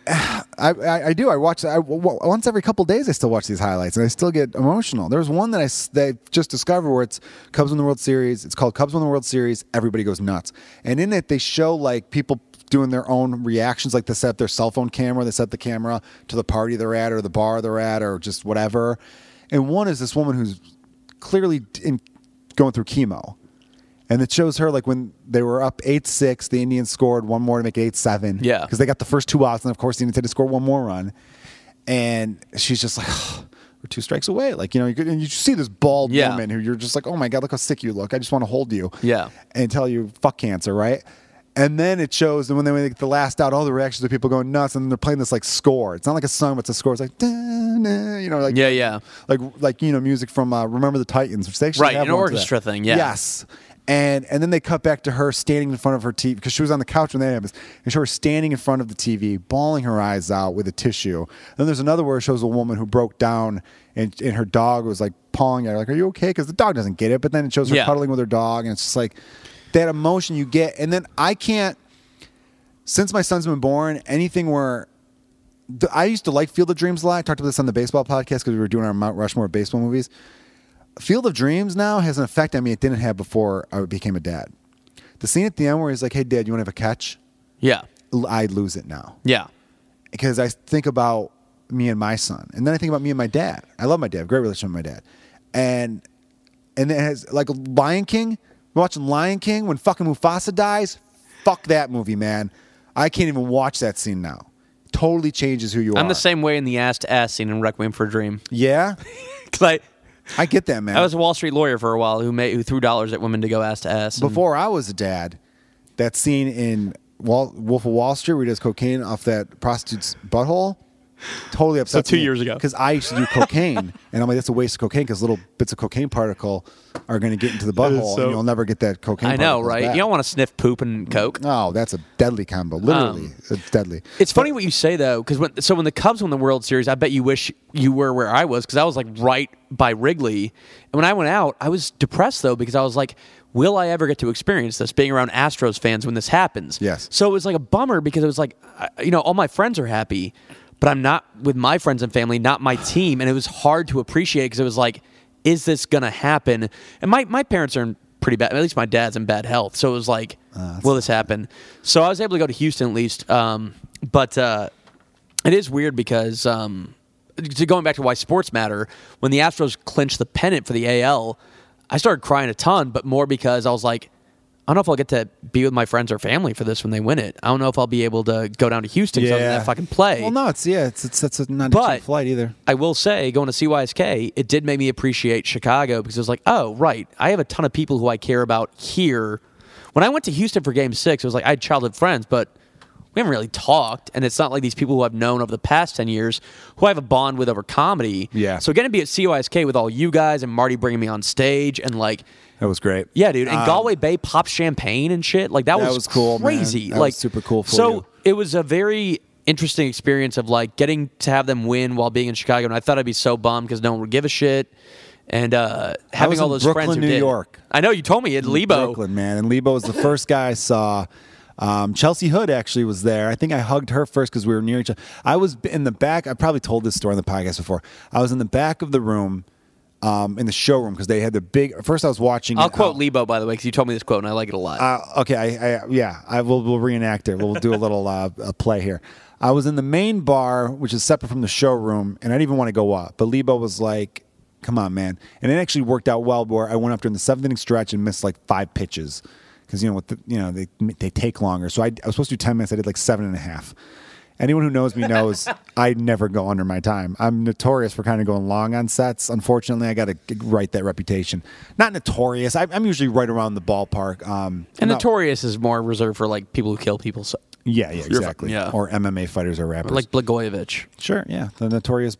A: I, I, I do. I watch I, w- w- once every couple days. I still watch these highlights, and I still get emotional. There's one that I s- that I just discovered where it's Cubs win the World Series. It's called Cubs win the World Series. Everybody goes nuts, and in it they show like people doing their own reactions. Like they set up their cell phone camera, they set the camera to the party they're at, or the bar they're at, or just whatever. And one is this woman who's clearly in, going through chemo, and it shows her like when they were up eight six, the Indians scored one more to make it eight seven.
B: Yeah.
A: because they got the first two outs, and of course the Indians had to score one more run. And she's just like, we're two strikes away. Like you know, you could, and you see this bald
B: Yeah.
A: woman who you're just like, oh my god, look how sick you look. I just want to hold you.
B: Yeah.
A: and tell you fuck cancer, right? And then it shows, and when they when they get the last out, all the reactions of people going nuts, and they're playing this like score. It's not like a song, but it's a score. It's like, "Da, na," you know, like
B: Yeah, yeah.
A: like like you know, music from uh, Remember the Titans, which they actually
B: Right,
A: have
B: an
A: one to that.
B: orchestra thing, yeah.
A: yes, Yes. And and then they cut back to her standing in front of her TV because she was on the couch when that happens, and show her standing in front of the TV, bawling her eyes out with a tissue. Then there's another where it shows a woman who broke down, and and her dog was like pawing at her, like, "Are you okay?" Because the dog doesn't get it. But then it shows her
B: Yeah.
A: cuddling with her dog, and it's just like that emotion you get. And then I can't, since my son's been born, anything where th- I used to like Field of Dreams a lot. I talked about this on the baseball podcast because we were doing our Mount Rushmore baseball movies. Field of Dreams now has an effect on me it didn't have before I became a dad. The scene at the end where he's like, "Hey, Dad, you want to have a catch?"
B: yeah,
A: L- I lose it now
B: yeah,
A: because I think about me and my son, and then I think about me and my dad. I love my dad, great relationship with my dad, and and it has like Lion King. Watching Lion King when fucking Mufasa dies, fuck that movie, man. I can't even watch that scene now. Totally changes who you are.
B: I'm the same way in the ass to ass scene in Requiem for a Dream.
A: Yeah,
B: 'Cause I,
A: I get that, man.
B: I was a Wall Street lawyer for a while who made who threw dollars at women to go ass to ass. and-
A: before I was a dad, that scene in Wall, Wolf of Wall Street where he does cocaine off that prostitute's butthole, totally upset.
B: two years ago.
A: because I used to do cocaine, and I'm like, that's a waste of cocaine because little bits of cocaine particle are going to get into the butthole,
B: so-
A: and you'll never get that cocaine.
B: I know,
A: particles
B: right?
A: back.
B: You don't want to sniff poop and coke.
A: Oh, that's a deadly combo. Literally, it's deadly.
B: Um, It's funny what you say though, because when so when the Cubs won the World Series, I bet you wish you were where I was because I was like right by Wrigley, and when I went out, I was depressed though because I was like, will I ever get to experience this being around Astros fans when this happens?
A: Yes.
B: So it was like a bummer because it was like, I- you know, all my friends are happy, but I'm not with my friends and family, not my team, and it was hard to appreciate because it was like, is this gonna happen? And my my parents are in pretty bad. At least my dad's in bad health, so it was like, will this happen? So I was able to go to Houston at least, um, but uh, it is weird because. Um, to going back to why sports matter, when the Astros clinched the pennant for the AL, I started crying a ton, but more because I was like, I don't know if I'll get to be with my friends or family for this when they win it. I don't know if I'll be able to go down to Houston yeah. that fucking play.
A: Well, no, it's yeah, it's it's, it's a, not a
B: But-
A: cheap flight either.
B: I will say, going to CYSK, it did make me appreciate Chicago because it was like, oh, right, I have a ton of people who I care about here. When I went to Houston for game six, it was like I had childhood friends, but we haven't really talked. And it's not like these people who I've known over the past 10 years who I have a bond with over comedy.
A: Yeah.
B: So going to be at CYSK with all you guys and Marty bringing me on stage and like,
A: That was great.
B: yeah, dude. And Galway Bay popped champagne and shit. Like that,
A: Um, That was cool, man.
B: crazy.
A: That was
B: like
A: super cool for
B: so
A: you.
B: it was a very interesting experience of like getting to have them win while being in Chicago, and I thought I'd be so bummed because no one would give a shit. And uh, having
A: was
B: all
A: in
B: those
A: Brooklyn,
B: friends who
A: New
B: did.
A: York.
B: I know you told me at Lebo.
A: Brooklyn, man. And Lebo was the first guy I saw. Um, Chelsea Hood actually was there. I think I hugged her first because we were near each other. I was in the back. I probably told this story on the podcast before. I was in the back of the room, um, in the showroom because they had the big. First, I was watching.
B: I'll quote
A: uh,
B: Lebo by the way because you told me this quote and I like it a lot.
A: uh, okay, I, I yeah, I will we'll reenact it. We'll do a little uh, a play here. I was in the main bar, which is separate from the showroom, and I didn't even want to go up. But Lebo was like, "Come on, man!" And it actually worked out well. Where I went up during the seventh inning stretch and missed like five pitches because you know what the, you know they they take longer. So I, I was supposed to do ten minutes. I did like seven and a half. Anyone who knows me knows I never go under my time. I'm notorious for kind of going long on sets. Unfortunately, I got to write that reputation. Not notorious. I, I'm usually right around the ballpark. Um,
B: and
A: no-
B: Notorious is more reserved for like people who kill people, so,
A: yeah, yeah, exactly.
B: yeah.
A: Or MMA fighters or rappers.
B: like Blagojevich.
A: sure, yeah, the notorious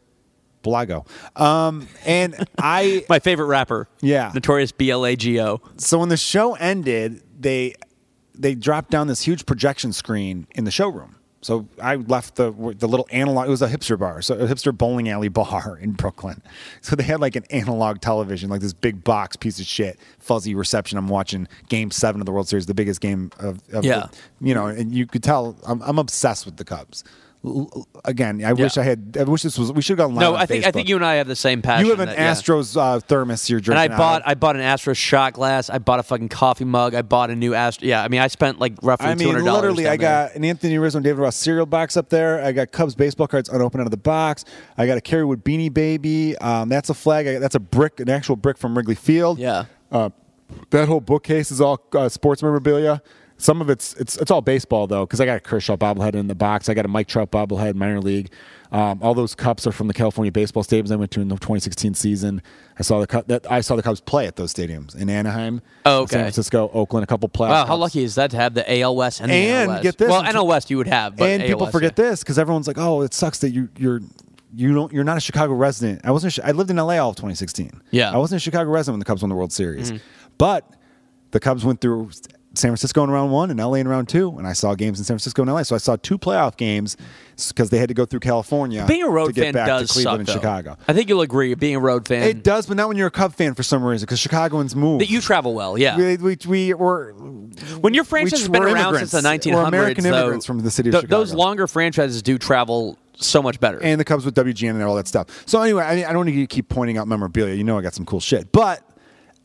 A: Blago. Um, and I
B: My favorite rapper.
A: Yeah.
B: Notorious BLAGO.
A: so when the show ended, they they dropped down this huge projection screen in the showroom. So I left the the little analog. It was a hipster bar, so a hipster bowling alley bar in Brooklyn. So they had like an analog television, like this big box piece of shit, fuzzy reception. I'm watching Game Seven of the World Series, the biggest game of, of
B: Yeah.
A: the- you know, and you could tell I'm, I'm obsessed with the Cubs. L- l- Again, I wish I had. I wish this was. We should have gone live.
B: No,
A: on
B: I think I
A: Facebook.
B: think you and I have the same passion.
A: You have an
B: that- yeah.
A: Astros uh, thermos you're
B: And
A: drinking.
B: I
A: out of.
B: bought I bought an Astro shot glass. I bought a fucking coffee mug. I bought a new Astro. Yeah, I mean, I spent like roughly
A: I
B: two
A: mean,
B: hundred dollars.
A: literally, I got an Anthony Rizzo and David Ross cereal box up there. I got Cubs baseball cards unopened out of the box. I got a Kerrywood Beanie Baby. Um, that's a flag. I, that's a brick, an actual brick from Wrigley Field.
B: Yeah.
A: Uh, that whole bookcase is all uh, sports memorabilia. Some of it's it's it's all baseball though, because I got a Kershaw bobblehead in the box. I got a Mike Trout bobblehead, minor league. Um, all those cups are from the California baseball stadiums I went to in the 2016 season. I saw the Cu- that I saw the Cubs play at those stadiums in Anaheim,
B: Oh, okay.
A: San Francisco, Oakland, a couple playoff.
B: Wow, how
A: Cubs.
B: lucky is that to have the AL West and the
A: And
B: NL West?
A: get this-
B: Well, NL West you would have, but
A: and
B: AL
A: people
B: West,
A: forget
B: yeah.
A: this because everyone's like, "Oh, it sucks that you you're you don't you're not a Chicago resident." I wasn't. a Chi- I lived in LA all of 2016.
B: Yeah. Mm-hmm.
A: I wasn't a Chicago resident when the Cubs won the World Series, but the Cubs went through San Francisco in round one and LA in round two, and I saw games in San Francisco and LA. So I saw two playoff games because they had to go through California
B: Being a
A: to
B: road
A: get
B: fan
A: back
B: does
A: to Cleveland
B: suck,
A: and
B: though.
A: Chicago.
B: I think you'll agree. Being a road fan,
A: It does, but not when you're a Cub fan for some reason because Chicagoans move.
B: that you travel well. Yeah,
A: we, we, we were
B: when your franchise
A: We-
B: has been
A: we're
B: around since
A: immigrants.
B: the 1900s,
A: We're American
B: though,
A: immigrants from the city of
B: th- Those
A: Chicago.
B: longer franchises do travel so much better.
A: and the Cubs with WGN and all that stuff. So anyway, I, I don't need to keep pointing out memorabilia. You know, I got some cool shit, but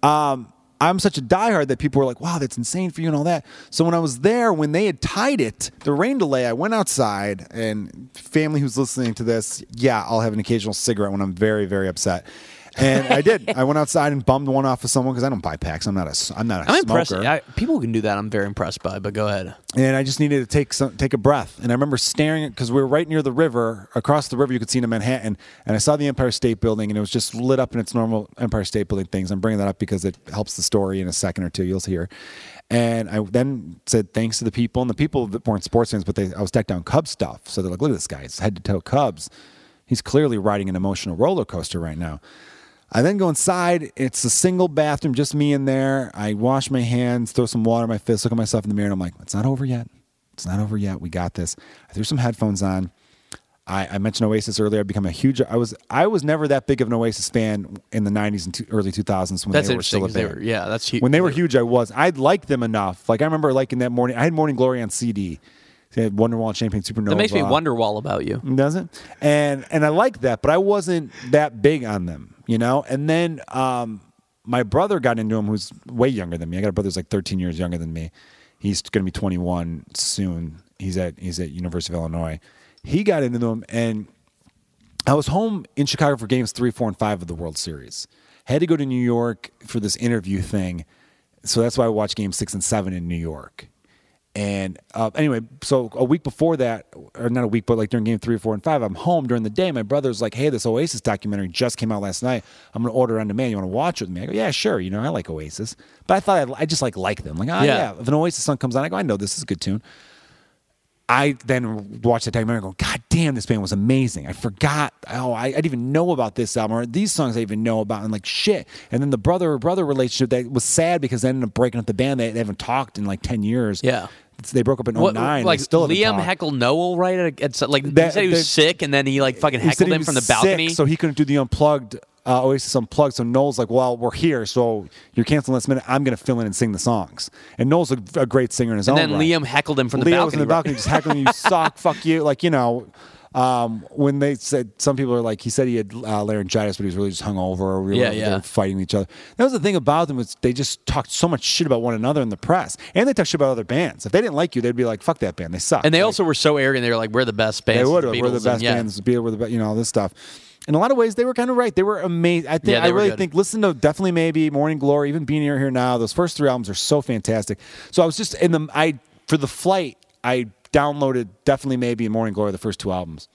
A: um, I'm such a diehard that people were like, "Wow, that's insane for you" and all that. So when I was there, when they had tied it, the rain delay, I went outside and family who's listening to this, yeah, I'll have an occasional cigarette when I'm very, very upset. and I did. I went outside and bummed one off of someone because I don't buy packs. I'm not a. s- I'm not a
B: I'm
A: smoker
B: impressed. I, people who can do that. I'm very impressed by. But go ahead.
A: and I just needed to take some, take a breath. And I remember staring because we were right near the river, across the river you could see into Manhattan, and I saw the Empire State Building, and it was just lit up in its normal Empire State Building things. I'm bringing that up because it helps the story in a second or two. You'll hear. And I then said thanks to the people, and the people that weren't sports fans, but they I was decked down Cubs stuff, so they're like, look at this guy, he's head to toe Cubs. He's clearly riding an emotional roller coaster right now. I then go inside. It's a single bathroom, just me in there. I wash my hands, throw some water in my fist, look at myself in the mirror, and I'm like, it's not over yet. It's not over yet. We got this. I threw some headphones on. I, I mentioned Oasis earlier. I become a huge. I was I was never that big of an Oasis fan in the '90s and two, early 2000s when
B: That's
A: they were
B: interesting.
A: still a
B: 'cause They
A: band.
B: were, yeah, that's huge.
A: When they were huge, I was. I liked them enough. Like I remember liking that morning. I had Morning Glory on CD. They had Wonderwall, Champagne Supernova.
B: that makes me wonder wall about you.
A: Doesn't and and I like that, but I wasn't that big on them, you know. And then um, my brother got into them, who's way younger than me. I got a brother who's like 13 years younger than me. He's going to be 21 soon. He's at he's at University of Illinois. He got into them, and I was home in Chicago for games three, four, and five of the World Series. Had to go to New York for this interview thing, so that's why I watched Game Six and Seven in New York. And uh, anyway, so a week before that, or not a week, but like during Game Three, Four, and Five, I'm home during the day. My brother's like, "Hey, this Oasis documentary just came out last night. I'm gonna order it on demand. You want to watch it with me?" I go, "Yeah, sure. You know, I like Oasis, but I thought I, I just like like them. Like, ah,
B: Yeah.
A: yeah. If an Oasis song comes on, I go, I know this is a good tune." I then watched the documentary and go, God damn, this band was amazing. I forgot. Oh, I, I didn't even know about this album or these songs I didn't even know about. And like, shit. And then the brother brother relationship that was sad because they ended up breaking up the band. They, they haven't talked in like 10 years.
B: Yeah.
A: So they broke up in 09.
B: What,
A: They
B: like
A: Oh, still haven't
B: Liam
A: talked.
B: Heckle Noel, right? At, at, so- like he
A: That-
B: said he was
A: that-
B: sick, and then he like fucking
A: He said
B: heckled
A: he
B: him from the
A: was sick,
B: balcony.
A: so he couldn't do the unplugged uh, Oasis unplugged. So Knowles like, well, we're here, so you're canceling last minute. I'm gonna fill in and sing the songs. And Knowles a, a great singer in his
B: and
A: own
B: then
A: right.
B: Liam heckled him from the
A: Leo
B: balcony.
A: was in the
B: right?
A: balcony just heckling you, suck, fuck you. Like, you know, um, when they said, some people are like, he said he had uh, laryngitis, but he was really just hungover. Or we
B: Yeah,
A: were,
B: yeah.
A: They were fighting each other. That was the thing about them was they just talked so much shit about one another in the press. And they talked shit about other bands. If they didn't like you, they'd be like, fuck that band. They suck.
B: And they
A: Like,
B: also were so arrogant. They were like, "We're the best band.
A: they would
B: since
A: have.
B: the
A: We're the
B: Beatles,"
A: best
B: and, yeah.
A: bands. Beatles were the best. You know all this stuff. In a lot of ways, they were kind of right. They were amazing. I think
B: Yeah, they
A: I
B: were
A: really
B: good.
A: think listen to definitely maybe Morning Glory, even Being Here Here Now. Those first three albums are so fantastic. So I was just in the I for the flight I downloaded definitely maybe and Morning Glory the first two albums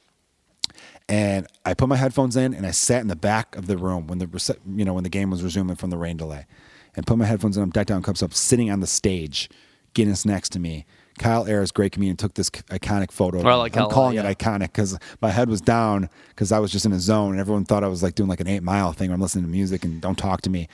A: and I put my headphones in and I sat in the back of the room when the rece- you know when the game was resuming from the rain delay, and put my headphones in. I'm decked out in cups up, sitting on the stage, Guinness next to me, Kyle Ayers, great comedian, took this iconic photo.
B: I like Kyle a
A: I'm
B: lot,
A: calling
B: yeah.
A: it iconic because my head was down because I was just in a zone and everyone thought I was like doing like an eight mile thing. Where I'm listening to music and don't talk to me.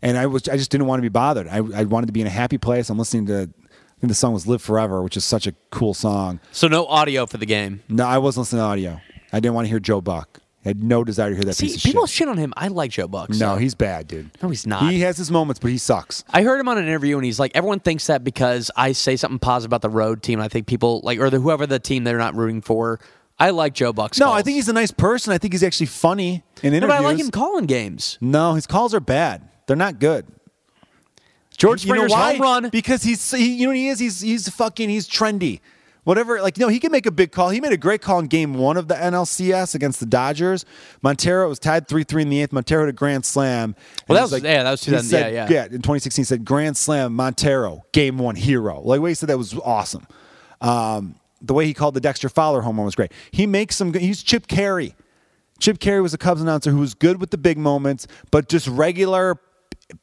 A: And I was I just didn't want to be bothered. I, I wanted to be in a happy place. I'm listening to I think the song was Live Forever, which is such a cool song.
B: So no audio for the game.
A: No, I wasn't listening to audio. I didn't want to hear Joe Buck. I had no desire to hear that
B: See,
A: piece of
B: people
A: shit.
B: shit on him. I like Joe Buck. so-
A: no, he's bad, dude.
B: No, he's not.
A: He has his moments, but he sucks.
B: I heard him on an interview, and he's like, everyone thinks that because I say something positive about the road team, and I think people like or the whoever the team they're not rooting for. I like Joe Buck's.
A: No, I
B: calls.
A: think he's a nice person. I think he's actually funny in
B: No,
A: interviews.
B: but I like him calling games.
A: No, his calls are bad. They're not good.
B: George
A: You know
B: Springer's
A: why?
B: home run.
A: because he's he, you know what he is he's he's fucking he's trendy. Whatever, like no, he can make a big call. He made a great call in Game One of the NLCS against the Dodgers. Montero was tied three three in the eighth. Montero had a grand slam.
B: Well, that
A: And
B: was-
A: he's
B: yeah, that was
A: he
B: 2000
A: said-
B: yeah, yeah.
A: in 2016 said grand slam Montero Game One hero. Like way he said that was awesome. Um, the way he called the Dexter Fowler home run was great. He makes some. good- He's Chip Carey. Chip Carey was a Cubs announcer who was good with the big moments, but just regular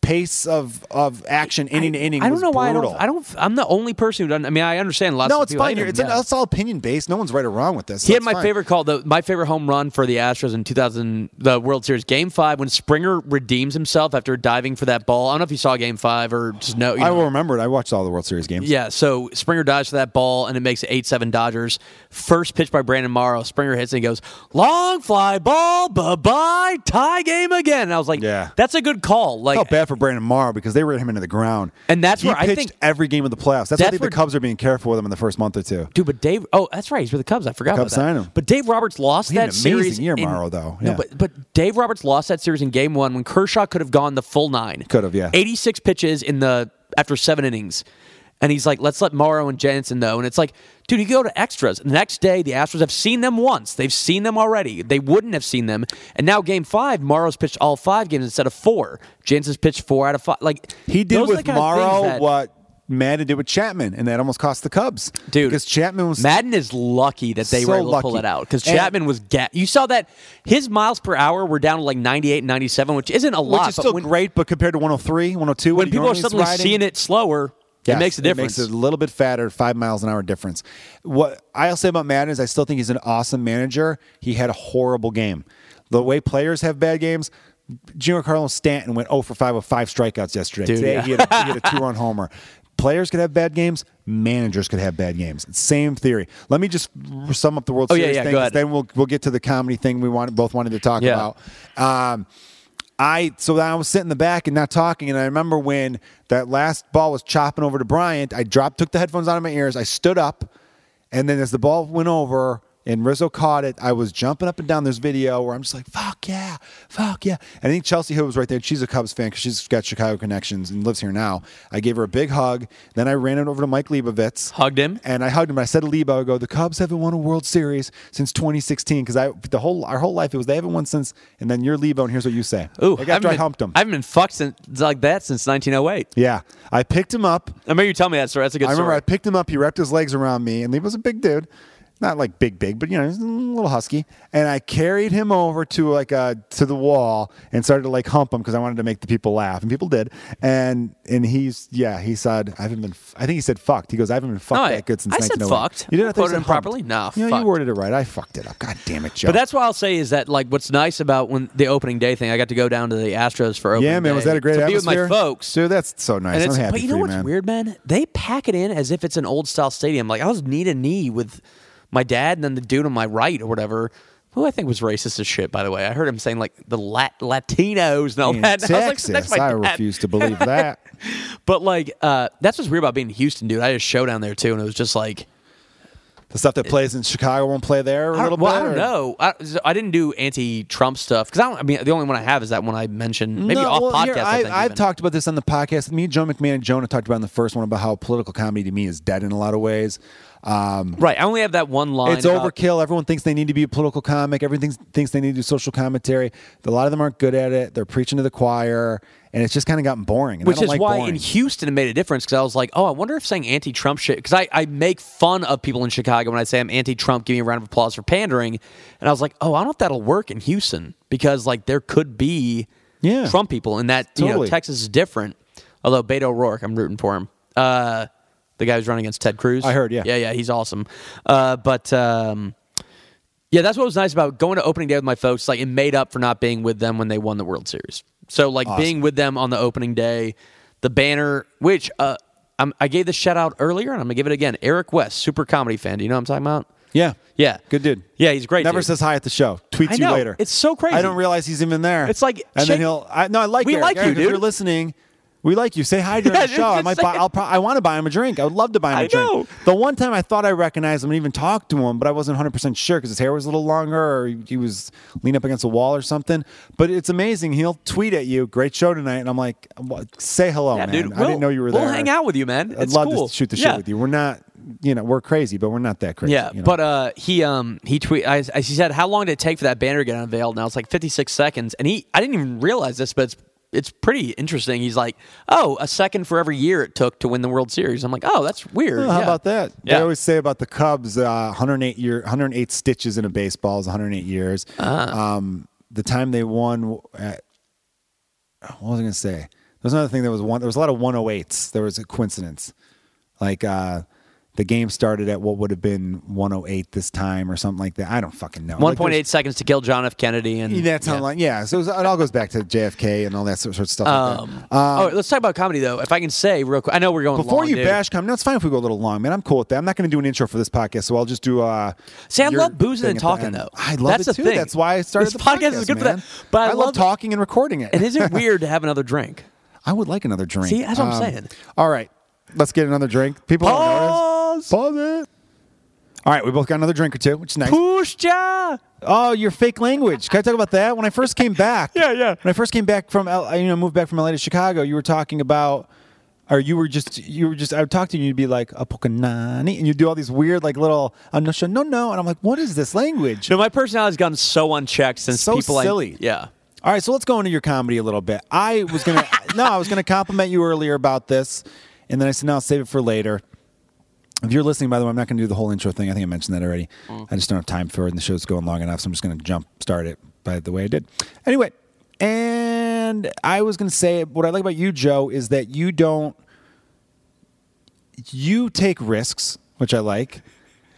A: pace of of action inning to inning.
B: I don't
A: was
B: know why I
A: brutal.
B: don't. I don't. I'm the only person who doesn't. I mean, I understand lots.
A: No,
B: of
A: it's
B: people
A: fine.
B: hate him,
A: It's,
B: yeah.
A: an, it's all opinion based. No one's right or wrong with this. so
B: He had
A: it's
B: my
A: fine.
B: favorite call, the my favorite home run for the Astros in 2000, the World Series Game Five, when Springer redeems himself after diving for that ball. I don't know if you saw Game Five or just no. you
A: I
B: know.
A: will remember it. I watched all the World Series games.
B: Yeah, so Springer dives for that ball, and it makes it eight-seven Dodgers. First pitch by Brandon Morrow. Springer hits and he goes long fly ball, bye bye, tie game again. And I was like,
A: Yeah.
B: that's a good call. Like,
A: felt bad for Brandon Morrow because they ran him into the ground.
B: And that's
A: he
B: where I
A: pitched
B: think-
A: every game of the playoffs. That's, why
B: That's
A: I think
B: where-
A: the Cubs are being careful with him in the first month or two.
B: Dude, but Dave. Oh, that's right. He's with the Cubs. I forgot
A: Cubs
B: about that.
A: signed him.
B: But Dave Roberts lost
A: He had
B: that
A: an
B: series.
A: amazing year,
B: in-
A: Morrow, though.
B: No,
A: Yeah.
B: but but Dave Roberts lost that series in Game One when Kershaw could have gone the full nine.
A: Could have, yeah.
B: Eighty six pitches in the after seven innings, and he's like, let's let Morrow and Jansen know. And it's like, dude, you go to extras. The next day, the Astros have seen them once. They've seen them already. They wouldn't have seen them. And now Game Five, Morrow's pitched all five games instead of four. Jansen's pitched four out of five. Like
A: He did
B: those are the
A: with
B: kind of things
A: Morrow uh,
B: that-
A: what Madden did with Chapman, and that almost cost the Cubs.
B: Dude,
A: because Chapman was
B: Madden is lucky that they
A: So
B: were able to pull
A: lucky.
B: it out because
A: And-
B: Chapman was ga- You saw that his miles per hour were down to like 98, 97, which isn't a
A: which
B: lot.
A: is
B: but
A: still
B: when,
A: great, but compared to 103, 102,
B: when people are suddenly
A: seeing it.
B: seeing it slower,
A: Yes,
B: it makes a difference.
A: It makes it a little bit fatter, five miles an hour difference. What I'll say about Madden is I still think he's an awesome manager. He had a horrible game. The way players have bad games, Junior Carlos Stanton went 0 for 5 with five strikeouts yesterday.
B: Dude,
A: Today
B: yeah.
A: he had a, he had a two run homer. Players could have bad games. Managers could have bad games. Same theory. Let me just sum up the World
B: Oh, yeah,
A: Series
B: yeah,
A: thing.
B: go
A: 'cause
B: ahead.
A: Then we'll we'll get to the comedy thing we want, both wanted to talk
B: Yeah.
A: about. Um, I so then I was sitting in the back and not talking, and I remember when that last ball was chopping over to Bryant, I dropped, took the headphones out of my ears, I stood up, and then as the ball went over and Rizzo caught it, I was jumping up and down. There's video where I'm just like, "Fuck yeah, fuck yeah!" And I think Chelsea Hill was right there. She's a Cubs fan because she's got Chicago connections and lives here now. I gave her a big hug. Then I ran it over to Mike Leibovitz,
B: Hugged him.
A: and I hugged him. I said to Lebo, I go, the Cubs haven't won a World Series since 2016 because I the whole our whole life it was they haven't won since. And then you're Lebo, and here's what you say.
B: Ooh,
A: like
B: I haven't
A: after I
B: been-
A: humped him.
B: I haven't been fucked since, like that since 1908.
A: yeah, I picked him up.
B: I remember you telling me that story. That's a good
A: I remember
B: story.
A: I picked him up. He wrapped his legs around me, and Lebo's a big dude, not like big big, but you know he's a little husky. And I carried him over to like uh to the wall and started to like hump him because I wanted to make the people laugh, and people did. And and he's yeah, he said I haven't been. f- I think he said fucked. He goes I haven't been fucked
B: No, I-
A: that good since
B: I said
A: 1908."
B: fucked.
A: You didn't
B: I
A: I thought you
B: quoted
A: said
B: him
A: humped.
B: properly? No,
A: you, know,
B: fucked.
A: you worded it right. I fucked it up. God damn it, Joe.
B: but that's what I'll say is that like what's nice about when the opening day thing, I got to go down to the Astros for opening
A: yeah, man. Was
B: day
A: that a great
B: to be
A: atmosphere?
B: with my folks.
A: dude? That's so nice.
B: And
A: I'm
B: it's,
A: happy
B: but you
A: for
B: know
A: you,
B: what's
A: man.
B: weird, man? They pack it in as if it's an old style stadium. Like I was knee to knee with my dad and then the dude on my right or whatever, who I think was racist as shit. By the way, I heard him saying like the Lat- Latinos and all
A: In
B: that. And I was like,
A: Texas,
B: that's my
A: I
B: dad.
A: refuse to believe that.
B: But like, uh, that's what's weird about being in Houston, dude. I had a show down there too, and it was just like,
A: The stuff that plays in Chicago won't play there a
B: I
A: little
B: don't, well, I
A: bit,
B: don't
A: or-
B: know. I, I didn't do anti-Trump stuff because I don't. I mean, the only one I have is that one I mentioned, maybe
A: No,
B: off
A: well,
B: podcast.
A: here,
B: I,
A: I,
B: think,
A: have
B: even.
A: talked about this on the podcast. Me, Joe McMahon, and Jonah talked about in the first one about how political comedy to me is dead in a lot of ways. Um,
B: Right, I only have that one line.
A: it's
B: about-
A: overkill. Everyone thinks they need to be a political comic. Everything thinks they need to do social commentary. A lot of them aren't good at it. They're preaching to the choir, and it's just kind of gotten boring. And I
B: Which
A: don't
B: is
A: like
B: why
A: boring.
B: in Houston it made a difference because I was like, oh, I wonder if saying anti Trump shit, because I, I make fun of people in Chicago when I say I'm anti Trump, give me a round of applause for pandering. And I was like, oh, I don't know if that'll work in Houston because like there could be
A: Yeah.
B: Trump people and that, you know,
A: Totally.
B: Texas is different. Although Beto O'Rourke, I'm rooting for him. Uh, the the guy who's running against Ted Cruz.
A: I heard, yeah.
B: yeah, yeah, he's awesome. Uh, but um, yeah, that's what was nice about going to opening day with my folks. Like, it made up for not being with them when they won the World Series. So, like, being with them on the opening day, the banner, which uh, I'm, I gave the shout out earlier, and I'm gonna give it again. Eric West, super comedy fan. Do you know what I'm talking about?
A: Yeah.
B: Yeah,
A: Good dude.
B: Yeah, he's a great.
A: Never
B: dude.
A: says hi at the show. Tweets
B: I
A: you
B: know.
A: later.
B: It's so crazy.
A: I don't realize he's even there.
B: It's like,
A: and
B: shake-
A: then he'll. I, no, I like.
B: We
A: Eric.
B: like you,
A: Eric, If
B: dude.
A: you're listening. We like you. Say hi during
B: Yeah,
A: the show. I
B: just
A: might
B: say
A: buy.
B: it.
A: I'll pro- I want to buy him a drink. I would love to buy him
B: I
A: a drink.
B: know.
A: The one time I thought I recognized him and even talked to him, but I wasn't 100 percent sure because his hair was a little longer or he- he was leaning up against a wall or something. But it's amazing. He'll tweet at you, "Great show tonight," and I'm like, "What? "Say hello,
B: Yeah,
A: man."
B: dude.
A: I didn't
B: we'll-
A: know you were there.
B: We'll hang out with you, man.
A: I'd
B: It's
A: love
B: cool.
A: to shoot the
B: Yeah.
A: shit with you. We're not, you know, we're crazy, but we're not that crazy.
B: Yeah,
A: you know?
B: but uh, he um he tweet I, I he said how long did it take for that banner to get unveiled? And I was like 56 seconds, and he I didn't even realize this, but it's it's pretty interesting. He's like, oh, a second for every year it took to win the World Series. I'm like, oh, that's weird.
A: Well, how
B: Yeah.
A: about that?
B: Yeah.
A: They always say about the Cubs, uh, 108 year, 108 stitches in a baseball is 108 years.
B: Uh-huh.
A: Um, the time they won, at, what was I going to say? There's another thing that was one. There was a lot of 108s. There was a coincidence, like uh, the game started at what would have been 108 this time or something like that. I don't fucking know. Like,
B: 1.8
A: there's-
B: seconds to kill John F. Kennedy, and
A: That's
B: yeah.
A: how long. Yeah. So it, was- it all goes back to JFK and all that sort sort of stuff. like that. Uh,
B: Um, all right, let's talk about comedy though. If I can say real quick, I know we're going
A: Before
B: long,
A: you
B: dude.
A: bash comedy, no, it's fine if we go a little long, man. I'm cool with that. I'm not going to do an intro for this podcast, so I'll just do. Uh,
B: See, I
A: your
B: love boozing
A: thing
B: and
A: at the
B: talking,
A: end.
B: though.
A: I love
B: That's
A: it too.
B: the thing.
A: That's why I started
B: This
A: the
B: podcast is good for
A: man.
B: that. But I
A: love
B: love-
A: talking and recording it.
B: And isn't it weird to have another drink?
A: I would like another drink. Um,
B: See, that's what I'm saying.
A: All right, let's get another drink. People don't
B: Pause.
A: notice. Pause Oh, it. All right, we both got another drink or two, which is nice.
B: Push ja.
A: Oh, your fake language. Can I talk about that? When I first came back,
B: Yeah, yeah.
A: When I first came back from, L- you know, moved back from LA to Chicago, you were talking about, or you were just, you were just. I would talk to you, and you'd be like a pokanani, and you'd do all these weird, like little, "Uh, no, sure, no, no, and I'm like, what is this language?
B: No, my personality's gotten so unchecked since
A: So
B: people. I-
A: silly.
B: yeah.
A: All right, so let's go into your comedy a little bit. I was gonna, no, I was gonna compliment you earlier about this, and then I said, no, I'll save it for later. If you're listening, by the way, I'm not going to do the whole intro thing. I think I mentioned that already. I just don't have time for it, and the show's going long enough, so I'm just going to jump start it by the way I did. Anyway, and I was going to say what I like about you, Joe, is that you don't you take risks, which I like.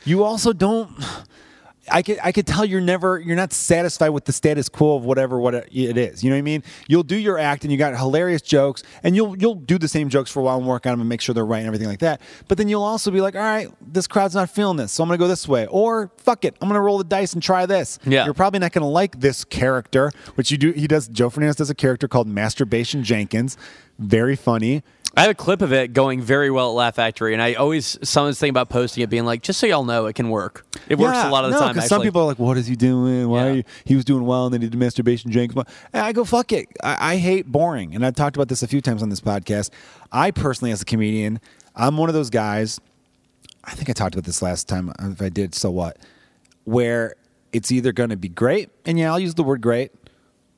A: You also don't. I could I could tell you're never you're not satisfied with the status quo of whatever what it is. You know what I mean? You'll do your act and you got hilarious jokes and you'll you'll do the same jokes for a while and work on them and make sure they're right and everything like that. But then you'll also be like, all right, this crowd's not feeling this, so I'm gonna go this way. Or fuck it, I'm gonna roll the dice and try this.
B: Yeah.
A: You're probably not gonna like this character, which you do he does Joe Fernandez does a character called Masturbation Jenkins. Very funny.
B: I have a clip of it going very well at Laugh Factory, and I always someone's thinking about posting it, being like, just so y'all know, it can work. It works
A: Yeah,
B: a lot of the
A: no,
B: time.
A: 'cause some
B: actually.
A: people are like, "What is he doing? Why
B: Yeah.
A: are you? he was doing well and then he did masturbation Jenkins?" And I go, "Fuck it." I, I hate boring, and I've talked about this a few times on this podcast. I personally, as a comedian, I'm one of those guys. I think I talked about this last time. uh, If I did, so what? Where it's either going to be great, and yeah, I'll use the word great,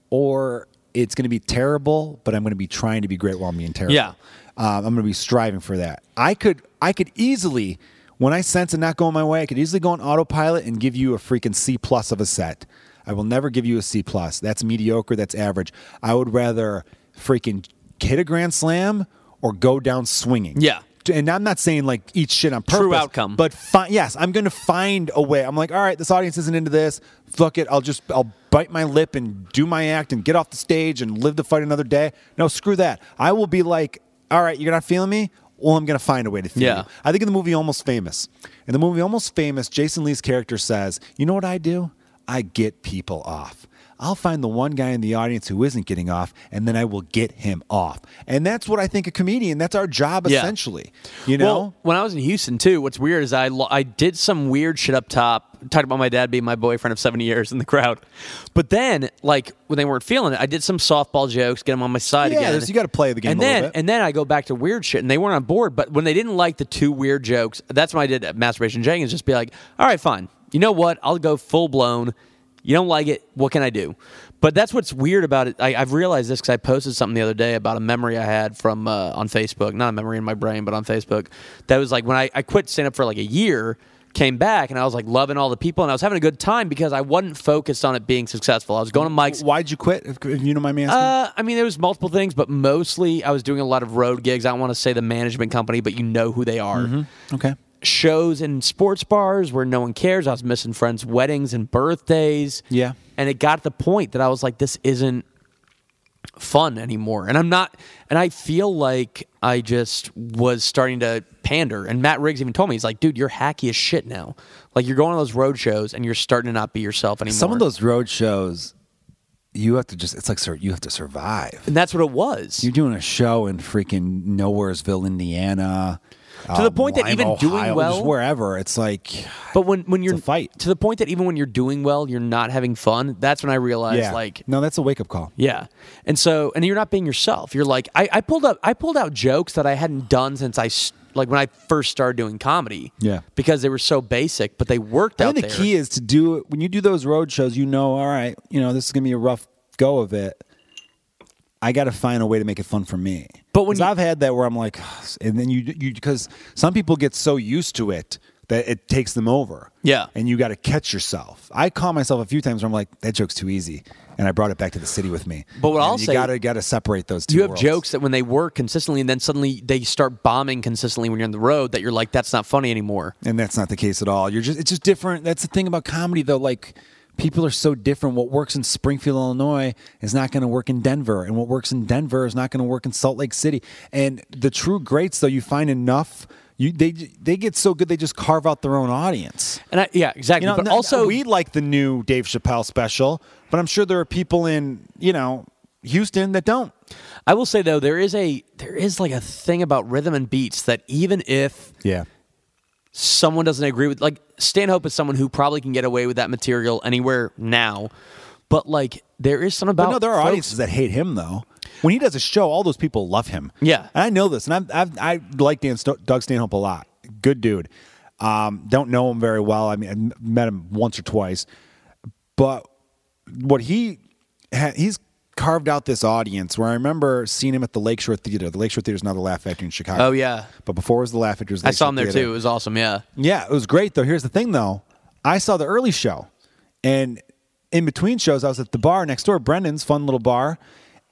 A: or it's going to be terrible, but I'm going to be trying to be great while I'm being terrible.
B: Yeah.
A: Um, I'm going to be striving for that. I could, I could easily, when I sense it not going my way, I could easily go on autopilot and give you a freaking C plus of a set. I will never give you a C plus. That's mediocre. That's average. I would rather freaking hit a grand slam or go down swinging.
B: Yeah.
A: And I'm not saying like eat shit on purpose.
B: True outcome.
A: But fi- yes, I'm going to find a way. I'm like, all right, this audience isn't into this. Fuck it. I'll just I'll bite my lip and do my act and get off the stage and live to fight another day. No, screw that. I will be like, all right, you're not feeling me. Well, I'm going to find a way to feel
B: Yeah.
A: you. I think in the movie Almost Famous, in the movie Almost Famous, Jason Lee's character says, "You know what I do? I get people off." I'll find the one guy in the audience who isn't getting off, and then I will get him off. And that's what I think a comedian. That's our job
B: Yeah.
A: essentially. You know,
B: Well, when I was in Houston too, what's weird is I lo- I did some weird shit up top. Talked about my dad being my boyfriend of seventy years in the crowd, but then like when they weren't feeling it, I did some softball jokes, get them on my side
A: Yeah,
B: again.
A: there's- you gotta play the game
B: and
A: a little
B: then
A: bit.
B: and then I go back to weird shit, and they weren't on board. But when they didn't like the two weird jokes, that's when I did masturbation Jenkins. Just be like, all right, fine. You know what? I'll go full blown. You don't like it? What can I do? But that's what's weird about it. I, I've realized this because I posted something the other day about a memory I had from uh, on Facebook, not a memory in my brain, but on Facebook. That was like when I, I quit stand up for like a year, came back and I was like loving all the people and I was having a good time because I wasn't focused on it being successful. I was going to Mike's.
A: Why'd you quit? If, if you don't mind me asking.
B: Uh, I mean, there was multiple things, but mostly I was doing a lot of road gigs. I don't want to say the management company, but you know who they are.
A: Mm-hmm. okay.
B: Shows in sports bars where no one cares. I was missing friends' weddings and birthdays.
A: Yeah.
B: And it got to the point that I was like, this isn't fun anymore. And I'm not, and I feel like I just was starting to pander. And Matt Riggs even told me, he's like, dude, you're hacky as shit now. Like, you're going on those road shows and you're starting to not be yourself anymore.
A: Some of those road shows, you have to just, it's like, sir, you have to survive.
B: And that's what it was.
A: You're doing a show in freaking Nowheresville, Indiana. uh,
B: To the point that even doing well-
A: just wherever, it's like,
B: But when when you're
A: a fight.
B: to the point that even when you're doing well, you're not having fun. That's when I realized,
A: yeah,
B: like,
A: no, that's a wake up call.
B: yeah, and so and you're not being yourself. You're like, I, I pulled up, I pulled out jokes that I hadn't done since I s- like when I first started doing comedy.
A: Yeah.
B: because they were so basic, but they worked
A: I
B: out
A: think the
B: there.
A: key is to do when you do those road shows. You know, all right, you know this is gonna be a rough go of it. I got to find a way to make it fun for me.
B: But when
A: 'Cause
B: you-
A: I've had that where I'm like, and then you you because some people get so used to it that it takes them over.
B: Yeah.
A: and you got to catch yourself. I caught myself a few times where I'm like, that joke's too easy, and I brought it back to the city with me.
B: But what
A: And
B: I'll
A: you
B: say-
A: gotta gotta separate those two.
B: you have
A: worlds.
B: jokes that when they work consistently, and then suddenly they start bombing consistently when you're on the road. That you're like, that's not funny anymore.
A: and that's not the case at all. You're just it's just different. That's the thing about comedy though. Like people are so different. What works in Springfield, Illinois, is not going to work in Denver, and what works in Denver is not going to work in Salt Lake City. And the true greats though, you find enough. You they they get so good they just carve out their own audience.
B: And I, yeah, exactly.
A: You know,
B: but
A: n-
B: also,
A: we like the new Dave Chappelle special, but I'm sure there are people in you know Houston that don't.
B: I will say though, there is a there is like a thing about rhythm and beats that even if
A: Yeah.
B: someone doesn't agree with like Stanhope is someone who probably can get away with that material anywhere now. But like there is something about
A: But no, there are
B: folks-
A: audiences that hate him though. When he does a show, all those people love him.
B: Yeah.
A: and I know this, and I've, I've I like Dan Sto- Doug Stanhope a lot. Good dude. Um, don't know him very well. I mean, I m- met him once or twice, but what he ha- he's carved out this audience. Where I remember seeing him at the Lakeshore Theater. The Lakeshore Theater is now the Laugh Factory in Chicago.
B: Oh, yeah.
A: but before it was the Laugh Factory. It was
B: I
A: Lakeshore
B: saw him there
A: Theater.
B: too. It was awesome, yeah.
A: Yeah, it was great though. Here's the thing though. I saw the early show and in between shows I was at the bar next door, Brendan's fun little bar.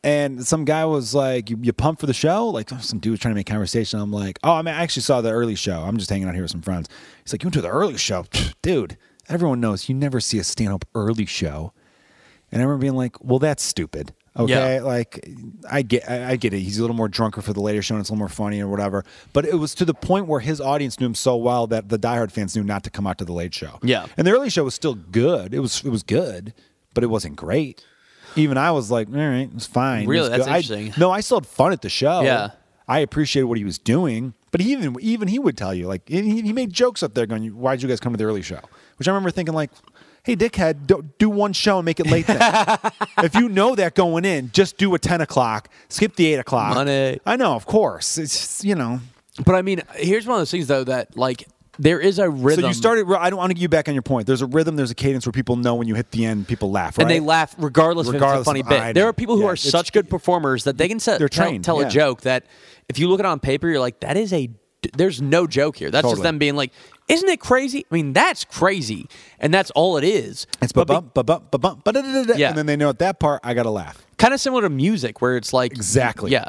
A: And some guy was like, you, you pumped for the show? Like, oh, some dude was trying to make conversation. I'm like, oh, I, mean, I actually saw the early show. I'm just hanging out here with some friends. He's like, you went to the early show? Pfft, Dude, everyone knows you never see a stand-up early show. And I remember being like, well, that's stupid. Okay.
B: Yeah.
A: Like I get, I, I get it. He's a little more drunker for the later show and it's a little more funny or whatever. But it was to the point where his audience knew him so well that the diehard fans knew not to come out to the late show.
B: Yeah.
A: And the early show was still good. It was, it was good, but it wasn't great. Even I was like, all right, it was fine. It
B: Really?
A: was
B: That's
A: good. I-
B: interesting.
A: no, I still had fun at the show.
B: Yeah.
A: I appreciated what he was doing, but he even even he would tell you like he, he made jokes up there going, "Why'd you guys come to the early show?" Which I remember thinking like, "Hey, dickhead, do do one show and make it late. Then. if you know that going in, just do a ten o'clock, skip the eight o'clock.
B: Money.
A: I know, of course. It's just, you know.
B: But I mean, here's one of those things though that like there is a rhythm.
A: So you started. I don't want to get you back on your point. There's a rhythm. There's a cadence where people know when you hit the end, people laugh. Right?
B: and they laugh
A: Regardless
B: regardless, regardless if it's a funny
A: of- I
B: bit. There
A: know.
B: are people who
A: Yeah,
B: are
A: it's-
B: such good performers that they can set,
A: They're
B: tell-
A: trained,
B: tell,
A: yeah.
B: a joke that if you look at it on paper, you're like, that is a, d- there's no joke here. That's just
A: Totally.
B: them being like, isn't it crazy? I mean, that's crazy. And that's all it is.
A: It's
B: But
A: ba
B: be-
A: bump, ba bump, ba bump, ba da da da.
B: Yeah.
A: And then they know at that part, I gotta laugh.
B: kind of similar to music where it's like
A: Exactly.
B: yeah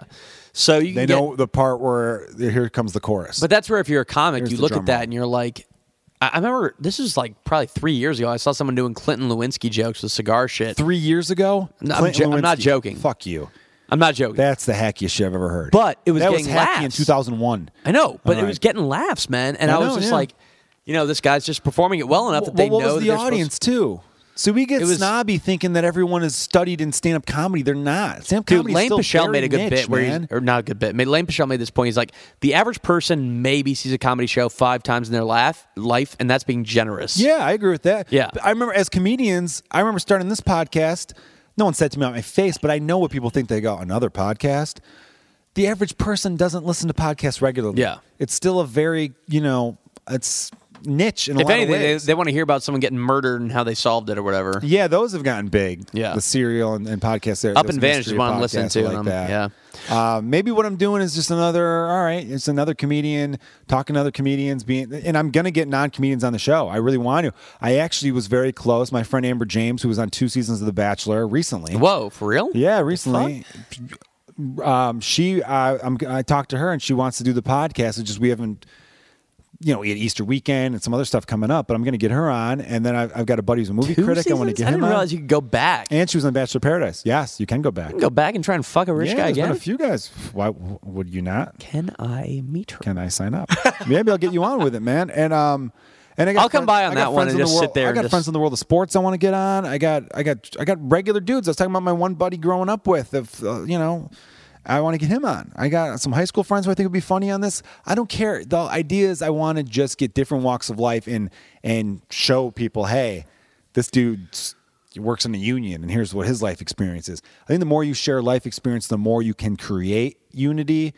B: so you
A: They
B: can get-
A: know the part where here comes the chorus.
B: but that's where if you're a comic
A: Here's
B: you
A: the
B: look
A: drum
B: at that
A: roll.
B: and you're like I, I remember this is like probably three years ago i saw someone doing clinton lewinsky jokes with cigar shit
A: three years ago.
B: No, I'm jo- I'm not joking.
A: Fuck you.
B: i'm not joking
A: That's the hackiest shit I've ever heard.
B: But it was
A: that was
B: getting
A: hacky in
B: laughs.
A: 2001.
B: i know but it
A: Alright.
B: was getting laughs man and
A: I
B: i, was
A: know,
B: just
A: yeah.
B: like you know this guy's just performing it well enough that they
A: Well, what was
B: know that
A: the
B: they're supposed
A: audience
B: to-
A: too? So we get
B: It was-
A: snobby thinking that everyone is studied in stand-up comedy. They're not. Stand-up
B: Dude,
A: comedy
B: Lane
A: still
B: Pichelle
A: very
B: made a good
A: niche,
B: bit where er
A: man.
B: he's, or not a good bit. Made Lane Pichelle made this point. He's like, the average person maybe sees a comedy show five times in their laugh, life, and that's being generous.
A: Yeah, I agree with that.
B: Yeah.
A: But I remember as comedians, I remember starting this podcast. No one said to me on my face, but I know what people think. They go, another podcast. The average person doesn't listen to podcasts regularly.
B: Yeah.
A: It's still a very, you know, it's niche in a
B: If
A: lot
B: anything,
A: of
B: they,
A: ways.
B: they want to hear about someone getting murdered and how they solved it or whatever.
A: yeah, those have gotten big.
B: Yeah.
A: the serial and, and podcast there.
B: Up
A: those
B: and Vanish is
A: mystery
B: one I'm listening
A: podcasts
B: to,
A: are Like
B: and I'm-
A: that. Uh, maybe what I'm doing is just another. All right, it's another comedian talking to other comedians. Being and I'm gonna get non comedians on the show. I really want to. I actually was very close. My friend Amber James, who was on two seasons of The Bachelor recently.
B: Whoa, for real?
A: Yeah, recently. Um, she, uh, I'm, I talked to her, and she wants to do the podcast. It's just we haven't, you know, we had Easter weekend and some other stuff coming up. But I'm going to get her on, and then I've, I've got a buddy who's a movie
B: Two
A: critic. I want to
B: seasons?
A: get
B: I
A: him
B: didn't
A: on.
B: realize you could go back.
A: and she was on Bachelor Paradise. Yes, you can go back.
B: I can go back and try and fuck a rich
A: yeah,
B: guy
A: there's
B: again.
A: been a few guys. Why w- would you not?
B: Can I meet her?
A: Can I sign up? Maybe I'll get you on with it, man. And um, and I got
B: I'll come
A: friends-
B: by on
A: I got
B: that one
A: friends
B: and
A: in the
B: just
A: world-
B: sit there
A: I
B: and
A: got
B: just-
A: friends in the world of sports I want to get on. I got I got I got regular dudes. I was talking about my one buddy growing up with. If uh, you know, I want to get him on. I got some high school friends who I think would be funny on this. I don't care. The idea is I want to just get different walks of life and and show people, hey, this dude works in a union and here's what his life experience is. I think the more you share life experience, the more you can create unity.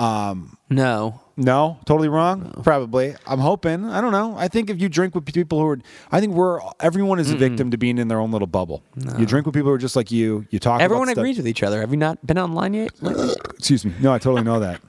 B: No.
A: No, totally wrong. Probably. I'm hoping. I don't know. I think if you drink with people who are, I think we're everyone is a victim to being in their own little bubble. You drink with people who are just like you. You talk.
B: Everyone
A: about stuff-
B: agrees with each other. Have you not been online yet?
A: Excuse me. No, I totally know that.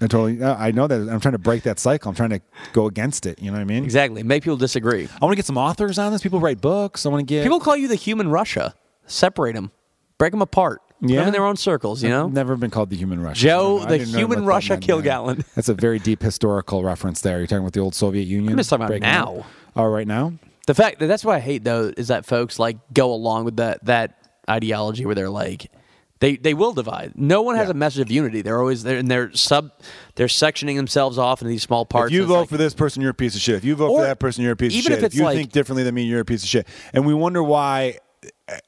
A: I totally. I know that. I'm trying to break that cycle. I'm trying to go against it. You know what I mean?
B: exactly. Make people disagree.
A: I want to get some authors on this. People write books. I want to get
B: People call you the human Russia. Separate them. Break them apart. Put 'em
A: Yeah.
B: in their own circles, you know?
A: Never been called the human Russia.
B: Joe,
A: I
B: the
A: didn't know
B: human
A: what that
B: Russia
A: meant, man.
B: Kilgallen.
A: That's a very deep historical reference. There, you're talking about the old Soviet Union.
B: just talking about
A: breaking up.
B: now.
A: Oh, right now.
B: The fact that that's what I hate though is that folks like go along with that that ideology where they're like they they will divide. No one has
A: Yeah.
B: a message of unity. They're always there and they're sub they're sectioning themselves off into these small parts.
A: If you
B: It's
A: vote
B: like-
A: for this person, you're a piece of shit. If you vote
B: Or
A: for that person, you're a piece
B: even
A: of
B: if
A: shit.
B: it's
A: you
B: like-
A: think differently than me, you're a piece of shit. And we wonder why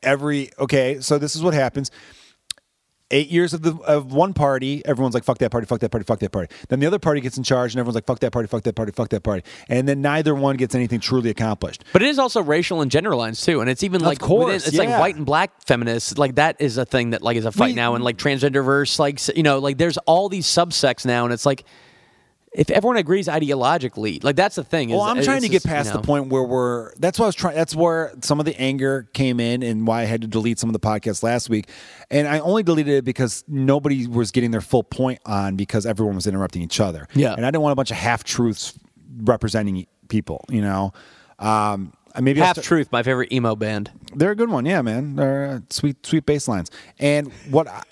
A: every okay. So this is what happens. Eight years of the of one party, everyone's like fuck that party, fuck that party, fuck that party. Then the other party gets in charge, and everyone's like fuck that party, fuck that party, fuck that party. And then neither one gets anything truly accomplished.
B: But it is also racial and gender lines too, and it's even like
A: course,
B: within- it's
A: yeah.
B: like white and black feminists. Like that is a thing that like is a fight
A: We-
B: now, and like transgenderverse, like s- you know, like there's all these subsects now, and it's like if everyone agrees ideologically, like that's the thing. is-
A: Well, I'm
B: it's
A: trying to get
B: just, you
A: past
B: know.
A: the point where we're. That's why I was trying. That's where some of the anger came in, and why I had to delete some of the podcasts last week. And I only deleted it because nobody was getting their full point on because everyone was interrupting each other.
B: Yeah.
A: and I didn't want a bunch of half truths representing people. You know, um, maybe I'll
B: Half
A: start-
B: Truth, my favorite emo band.
A: they're a good one, yeah, man. They're uh, sweet, sweet bass lines. And what? I,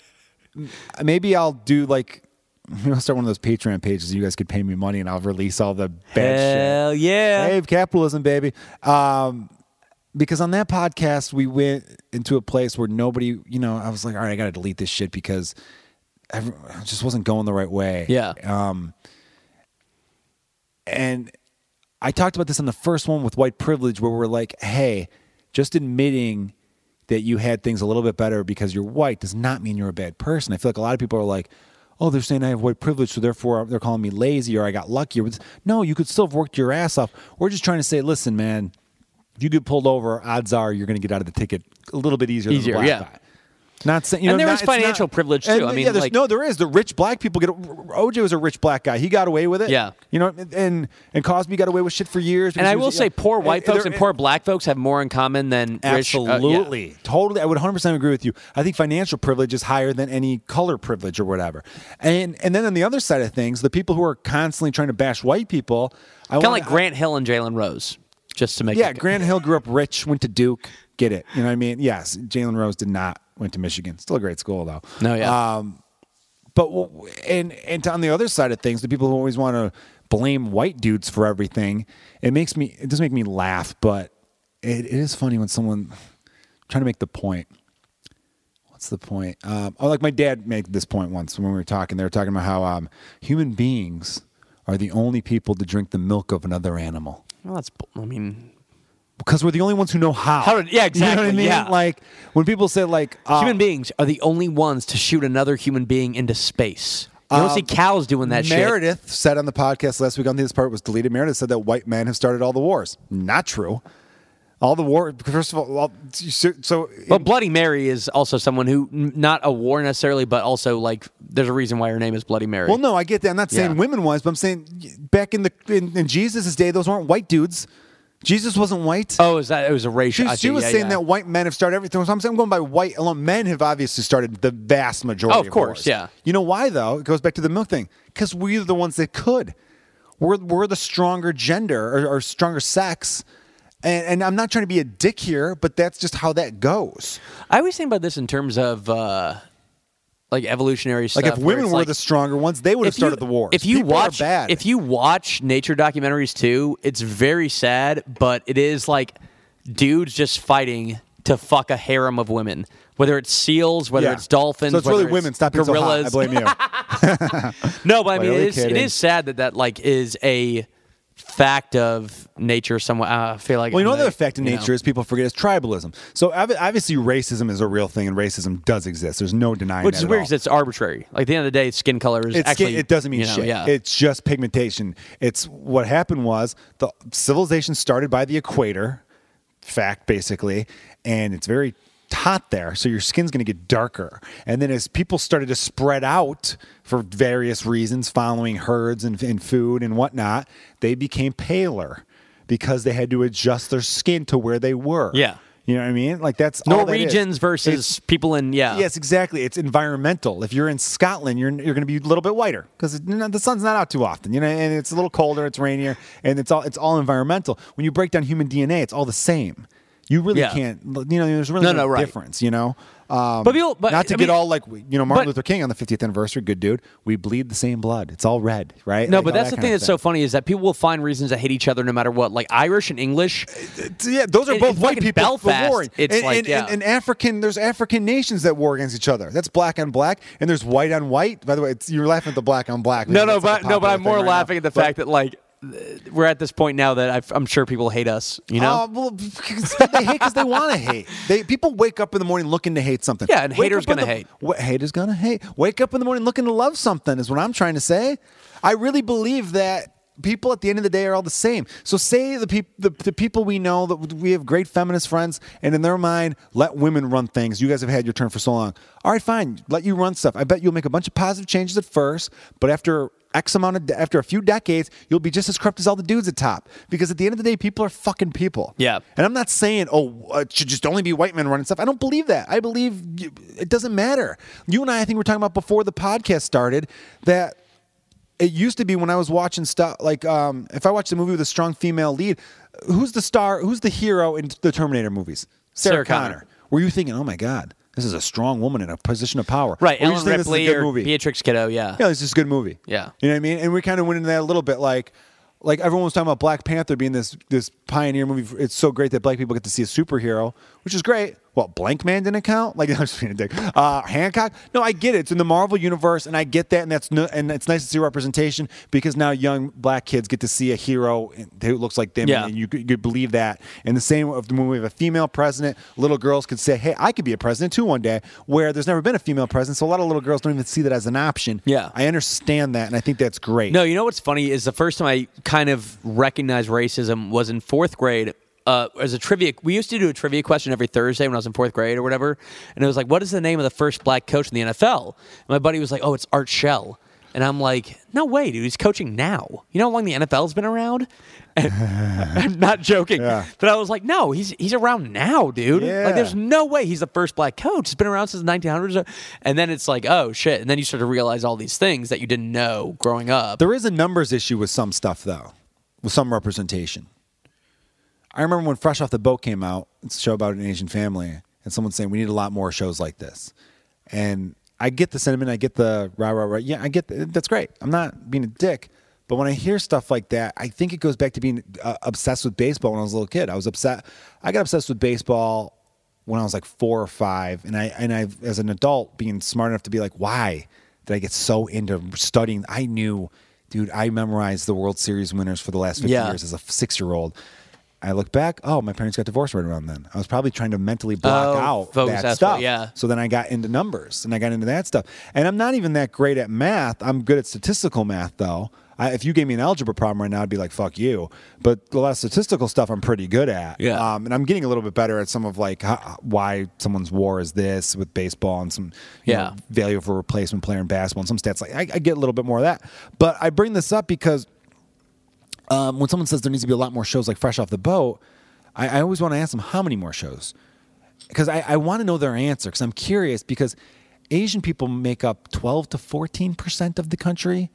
A: m- maybe I'll do like. Maybe I'll start one of those Patreon pages. You guys could pay me money, and I'll release all the bad
B: Hell
A: shit.
B: yeah.
A: Save capitalism, baby. Um, because on that podcast, we went into a place where nobody, you know, I was like, all right, I got to delete this shit because every, I just wasn't going the right way.
B: Yeah.
A: Um, and I talked about this on the first one with white privilege, where we're like, hey, just admitting that you had things a little bit better because you're white does not mean you're a bad person. I feel like a lot of people are like, oh, they're saying I have white privilege, so therefore they're calling me lazy or I got lucky. Or, no, you could still have worked your ass off. We're just trying to say, listen, man, if you get pulled over, odds are you're going to get out of the ticket a little bit easier.
B: Easier,
A: than a black
B: yeah.
A: guy. Not saying, you
B: And
A: know,
B: there
A: not-
B: is
A: it's not-
B: financial privilege, too.
A: And,
B: I mean,
A: yeah, there's-
B: like-
A: no, Oh, there is. The rich black people get. OJ was a rich black guy. He got away with it.
B: Yeah.
A: you know, and and Cosby got away with shit for years.
B: And
A: because
B: I
A: he
B: will
A: was-
B: say, poor white folks
A: there-
B: and poor black folks have more in common than rich- uh, yeah.
A: Absolutely, totally. I would 100 percent agree with you. I think financial privilege is higher than any color privilege or whatever. And and then on the other side of things, the people who are constantly trying to bash white people, I
B: Kind of
A: wanna-
B: like Grant Hill and Jalen Rose, just to make
A: Oh, Yeah,
B: it-
A: Grant Hill grew up rich, went to Duke. Get it? You know what I mean? Yes, Jalen Rose did not went to Michigan. Still a great school though.
B: No, yeah.
A: Um, but w- and and on the other side of things, the people who always want to blame white dudes for everything, it makes me it does make me laugh. But it, it is funny when someone trying to make the point. What's the point? Um, oh, like my dad made this point once when we were talking. They were talking about how um, human beings are the only people to drink the milk of another animal
B: well, that's. bu- I mean,
A: because we're the only ones who know how.
B: How to- yeah,
A: You know what I
B: exactly,
A: mean?
B: yeah.
A: Like when people say like uh,
B: human beings are the only ones to shoot another human being into space. You don't see cows doing that shit.
A: Uh, Meredith said on the podcast last week on this part was deleted. Meredith said that white men have started all the wars. Not true. All the war. First of all, all so, so
B: Well, Bloody Mary is also someone who n- not a war necessarily, but also like there's a reason why her name is Bloody Mary.
A: Well, no, I get that. I'm not saying
B: Yeah.
A: women was, but I'm saying back in the in, in Jesus' day, those weren't white dudes. Jesus wasn't white.
B: Oh, is that it was a racial?
A: she,
B: I
A: she
B: see,
A: was
B: yeah,
A: saying
B: yeah.
A: that white men have started everything. So I'm saying I'm going by white alone. Men have obviously started the vast majority.
B: Oh, of course,
A: wars.
B: yeah.
A: You know why though? It goes back to the milk thing because we're the ones that could. We're we're the stronger gender or, or stronger sex. And, and I'm not trying to be a dick here, but that's just how that goes.
B: I always think about this in terms of uh, like evolutionary stuff.
A: Like if
B: where
A: women
B: it's
A: were
B: like-
A: the stronger ones, they would have
B: if you-
A: started the wars.
B: If you
A: People are
B: watch,
A: bad.
B: if you watch nature documentaries too, it's very sad, but it is like dudes just fighting to fuck a harem of women. Whether it's seals, whether
A: Yeah.
B: it's dolphins,
A: so it's
B: whether
A: really women. Stop being
B: gorillas.
A: so hot. I blame you.
B: No, but I mean,
A: are we
B: it is, it
A: kidding?
B: is sad that that like is a fact of nature. Somewhat, I feel like.
A: Well, you know
B: I'm
A: another
B: like,
A: effect in
B: you
A: nature
B: know.
A: is people forget is tribalism. So ob- obviously, racism is a real thing, and racism does exist. There's no denying
B: which
A: that
B: is
A: at
B: weird
A: all.
B: because it's arbitrary. Like at the end of the day, skin color is
A: It's-
B: actually
A: it doesn't mean
B: you know,
A: shit.
B: Yeah.
A: It's just pigmentation. It's what happened was the civilization started by the equator, fact basically, and it's very hot there, so your skin's going to get darker. And then as people started to spread out for various reasons, following herds and, and food and whatnot, they became paler because they had to adjust their skin to where they were.
B: Yeah.
A: You know what I mean? Like that's all that is.
B: Norwegians versus people in yeah.
A: Yes, exactly. It's environmental. If you're in Scotland, you're you're going to be a little bit whiter because the sun's not out too often, you know, and it's a little colder, it's rainier, and it's all it's all environmental. When you break down human DNA, it's all the same. You really
B: Yeah.
A: can't, you know, there's really
B: No,
A: no,
B: no, right.
A: difference, you know. Um,
B: But people- but,
A: not to
B: I
A: get
B: mean-
A: all like you know Martin
B: but-
A: Luther King on the 50th anniversary, good dude. We bleed the same blood. It's all red, right?
B: No,
A: Like,
B: but
A: all
B: that's
A: that
B: the
A: kind
B: thing
A: of
B: that's so funny is that people will find reasons to hate each other no matter what. Like Irish and English,
A: T- Yeah, those are
B: In-
A: both
B: in
A: white
B: fucking
A: people
B: Belfast,
A: warring.
B: it's
A: and,
B: like,
A: and,
B: yeah.
A: and, and African. There's African nations that war against each other. That's black on black, and there's white on white. By the way, it's, you're laughing at the black on black. because
B: No, no,
A: that's, like,
B: but
A: a
B: no, but
A: popular
B: I'm more
A: thing right
B: laughing
A: now.
B: at the
A: But-
B: fact that like th- we're at this point now that I've, I'm sure people hate us. You know,
A: Uh, well, they hate because they want to hate. They people wake up in the morning looking to hate something.
B: Yeah, and
A: Wake
B: haters
A: up in
B: gonna
A: the-
B: hate.
A: Wa- haters gonna hate. Wake up in the morning looking to love something is what I'm trying to say. I really believe that people at the end of the day are all the same. So say the people the, the people we know that we have great feminist friends, and in their mind, let women run things. You guys have had your turn for so long. All right, fine, let you run stuff. I bet you'll make a bunch of positive changes at first, but after X amount of de- after a few decades, you'll be just as corrupt as all the dudes at top. Because at the end of the day, people are fucking people.
B: Yeah.
A: And I'm not saying, oh, uh, it should just only be white men running stuff. I don't believe that. I believe you, it doesn't matter. You and I, I think, we were talking about before the podcast started that it used to be when I was watching stuff like um, if I watched a movie with a strong female lead, who's the star? Who's the hero in the Terminator movies? Sarah,
B: Sarah Connor.
A: Were you thinking, oh my god, this is a strong woman in a position of power?
B: right?
A: Or you
B: Ellen
A: just think this is a
B: Ripley
A: good
B: or
A: movie?
B: Beatrix Kiddo, yeah.
A: yeah, it's just a good movie.
B: Yeah.
A: You know what I mean? And we kind of went into that a little bit like like everyone was talking about Black Panther being this this pioneer movie. It's so great that black people get to see a superhero, which is great. What, Blank Man didn't count? Like I'm just being a dick. Uh, Hancock? No, I get it. It's in the Marvel universe, and I get that, and that's no, and it's nice to see representation because now young black kids get to see a hero who looks like them,
B: Yeah.
A: and you could you could believe that. And the same of when we have a female president, little girls could say, "Hey, I could be a president too one day." Where there's never been a female president, so a lot of little girls don't even see that as an option.
B: Yeah.
A: I understand that, and I think that's great.
B: No, you know what's funny is the first time I kind of recognized racism was in fourth grade. Uh, as a trivia, we used to do a trivia question every Thursday when I was in fourth grade or whatever, and it was like, "What is the name of the first black coach in the NFL?" And my buddy was like, "Oh, it's Art Shell," and I'm like, "No way, dude! He's coaching now. You know how long the NFL's been around?" And I'm not joking.
A: Yeah.
B: But I was like, "No, he's he's around now, dude.
A: Yeah.
B: Like, there's no way he's the first black coach. It's been around since the 1900s." And then it's like, "Oh shit!" And then you start to realize all these things that you didn't know growing up.
A: There is a numbers issue with some stuff, though, with some representation. I remember when Fresh Off the Boat came out, it's a show about an Asian family, and someone saying, We need a lot more shows like this. And I get the sentiment, I get the rah, rah, rah. Yeah, I get th- that's great. I'm not being a dick. But when I hear stuff like that, I think it goes back to being uh, obsessed with baseball when I was a little kid. I was upset. I got obsessed with baseball when I was like four or five, and I and I as an adult being smart enough to be like, why did I get so into studying? I knew, dude, I memorized the World Series winners for the last fifty
B: Yeah.
A: years as a six year old. I look back, oh, my parents got divorced right around then. I was probably trying to mentally block
B: Oh,
A: out
B: focus,
A: that
B: that's
A: stuff.
B: what- yeah.
A: So then I got into numbers and I got into that stuff. And I'm not even that great at math. I'm good at statistical math though. I, if you gave me an algebra problem right now, I'd be like, fuck you. But a lot of statistical stuff I'm pretty good at.
B: Yeah.
A: Um, and I'm getting a little bit better at some of like ho- why someone's war is this with baseball and some you
B: Yeah.
A: know, value for replacement player in basketball and some stats. Like I, I get a little bit more of that. But I bring this up because um, when someone says there needs to be a lot more shows like Fresh Off the Boat, I, I always want to ask them how many more shows because I, I want to know their answer because I'm curious because Asian people make up 12 to 14 percent of the country.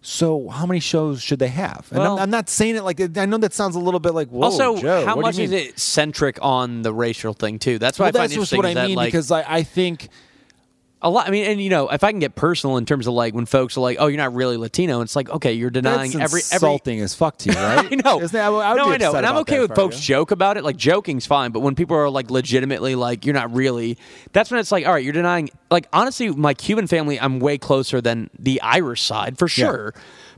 A: So how many shows should they have? And
B: Well-
A: I'm, I'm not saying it like I know that sounds a little bit like whoa.
B: also,
A: Joe,
B: how
A: what do you
B: much is
A: mean?
B: it centric on the racial thing too? That's why
A: Well,
B: I find
A: that's just
B: interesting
A: what
B: is
A: I
B: that,
A: mean
B: like,
A: because I, I think
B: a lot. I mean, and you know, if I can get personal in terms of like when folks are like, "Oh, you're not really Latino," it's like, okay, you're denying
A: that's
B: every every
A: insulting as fuck to you, right?
B: I know.
A: Isn't that- I would- I would
B: no,
A: be
B: I know.
A: upset
B: And I'm
A: about
B: okay
A: that
B: with
A: if I were
B: folks
A: you.
B: joke about it. Like joking's fine, but when people are like legitimately like you're not really that's when it's like, all right, you're denying like honestly, my Cuban family, I'm way closer than the Irish side for sure.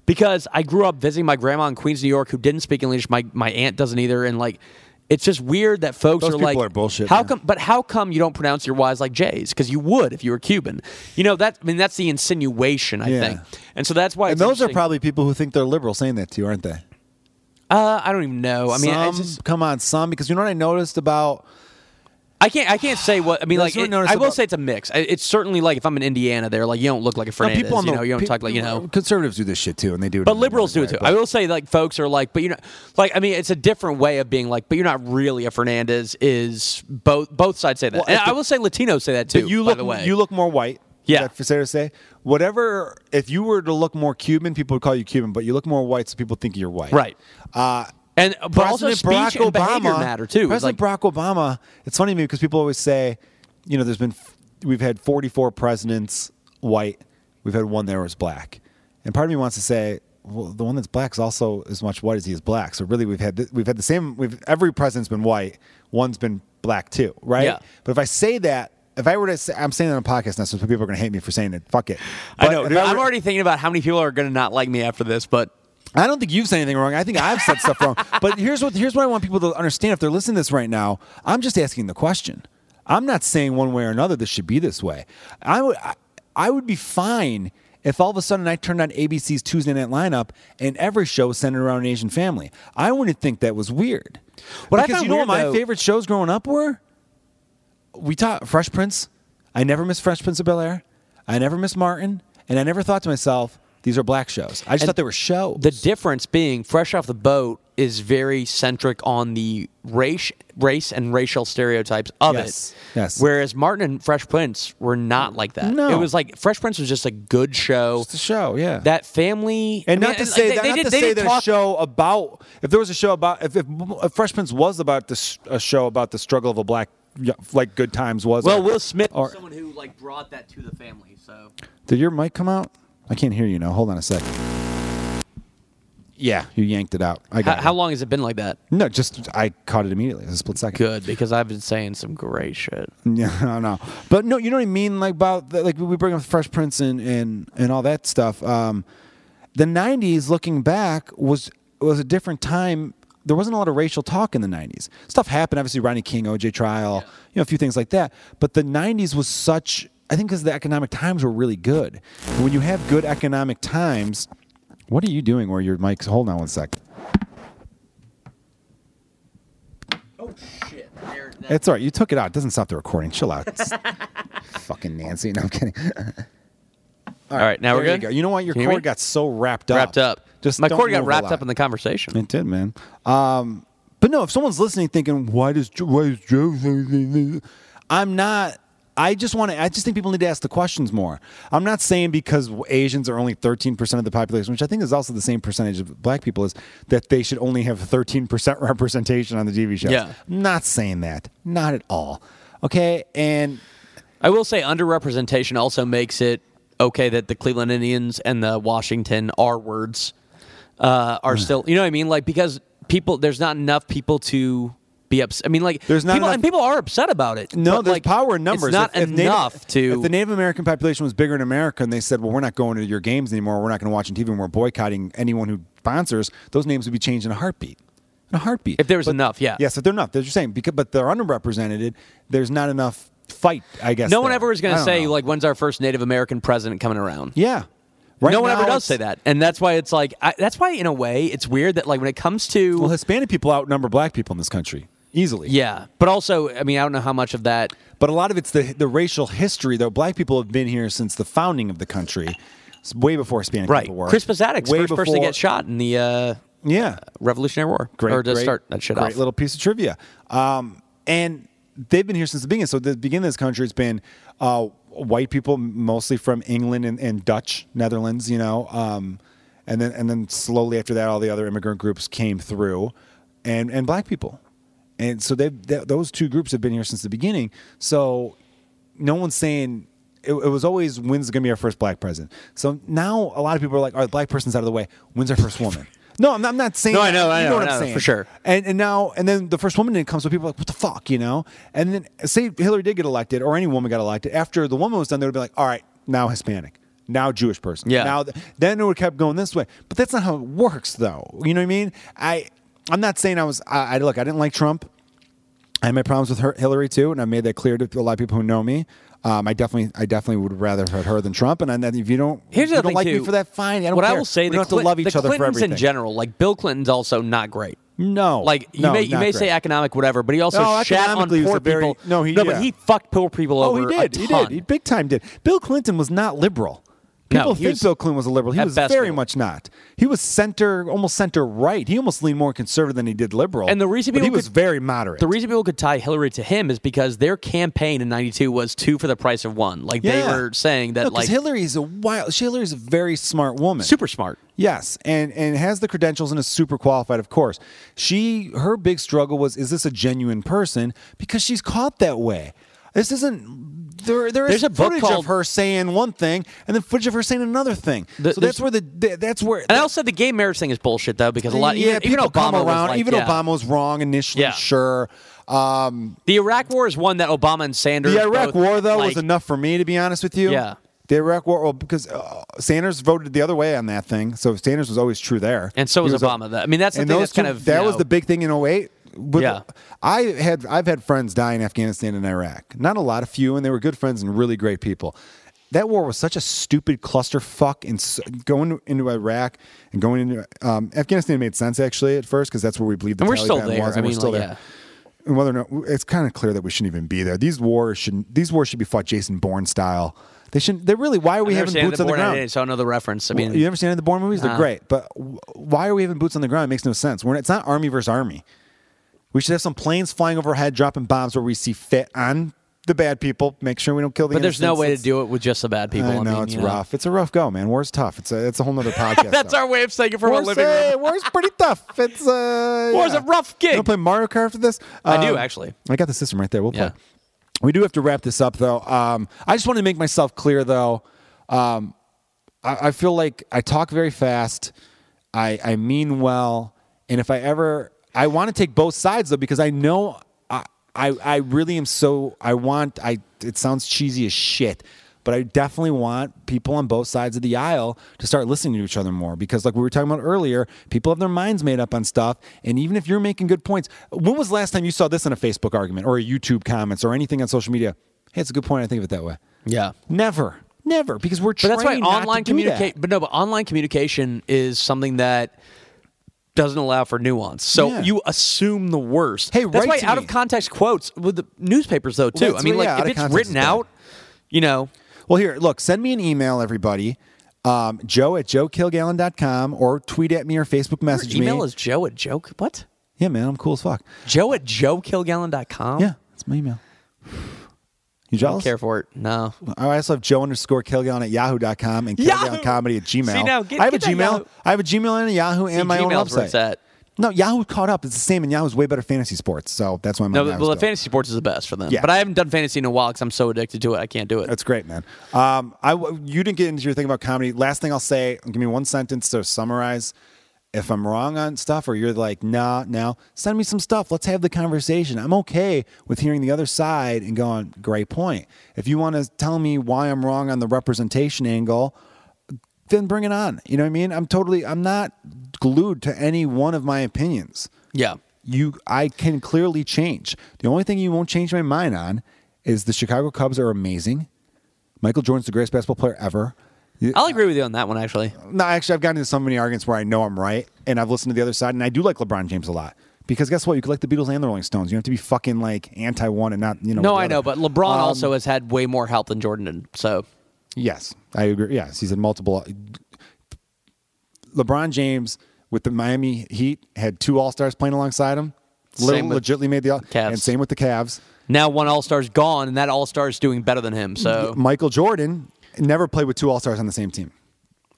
B: Because I grew up visiting my grandma in Queens, New York, who didn't speak English. My my aunt doesn't either. And like it's just weird that folks
A: Those
B: are
A: people
B: like
A: are bullshit,
B: How
A: man.
B: come but how come you don't pronounce your Y's like J's? Because you would if you were Cuban. You know, that I mean that's the insinuation, I
A: Yeah.
B: think. And so that's why
A: And
B: it's
A: those are
B: interesting.
A: probably people who think they're liberal saying that to you, aren't they?
B: uh, I don't even know. I mean
A: some,
B: it's just,
A: come on, some because you know what I noticed about
B: I can't. I can't say what. I mean,
A: That's what
B: like,
A: I
B: it-
A: noticed
B: I will
A: about-
B: say it's a mix. I- It's certainly like if I'm in Indiana, they're like, you don't look like a Fernandez.
A: people on the
B: you know, you don't
A: pe-
B: talk like you know.
A: conservatives do this shit too, and they do it.
B: But liberals do it too. I will say, like, folks are like, but you know, like, I mean, it's a different way of being like, but you're not really a Fernandez. Is both both sides say that,
A: Well,
B: and
A: if
B: I
A: the-
B: will say Latinos say that too.
A: But you
B: by
A: look,
B: the way,
A: you look more white. Is
B: Yeah.
A: that for fair to say, whatever. If you were to look more Cuban, people would call you Cuban. But you look more white, so people think you're white.
B: Right.
A: Uh,
B: and but also speech
A: President
B: and behavior matter too. It's
A: President
B: like,
A: Barack Obama. It's funny to me because people always say, you know, there's been we've had 44 presidents white, we've had one there was black, and part of me wants to say. Well, the one that's black is also as much white as he is black. So really, we've had th- we've had the same. We've every president's been white. One's been black too, right?
B: Yeah.
A: But if I say that, if I were to, say, I'm saying that on a podcast now, so people are going to hate me for saying it. Fuck it.
B: I
A: But
B: know.
A: if
B: dude, I'm
A: were-
B: already thinking about how many people are going to not like me after this, but.
A: I don't think you've said anything wrong. I think I've said stuff wrong. But here's what here's what I want people to understand. If they're listening to this right now, I'm just asking the question. I'm not saying one way or another this should be this way. I would I, I would be fine if all of a sudden I turned on ABC's Tuesday night lineup and every show was centered around an Asian family. I wouldn't think that was weird.
B: What I
A: because
B: found
A: you know
B: weird,
A: what my
B: though-
A: favorite shows growing up were? we taught Fresh Prince. I never missed Fresh Prince of Bel Air. I never missed Martin, and I never thought to myself, "These are black shows." I just thought they were shows.
B: The difference being, Fresh Off the Boat is very centric on the race, race and racial stereotypes of
A: Yes.
B: it.
A: Yes.
B: Whereas Martin and Fresh Prince were not like that.
A: No.
B: It was like Fresh Prince was just a good show.
A: It's a show, yeah.
B: that family,
A: and
B: I mean,
A: not to
B: like,
A: say
B: they-
A: that,
B: they
A: not
B: did-
A: to
B: they
A: say
B: did
A: that a
B: talk-
A: show about if there was a show about if if, if Fresh Prince was about this a show about the struggle of a black yeah, like good times was
B: Well,
A: or-
B: Will Smith,
A: or-
B: someone who like brought that to the family. So
A: did your mic come out? I can't hear you now. Hold on a second. Yeah, you yanked it out. I got
B: how,
A: it.
B: how long has it been like that?
A: No, just I caught it immediately. It was a split second.
B: Good, because I've been saying some great shit.
A: Yeah, I know. But no, you know what I mean? Like about the, like we bring up Fresh Prince and and, and all that stuff. Um, the '90s, looking back, was was a different time. There wasn't a lot of racial talk in the '90s. Stuff happened, obviously, Rodney King, OJ trial, you know, a few things like that. But the '90s was such. I think because the economic times were really good. And when you have good economic times, what are you doing where your mic's? Hold on one second.
B: Oh shit!
A: It's all right. You took it out. It doesn't stop the recording. Chill out. It's- fucking Nancy. No, I'm kidding.
B: All right, now we're
A: There
B: good.
A: You, go. You know what? Your
B: Can you hear
A: cord
B: me?
A: got so wrapped up.
B: wrapped up.
A: Just
B: my
A: don't
B: cord got
A: move a
B: wrapped
A: lot.
B: up in the conversation.
A: It did, man. Um, but no, if someone's listening, thinking, "Why does Joe- why does Joe?" say this?" I'm not. I just want to. I just think people need to ask the questions more. I'm not saying because Asians are only 13 percent of the population, which I think is also the same percentage of Black people, is that they should only have 13 percent representation on the TV shows.
B: Yeah.
A: not saying that. Not at all. Okay, and
B: I will say underrepresentation also makes it okay that the Cleveland Indians and the Washington R words uh,
A: Hmm.
B: are still, you know what I mean? Like, because people, there's not enough people to be upset. I mean, like,
A: There's not
B: people,
A: enough-
B: and people are upset about it.
A: No,
B: but,
A: there's
B: like,
A: power in numbers.
B: It's not
A: If- if Native-
B: enough to.
A: If the Native American population was bigger in America, and they said, "Well, we're not going to your games anymore. We're not going to watch on TV, and we're boycotting anyone who sponsors," those names would be changed in a heartbeat. In a heartbeat.
B: If there was enough, yeah.
A: Yes, if they're not, they're just saying because, but they're underrepresented. There's not enough fight. I guess
B: no one
A: there.
B: ever was going
A: I
B: to
A: don't
B: say,
A: know.
B: like, when's our first Native American president coming around?
A: yeah. Right
B: no one
A: now,
B: ever
A: it's-
B: does say that, and that's why it's like I, that's why in a way it's weird that like when it comes to
A: Well, Hispanic people outnumber black people in this country easily.
B: yeah, but also I mean I don't know how much of that
A: But a lot of it's the the racial history, though. Black people have been here since the founding of the country, It's way before Hispanic
B: right.
A: people were.
B: Chris Pasadix,
A: Way
B: first person to
A: before-
B: get shot in the uh,
A: Yeah,
B: Revolutionary War,
A: great.
B: or to
A: great-
B: start that shit
A: great
B: off.
A: little piece of trivia. Um, and they've been here since the beginning. So the beginning of this country, it's been uh, white people, mostly from England and, and Dutch, Netherlands. You know, um, and then and then slowly after that, all the other immigrant groups came through, and and black people. And so they've, th- those two groups have been here since the beginning. So no one's saying it, it was always when's going to be our first black president. So now a lot of people are like, all right, black person's out of the way. When's our first woman? No, I'm not, I'm not saying.
B: No, I know, I
A: you
B: know,
A: what I'm
B: I know,
A: saying
B: for sure.
A: And and now and then the first woman in comes, so people are like, what the fuck, you know? And then say Hillary did get elected, or any woman got elected. After the woman was done, they would be like, all right, now Hispanic, now Jewish person.
B: Yeah.
A: Now th- then it would kept going this way, but that's not how it works, though. You know what I mean? I I'm not saying I was. I, I look, I didn't like Trump. I had my problems with her, Hillary too, and I made that clear to a lot of people who know me. Um, I definitely, I definitely would rather have her than Trump. And I, if you don't, if
B: Here's the
A: you
B: other
A: don't
B: thing
A: like
B: too.
A: me for that, fine. I don't
B: what
A: care.
B: I will say,
A: we
B: the
A: don't have to
B: Clin-
A: love
B: the
A: each other for
B: Clintons
A: everything.
B: in general, like Bill Clinton's also not great.
A: No,
B: Like you
A: No,
B: may you
A: not
B: may
A: great.
B: say economic whatever, but he also
A: No,
B: shat on
A: economically he was
B: poor
A: a very-
B: people.
A: no, he-
B: no,
A: yeah.
B: but he fucked poor people
A: Oh,
B: over.
A: he did.
B: A
A: He
B: ton.
A: did. He big time did. Bill Clinton was not liberal.
B: No,
A: People
B: he
A: think
B: was
A: Bill Clinton was a liberal. He
B: at
A: was
B: best
A: very
B: liberal.
A: much not. He was center, almost center right. He almost leaned more conservative than he did liberal.
B: And the reason
A: but he
B: people
A: was
B: could-
A: very moderate.
B: The reason people could tie Hillary to him is because their campaign in '92 was two for the price of one. Like they
A: Yeah.
B: were saying that,
A: No, 'cause
B: like
A: Hillary is a wild. Hillary is a very smart woman.
B: super smart.
A: Yes, and and has the credentials and is super qualified, of course. She her big struggle was is this a genuine person because she's caught that way. This isn't there. there is
B: There's a book
A: footage
B: called-
A: of her saying one thing and then footage of her saying another thing.
B: The-
A: so
B: there's-
A: that's where the the- that's where
B: And I also said the gay marriage thing is bullshit though, because a lot
A: yeah
B: even, even
A: people
B: Obama
A: come
B: was
A: around.
B: like,
A: even
B: yeah.
A: Obama's wrong initially,
B: Yeah.
A: sure. Um,
B: The Iraq War is one that Obama and Sanders.
A: the Iraq
B: both,
A: War, though,
B: like,
A: was enough for me, to be honest with you.
B: Yeah.
A: The Iraq War, well, because uh, Sanders voted the other way on that thing, so Sanders was always true there,
B: And so
A: He
B: was Obama, though. I mean, that's the
A: and
B: thing
A: those
B: that's kind
A: two-
B: of,
A: that
B: you
A: was
B: know-
A: the big thing in 08. With-
B: Yeah.
A: I had I've had friends die in Afghanistan and Iraq. Not a lot, a few, and they were good friends and really great people. That war was such a stupid clusterfuck. And s- going into Iraq and going into um, Afghanistan made sense actually at first because that's where we believed the
B: And we're
A: Taliban
B: still there.
A: was, and
B: I
A: we're
B: mean,
A: still
B: like,
A: there
B: yeah.
A: and whether or not it's kind of clear that we shouldn't even be there. These wars should these wars should be fought Jason Bourne style. They shouldn't. They really. Why are we
B: Never
A: having
B: seen
A: boots on the
B: Bourne
A: ground?
B: Identity, so I know the reference. I mean,
A: you ever seen any of the Bourne movies? They're
B: Nah.
A: great, but w- why are we having boots on the ground? It makes no sense. We're, it's not army versus army. We should have some planes flying overhead, dropping bombs where we see fit on the bad people. Make sure we don't kill the.
B: but there's no way to
A: innocents.
B: do it with just the bad people.
A: I know
B: mean,
A: it's
B: you know.
A: rough. It's a rough go, man. War's tough. It's a. It's a whole nother podcast.
B: That's
A: though.
B: our way of saying it from our
A: War's,
B: living
A: hey,
B: room.
A: war's pretty tough. It's uh,
B: War's
A: yeah.
B: a rough
A: You
B: gig.
A: wanna play Mario Kart after this? Um,
B: I do, actually.
A: I got the system right there. We'll play.
B: Yeah.
A: We do have to wrap this up though. Um, I just want to make myself clear though. Um, I, I feel like I talk very fast. I I mean well, and if I ever, I want to take both sides though because I know I I, I really am so I want I. It sounds cheesy as shit. But I definitely want people on both sides of the aisle to start listening to each other more because, like we were talking about earlier, people have their minds made up on stuff. And even if you're making good points, when was the last time you saw this in a Facebook argument or a YouTube comments or anything on social media? Hey, it's a good point. I think of it that way.
B: Yeah.
A: Never, never, because we're
B: But that's why
A: trained not to
B: online
A: do that.
B: communication. But no, but online communication is something that doesn't allow for nuance. So
A: Yeah.
B: you assume the worst.
A: Hey,
B: that's
A: write
B: why
A: to
B: out
A: me.
B: of context quotes with the newspapers though too.
A: that's
B: I mean,
A: what-
B: like
A: yeah, out
B: if
A: of
B: it's
A: context
B: written
A: is bad.
B: out, you know,
A: Well, here, look, send me an email, everybody. Um, joe at joekilgallen.com or tweet at me or Facebook
B: your
A: message
B: email
A: me.
B: is Joe at joke what?
A: yeah, man, I'm cool as fuck.
B: Joe at joekilgallen.com.
A: Yeah, that's my email. You
B: Don't
A: jealous?
B: care for it. No.
A: I also have joe underscore kilgallen at yahoo.com and
B: Yahoo!
A: kilgallencomedy at gmail.
B: See, now, get-
A: I have a
B: get that
A: Gmail.
B: Yahoo.
A: I have a Gmail and a Yahoo and
B: See,
A: my own
B: Gmail's
A: website.
B: where it's at.
A: No, Yahoo caught up. It's the same, and Yahoo's way better fantasy sports. So that's why my
B: No,
A: Yahoo's
B: but, well, the
A: dope.
B: fantasy sports is the best for them.
A: Yeah. Uh,
B: But I haven't done fantasy in a while because I'm so addicted to it. I can't do it.
A: That's great, man. Um, I you didn't get into your thing about comedy. Last thing I'll say, give me one sentence to summarize. If I'm wrong on stuff, or you're like, nah, now send me some stuff. Let's have the conversation. I'm okay with hearing the other side and going, great point. If you want to tell me why I'm wrong on the representation angle, then bring it on. You know what I mean? I'm totally, I'm not glued to any one of my opinions
B: yeah.
A: you I can clearly change. The only thing you won't change my mind on is the Chicago Cubs are amazing. Michael Jordan's the greatest basketball player ever.
B: I'll agree with you on that one, actually.
A: No, actually, I've gotten into so many arguments where I know I'm right, and I've listened to the other side, and I do like LeBron James a lot. Because guess what? You could like the Beatles and the Rolling Stones. You don't have to be fucking like anti one and not you know.
B: No,
A: the other.
B: I
A: Um,
B: know, but LeBron also has had way more help than Jordan did. So
A: Yes, I agree. Yes, he's in multiple. LeBron James with the Miami Heat had two All Stars playing alongside him. Little,
B: Same with
A: legitly made the All.
B: Cavs.
A: And same with the Cavs.
B: now one All Star's gone, and that All Star's doing better than him. So
A: Michael Jordan never played with two All Stars on the same team.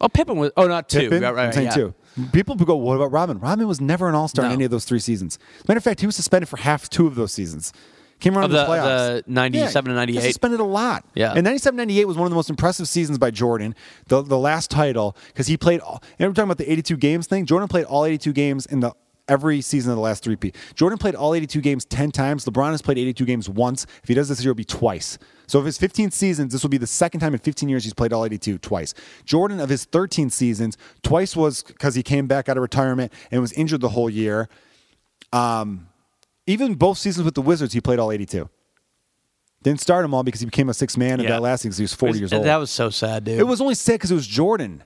B: oh, Pippen was oh not two,
A: Pippen,
B: right, right,
A: I'm saying
B: yeah.
A: two. People go, what about Robin? Robin was never an All Star in
B: No.
A: any of those three seasons. Matter of fact, he was suspended for half two of those seasons. Came around
B: Of
A: to the
B: the-
A: playoffs.
B: the 97 and
A: Yeah, he was
B: 98.
A: Suspended a lot.
B: Yeah.
A: And 97 98 was one of the most impressive seasons by Jordan, the, the last title, because he played all. And we're talking about the 82 games thing. Jordan played all 82 games in the every season of the last three P. Jordan played all 82 games 10 times. LeBron has played 82 games once. If he does this year, it'll be twice. So of his 15 seasons, this will be the second time in 15 years he's played all 82 twice. Jordan of his 13 seasons, twice was because he came back out of retirement and was injured the whole year. Um, even both seasons with the Wizards, he played all 82. Didn't start them all because he became a six man, and
B: Yeah.
A: that last season he was 40 years old.
B: That was so sad, dude.
A: It was only sick because it was Jordan.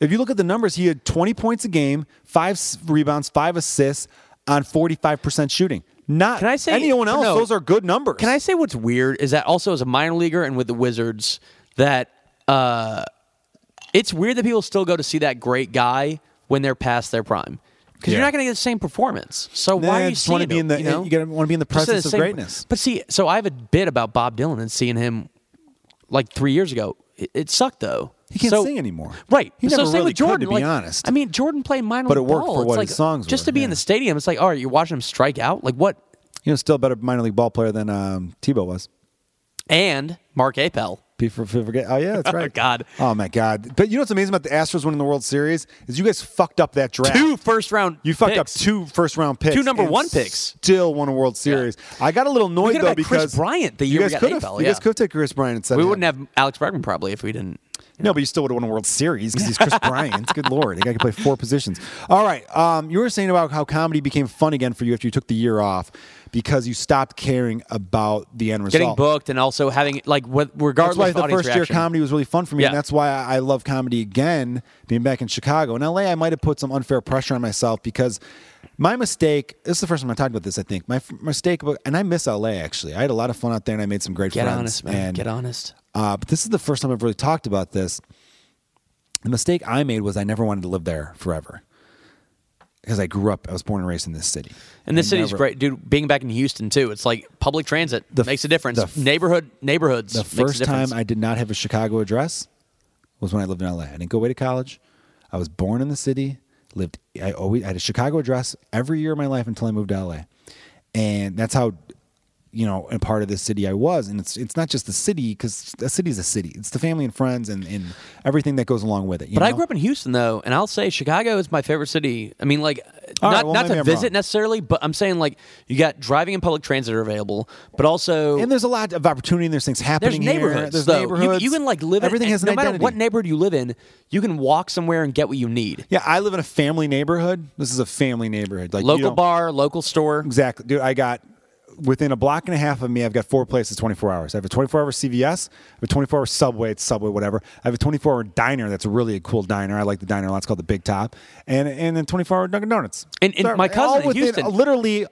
A: If you look at the numbers, he had 20 points a game, five s- rebounds, five assists on 45% shooting. Not
B: Can I say-
A: anyone else.
B: no.
A: Those are good numbers.
B: Can I say what's weird is that also as a minor leaguer and with the Wizards that uh, it's weird that people still go to see that great guy when they're past their prime because
A: Yeah.
B: you're not going to get the same performance. So
A: Nah,
B: why are you
A: just wanna
B: seeing
A: be in
B: him,
A: the-
B: you, know?
A: you gotta wanna be in the
B: Just
A: presence of
B: same-
A: greatness.
B: But see, so I have a bit about Bob Dylan and seeing him like three years ago. It, it suckcked though.
A: He can't
B: So-
A: sing anymore.
B: Right.
A: He
B: so
A: never
B: same
A: really could,
B: with
A: to
B: Jordan.
A: be
B: like,
A: honest.
B: I mean, Jordan played minor
A: But it worked
B: ball.
A: for
B: It's
A: what
B: like,
A: his songs
B: Just
A: were,
B: to be
A: yeah.
B: in the stadium, it's like, all right, you're watching him strike out. Like what?
A: You know, still a better minor league ball player than um, Tebow was.
B: And Mark Apel.
A: People forget. Oh yeah, that's
B: Oh,
A: right.
B: God.
A: Oh my God. But you know what's amazing about the Astros winning the World Series is you guys fucked up that draft.
B: Two first round.
A: You fucked
B: picks.
A: up two first round picks,
B: Two number
A: and
B: one picks.
A: Still won a World Series. I got a little annoyed
B: could've
A: though
B: had Chris
A: because
B: Bryant the
A: you
B: year we
A: guys
B: got
A: could've-
B: Abel,
A: You
B: yeah.
A: guys could take Chris Bryant instead.
B: We
A: of him.
B: wouldn't have Alex Bregman probably if we didn't.
A: No, but you still would have won a World Series because he's Chris Bryant. Good lord, the guy can play four positions. All right, um, you were saying about how comedy became fun again for you after you took the year off because you stopped caring about the end
B: Getting
A: result.
B: booked and also having like what
A: That's
B: regardless
A: why
B: of
A: the
B: audience
A: first
B: reaction.
A: year comedy was really fun for me, and
B: Yeah.
A: that's why I I love comedy again. Being back in Chicago in LA, I might have put some unfair pressure on myself because my mistake. This is the first time I talked about this. I think my f- mistake, about- and I miss LA actually. I had a lot of fun out there, and I made some great
B: Get
A: friends.
B: honest, man.
A: And,
B: Get honest.
A: Uh, but this is the first time I've really talked about this. The mistake I made was I never wanted to live there forever because I grew up. I was born and raised in this city.
B: And this
A: I
B: city's
A: never-
B: great, dude. Being back in Houston too, it's like public transit
A: The f-
B: makes a difference.
A: the f-
B: Neighborhood neighborhoods.
A: The
B: makes a
A: first
B: difference.
A: time I did not have a Chicago address was when I lived in LA. I didn't go away to college. I was born in the city, lived I always I had a Chicago address every year of my life until I moved to LA. And that's how you know, a part of this city I was, and it's it's not just the city because a city is a city. It's the family and friends and, and everything that goes along with it.
B: But I grew up in Houston though, and I'll say Chicago is my favorite city. I mean, like
A: All
B: not
A: right, well,
B: not
A: maybe
B: to
A: I'm
B: visit
A: wrong.
B: necessarily, but I'm saying like you got driving and public transit are available, but also
A: and there's a lot of opportunity. and There's things
B: There's
A: happening. here,
B: neighborhoods.
A: There's
B: though. You-
A: neighborhoods.
B: You, can like live.
A: Everything
B: in,
A: has an
B: no matter
A: identity.
B: what neighborhood you live in, you can walk somewhere and get what you need.
A: Yeah, I live in a family neighborhood. This is a family neighborhood. Like you
B: Local
A: don't-
B: bar, local store.
A: Exactly, dude. I got within a block and a half of me. I've got four places, twenty four hours. I have a twenty four hour CVS, I have a twenty four hour Subway, it's Subway, whatever. I have a twenty four hour diner. That's a really cool diner. I like the diner a lot. It's called the Big Top, and and then twenty four hour Dunkin' Donuts.
B: And- and my cousin
A: all
B: in
A: within
B: Houston-
A: a literally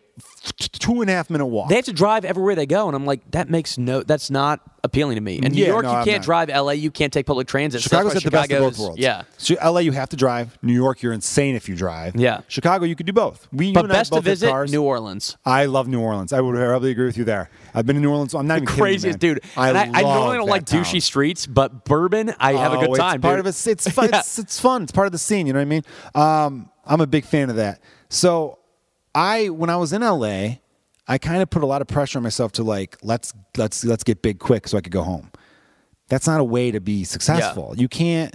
A: two and a half minute walk.
B: They have to drive everywhere they go, and I'm like, that makes no. That's not appealing to me. In New
A: Yeah,
B: York,
A: no,
B: you
A: I'm
B: can't
A: not.
B: drive. LA, you can't take public transit. so
A: Chicago's
B: that's
A: at the
B: why
A: best of both
B: Chicago's-
A: words.
B: Yeah.
A: So LA, you have to drive. New York, you're insane if you drive.
B: Yeah.
A: Chicago, you could do both. We, you
B: But
A: and I
B: best to
A: both have
B: visit
A: cars.
B: New Orleans.
A: I love New Orleans. I would probably agree with you there. I've been to New Orleans. I'm not even kidding you,
B: Craziest
A: man.
B: dude. and I, I
A: love
B: normally don't
A: that
B: like
A: town.
B: douchey streets, but bourbon, I have a
A: Oh,
B: good time.
A: It's part of
B: dude.
A: it. It's fun. it's, it's fun. It's part of the scene. You know what I mean? Um, I'm a big fan of that. So I, when I was in LA, I kind of put a lot of pressure on myself to like let's let's let's get big quick so I could go home. That's not a way to be successful. You can't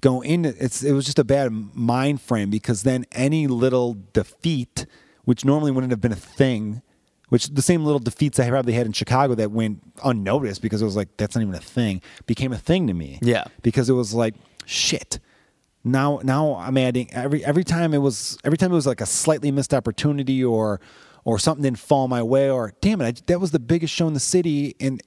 A: go into it's. It was just a bad mind frame because then any little defeat, which normally wouldn't have been a thing. Which the same little defeats I probably had in Chicago that went unnoticed because it was like that's not even a thing became a thing to me
B: Yeah.
A: because it was like shit. Now, now I'm adding every every time it was every time it was like a slightly missed opportunity or or something didn't fall my way or damn it I, that was the biggest show in the city and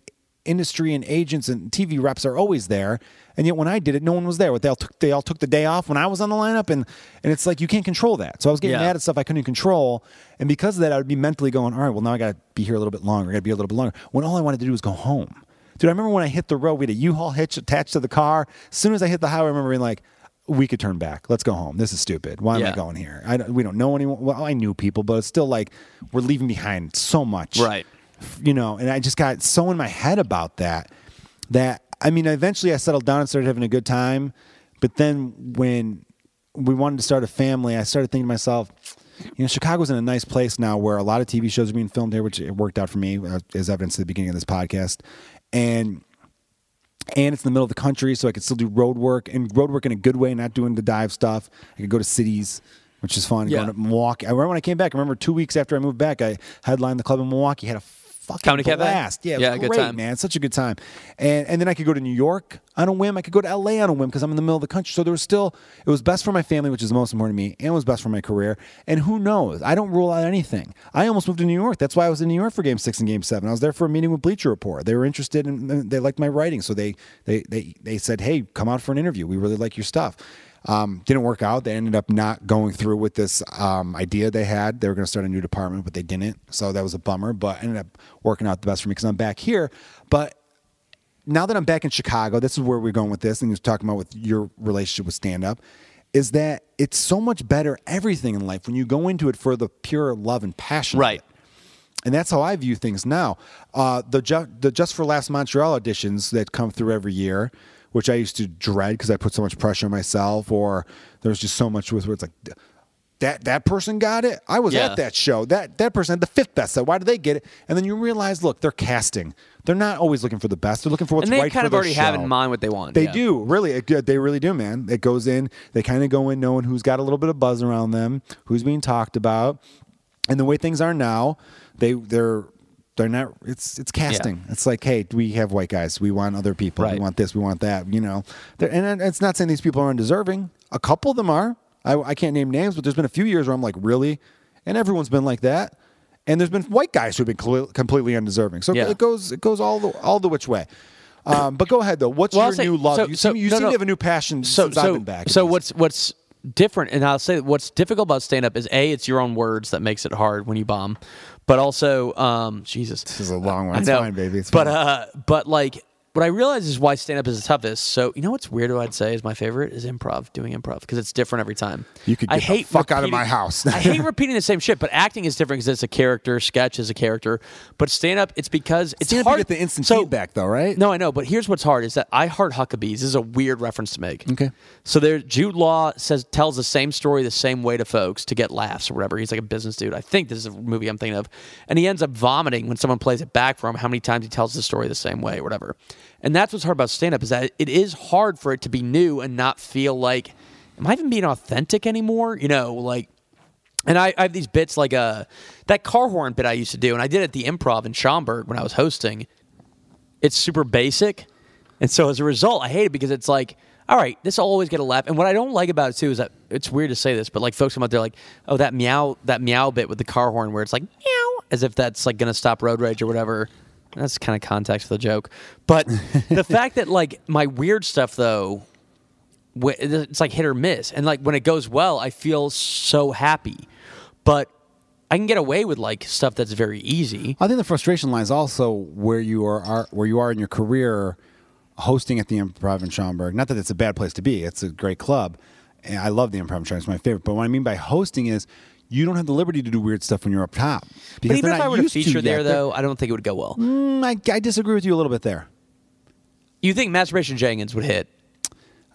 A: industry and agents and TV reps are always there. And yet when I did it, no one was there. They all took, they all took the day off when I was on the lineup. And, and it's like, you can't control that. So I was getting
B: Yeah.
A: mad at stuff I couldn't control. And because of that, I would be mentally going, all right, well, now I got to be here a little bit longer. I got to be here a little bit longer. When all I wanted to do was go home. Dude, I remember when I hit the road, we had a U-Haul hitch attached to the car. As soon as I hit the highway, I remember being like, we could turn back. Let's go home. This is stupid. Why am I
B: Yeah.
A: going here? I don't, we don't know anyone. Well, I knew people, but it's still like we're leaving behind so much.
B: Right.
A: You know, and I just got so in my head about that that I mean, eventually I settled down and started having a good time. But then when we wanted to start a family, I started thinking to myself, you know, Chicago's in a nice place now where a lot of TV shows are being filmed here, which it worked out for me, uh, as evidenced at the beginning of this podcast. And and it's in the middle of the country, so I could still do road work and road work in a good way, not doing the dive stuff. I could go to cities, which is fun.
B: Yeah.
A: Going to Milwaukee. I remember when I came back. I remember two weeks after I moved back, I headlined the club in Milwaukee. Had a fucking
B: Comedy Cafe?
A: blast. Yeah, it was
B: Yeah, good
A: great,
B: time.
A: man. Such a good time. And and then I could go to New York on a whim. I could go to LA on a whim because I'm in the middle of the country. So there was still it was best for my family, which is the most important to me, and it was best for my career. And who knows? I don't rule out anything. I almost moved to New York. That's why I was in New York for Game Six and Game Seven. I was there for a meeting with Bleacher Report. They were interested in they liked my writing, so they they they they said, hey, come out for an interview. We really like your stuff. Um, didn't work out. They ended up not going through with this um, idea they had. They were going to start a new department, but they didn't. So that was a bummer, but ended up working out the best for me because I'm back here. But now that I'm back in Chicago, this is where we're going with this, and you're talking about with your relationship with stand up, is that it's so much better everything in life when you go into it for the pure love and passion. of
B: Right.
A: it. And that's how I view things now. Uh, the ju- the Just for Last Montreal auditions that come through every year, which I used to dread because I put so much pressure on myself, or there's just so much with where it's like that that person got it. I was
B: Yeah.
A: at that show. That that person had the fifth best set. Why did they get it? And then you realize, look, they're casting. They're not always looking for the best. They're looking for what's
B: and they
A: right
B: kind
A: for
B: of
A: their
B: already have
A: show.
B: in mind what they want.
A: They
B: yeah.
A: do really. It, they really do, man. It goes in. They kind of go in knowing who's got a little bit of buzz around them, who's being talked about, and the way things are now, they they're they're not. It's it's casting. It's like, hey, we have white guys. We want other people.
B: Right.
A: We want this. We want that. You know. They're, and it's not saying these people are undeserving. A couple of them are. I, I can't name names, but there's been a few years where I'm like, really, and everyone's been like that. And there's been white guys who've been cle- completely undeserving. So
B: Yeah.
A: it goes it goes all the all the which way. Um, but go ahead though. What's
B: Well, I'll
A: your
B: say-
A: new love.
B: so-
A: you
B: so-
A: seem, you
B: no,
A: seem
B: no.
A: to have a new passion since I've been back.
B: So what's what's different, and I'll say what's difficult about stand up is a it's your own words that makes it hard when you bomb, but also um, Jesus,
A: this is a long one. It's
B: I know.
A: fine, baby. It's
B: but
A: fine.
B: uh, but like what I realize is why stand up is the toughest. So you know what's weird? I'd say is my favorite is improv, doing improv because it's different every time.
A: You could
B: I
A: get the
B: hate
A: fuck out of
B: repeating-
A: my house.
B: I hate repeating the same shit, but acting is different because it's a character. Sketch is a character, but stand up it's because it's
A: Stand-up, you
B: hard.
A: get the instant
B: so-
A: feedback, though, right?
B: No, I know, but here's what's hard is that I heart Huckabees this is a weird reference to make.
A: Okay.
B: So there, Jude Law says tells the same story the same way to folks to get laughs or whatever. He's like a business dude. I think this is a movie I'm thinking of, and he ends up vomiting when someone plays it back for him. How many times he tells the story the same way, or whatever. And that's what's hard about stand up is that it is hard for it to be new and not feel like, am I even being authentic anymore? You know, like and I, I have these bits like uh, that car horn bit I used to do, and I did it at the improv in Schaumburg when I was hosting. It's super basic. And so as a result, I hate it because it's like, all right, this will always get a laugh. And what I don't like about it too is that it's weird to say this, but like folks come out there like, oh, that meow, that meow bit with the car horn where it's like meow, as if that's like gonna stop road rage or whatever. That's kind of context for the joke. But the fact that like my weird stuff though, wh- it's like hit or miss. And like when it goes well, I feel so happy. But I can get away with like stuff that's very easy.
A: I think the frustration lies also where you are, are where you are in your career, hosting at the Improv in Schaumburg. Not that it's a bad place to be; it's a great club, and I love the Improv in Schaumburg. It's my favorite. But what I mean by hosting is you don't have the liberty to do weird stuff when you're up top.
B: But
A: because
B: even
A: they're
B: if I
A: not
B: were to
A: used
B: feature
A: yet.
B: there,
A: They're-
B: though, I don't think it would go well.
A: Mm, I, I disagree with you a little bit there.
B: You think Masturbation Jenkins would hit?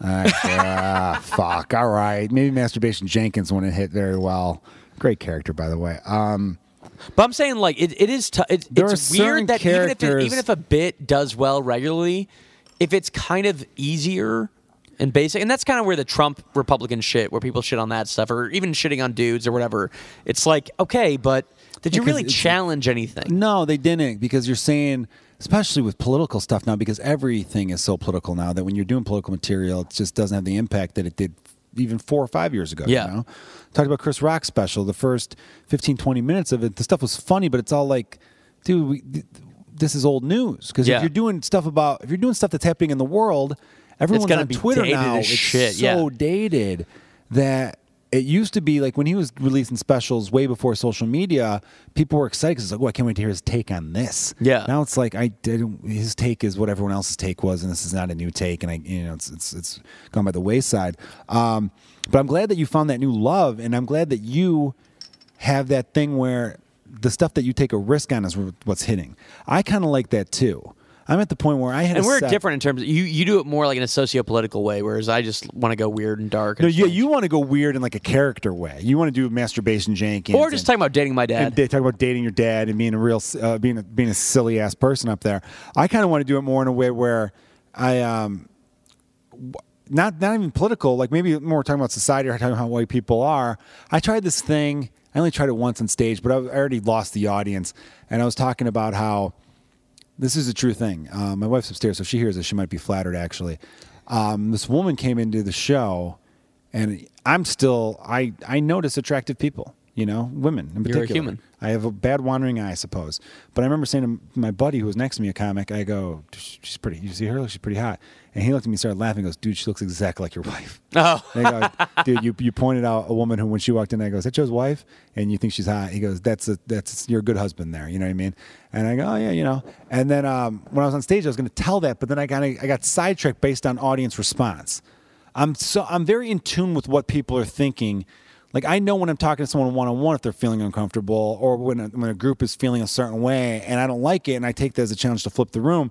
A: All right, ah, fuck. All right, maybe Masturbation Jenkins wouldn't hit very well. Great character, by the way. Um,
B: But I'm saying like it, it is. T- it,
A: There
B: it's
A: are certain
B: weird that even if it,
A: characters-
B: even if a bit does well regularly, if it's kind of easier and basic, and that's kind of where the Trump Republican shit, where people shit on that stuff, or even shitting on dudes or whatever. It's like okay, but did you
A: Because
B: really
A: it's-
B: challenge anything?
A: No, they didn't because you're saying, especially with political stuff now, because everything is so political now that when you're doing political material, it just doesn't have the impact that it did even four or five years ago.
B: Yeah.
A: You know? Talked about Chris Rock's special, the first 15, 20 minutes of it, the stuff was funny, but it's all like, dude, we, th- this is old news because
B: Yeah.
A: if you're doing stuff about if you're doing stuff that's happening in the world, everyone's
B: gonna
A: on
B: be
A: Twitter
B: dated
A: now.
B: as
A: it's
B: shit,
A: so
B: yeah.
A: dated that it used to be like when he was releasing specials way before social media, people were excited because like, oh, I can't wait to hear his take on this.
B: Yeah.
A: Now it's like I didn't. His take is what everyone else's take was, and this is not a new take, and I, you know, it's it's it's gone by the wayside. Um, but I'm glad that you found that new love, and I'm glad that you have that thing where the stuff that you take a risk on is what's hitting. I kind of like that too. I'm at the point where I had
B: And
A: a
B: we're
A: set-
B: different in terms of you. You do it more like in a socio-political way, whereas I just want to go weird and dark.
A: No,
B: and
A: yeah,
B: fun.
A: you want to go weird in like a character way. You want to do masturbation Jenkins
B: or just
A: and-
B: talking about dating my
A: and
B: dad.
A: they talk about dating your dad and being a real uh, being a, being a silly ass person up there. I kind of want to do it more in a way where I um w- not not even political, like maybe more talking about society or talking about how white people are. I tried this thing. I only tried it once on stage, but I, was- I already lost the audience, and I was talking about how this is a true thing. Uh, my wife's upstairs, so if she hears this, she might be flattered. Actually, um, this woman came into the show, and I'm still I I notice attractive people. You know, women in
B: You're a
A: particular.
B: human.
A: I have a bad wandering eye, I suppose. But I remember saying to my buddy who was next to me, a comic, I go, "She's pretty. You see her? She's pretty hot." And he looked at me, and started laughing, and goes, "Dude, she looks exactly like your wife."
B: Oh.
A: And I go, "Dude, you, you pointed out a woman who, when she walked in, I go, is that Joe's wife?' And you think she's hot? He goes, "That's a that's you're a good husband there. You know what I mean?" And I go, "Oh yeah, you know." And then um, when I was on stage, I was going to tell that, but then I got I got sidetracked based on audience response. I'm so I'm very in tune with what people are thinking. Like I know when I'm talking to someone one on one if they're feeling uncomfortable or when a, when a group is feeling a certain way and I don't like it and I take that as a challenge to flip the room.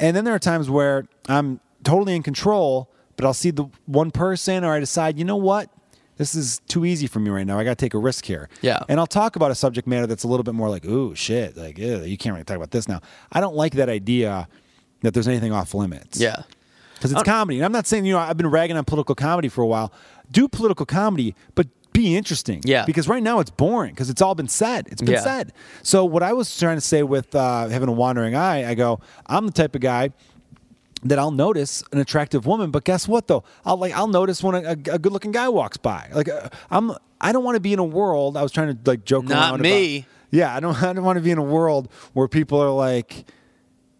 A: And then there are times where I'm totally in control, but I'll see the one person or I decide, you know what, this is too easy for me right now. I got to take a risk here.
B: Yeah.
A: And I'll talk about a subject matter that's a little bit more like, ooh, shit, like ew, you can't really talk about this now. I don't like that idea that there's anything off limits
B: yeah,
A: because it's comedy. And I'm not saying you know I've been ragging on political comedy for a while. Do political comedy, but be interesting.
B: Yeah.
A: Because right now it's boring because it's all been said. It's been
B: Yeah.
A: said. So what I was trying to say with uh, having a wandering eye, I go, I'm the type of guy that I'll notice an attractive woman, but guess what though? I'll like I'll notice when a, a good looking guy walks by. Like uh, I'm I don't want to be in a world. I was trying to like joke
B: Not
A: around
B: me.
A: about- yeah, I don't I don't want to be in a world where people are like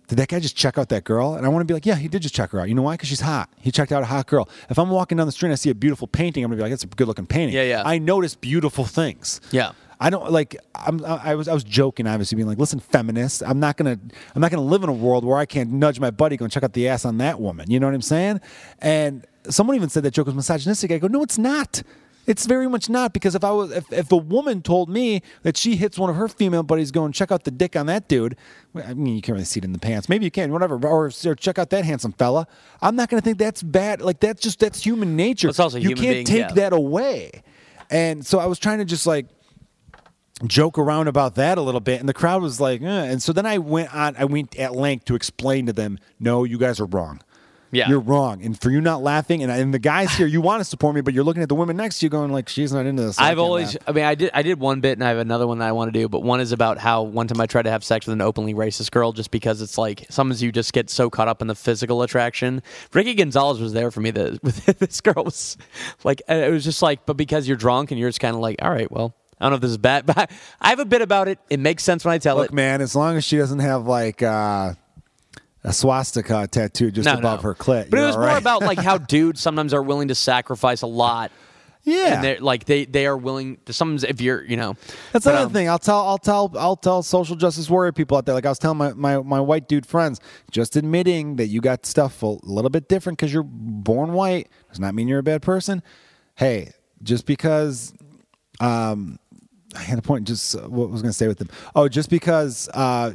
A: did that guy just check out that girl? And I want to be like, yeah, he did just check her out. You know why? Because she's hot. He checked out a hot girl. If I'm walking down the street and I see a beautiful painting, I'm gonna be like, that's a good looking painting.
B: Yeah, yeah.
A: I notice beautiful things.
B: Yeah.
A: I don't like. I'm. I I was. I was joking, obviously, being like, "Listen, feminists. I'm not gonna. I'm not gonna live in a world where I can't nudge my buddy go and check out the ass on that woman. You know what I'm saying? And someone even said that joke was misogynistic. I go, no, it's not. It's very much not because if I was, if, if a woman told me that she hits one of her female buddies, going check out the dick on that dude. well, I mean, you can't really see it in the pants. Maybe you can, whatever. Or, or check out that handsome fella. I'm not gonna think that's bad. Like that's just that's human nature.
B: It's also
A: you
B: human
A: can't
B: being,
A: take
B: yeah.
A: that away. And so I was trying to just like joke around about that a little bit and the crowd was like eh. and so then i went on i went at length to explain to them no you guys are wrong
B: Yeah.
A: you're wrong and for you not laughing and, and the guys here you want to support me but you're looking at the women next to you going like she's not into this I
B: I've
A: can't
B: always.
A: laugh."
B: I mean, I did. I did one bit, and I have another one that I want to do. But one is about how one time I tried to have sex with an openly racist girl, just because it's like sometimes you just get so caught up in the physical attraction. Ricky Gonzalez was there for me. That with this girl was like, and it was just like, but because you're drunk and you're just kind of like, all right, well, I don't know if this is bad, but I, I have a bit about it. It makes sense when I tell
A: look
B: it.
A: man as long as she doesn't have like uh, a swastika tattooed just
B: No,
A: above
B: no.
A: her clit
B: But it
A: you're
B: was
A: all
B: more
A: right.
B: about like how dudes sometimes are willing to sacrifice a lot.
A: yeah
B: And they're like they they are willing. Sometimes if you're you know
A: That's
B: But,
A: another
B: um,
A: thing. I'll tell I'll tell I'll tell social justice warrior people out there. Like I was telling my, my, my white dude friends, just admitting that you got stuff a little bit different because you're born white does not mean you're a bad person. Hey, just because um, I had a point. Just uh, what was going to say with them? Oh, just because uh,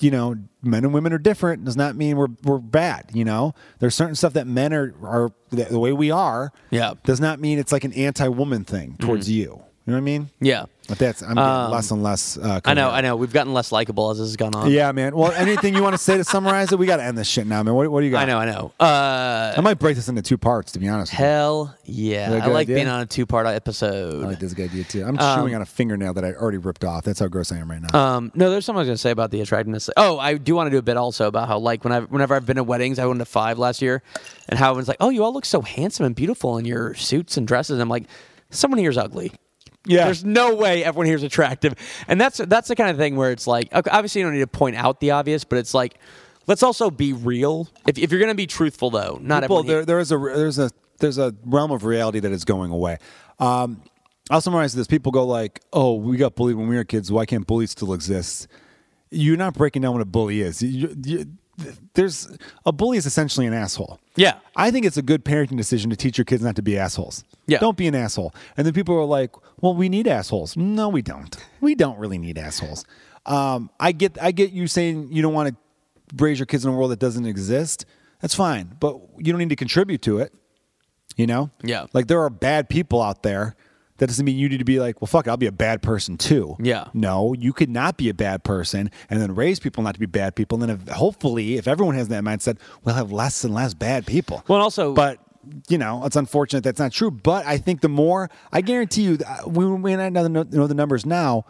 A: you know men and women are different does not mean we're we're bad. You know, there's certain stuff that men are are that the way we are.
B: Yeah. Mm-hmm.
A: does not mean it's like an anti-woman thing towards you. You know what I mean?
B: Yeah.
A: But that's I'm getting less and less. Uh,
B: Um, I know,
A: coherent.
B: I know. We've gotten less likable as this has gone on.
A: Yeah, man. Well, anything you want to say to summarize it? We got to end this shit now, man. What, what do you got?
B: I know, I know. Uh,
A: I might break this into two parts, to be honest. with you.
B: hell yeah.
A: that a
B: I
A: good
B: like
A: idea?
B: being on a two part
A: I
B: episode.
A: like this good idea too. I'm chewing on a fingernail that I already ripped off. That's how gross I am right now.
B: um, no, there's something I was gonna say about the attractiveness. Oh, I do want to do a bit also about how like when I whenever I've been to weddings, I went to five last year, and how everyone's like, "Oh, you all look so handsome and beautiful in your suits and dresses." I'm like, someone here's ugly.
A: Yeah.
B: There's no way everyone here is attractive. And that's that's the kind of thing where it's like, okay, obviously you don't need to point out the obvious, but it's like, let's also be real. If, if you're going to be truthful, though, not
A: well,
B: everyone.
A: there,
B: here-
A: there is a there's a there's a realm of reality that is going away. Um, I'll summarize this: people go like, "Oh, we got bullied when we were kids. Why can't bully still exist?" You're not breaking down what a bully is. You- you- there's a bully is essentially an asshole.
B: Yeah.
A: I think it's a good parenting decision to teach your kids not to be assholes.
B: Yeah.
A: Don't be an asshole. And then people are like, "Well, we need assholes." No, we don't. We don't really need assholes. Um, I get, I get you saying you don't want to raise your kids in a world that doesn't exist. That's fine, but you don't need to contribute to it. You know?
B: Yeah.
A: Like there are bad people out there. That doesn't mean you need to be like, well, fuck, it, I'll be a bad person too.
B: Yeah.
A: No, you could not be a bad person and then raise people not to be bad people. And then if, hopefully, if everyone has that mindset, we'll have less and less bad people.
B: Well, and also-
A: But, you know, it's unfortunate that's not true. But I think the more, I guarantee you, that- we may not know the, know the numbers now,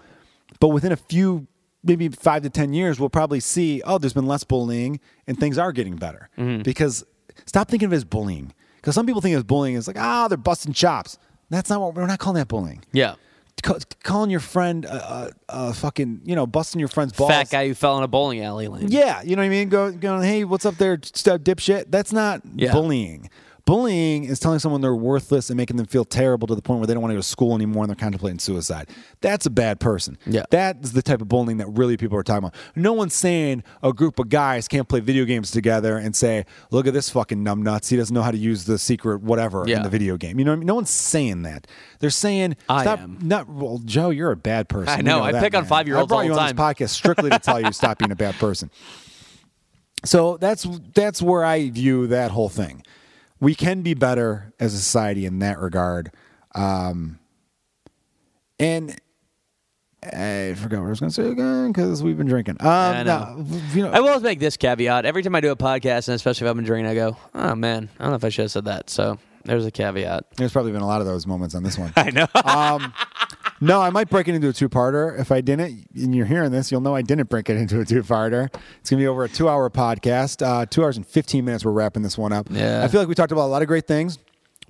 A: but within a few, maybe five to 10 years, we'll probably see, oh, there's been less bullying and things are getting better.
B: Mm-hmm.
A: Because stop thinking of it as bullying. Because some people think of bullying as like, ah, they're busting chops. That's not what we're not calling that bullying.
B: yeah.
A: Ca- calling your friend a, a, a fucking, you know, busting your friend's balls.
B: Fat guy who fell in a bowling alley lane.
A: Yeah, you know what I mean. Go, going, hey, what's up there, st- dipshit? That's not
B: Yeah.
A: bullying. Bullying is telling someone they're worthless and making them feel terrible to the point where they don't want to go to school anymore and they're contemplating suicide. That's a bad person.
B: Yeah.
A: That is the type of bullying that really people are talking about. No one's saying a group of guys can't play video games together and say, look at this fucking numbnuts. He doesn't know how to use the secret whatever
B: Yeah.
A: in the video game. You know what I mean? No one's saying that. They're saying,
B: I
A: stop.
B: am.
A: Not, well, Joe, you're a bad person.
B: I
A: You
B: know. I
A: that,
B: pick on
A: man.
B: five-year-olds
A: I
B: all
A: brought you
B: the
A: on this
B: time.
A: podcast strictly to tell you to stop being a bad person. So that's that's where I view that whole thing. We can be better as a society in that regard. Um, and I forgot what I was going to say again because we've been drinking. Um,
B: I know.
A: no, you know,
B: I will always make this caveat. Every time I do a podcast, and especially if I've been drinking, I go, oh, man, I don't know if I should have said that. So there's a caveat.
A: there's probably been a lot of those moments on this one.
B: I know.
A: no, I might break it into a two-parter. If I didn't, and you're hearing this, you'll know I didn't break it into a two-parter. It's going to be over a two-hour podcast. Uh, two hours and 15 minutes, we're wrapping this one up.
B: Yeah.
A: I feel like we talked about a lot of great things.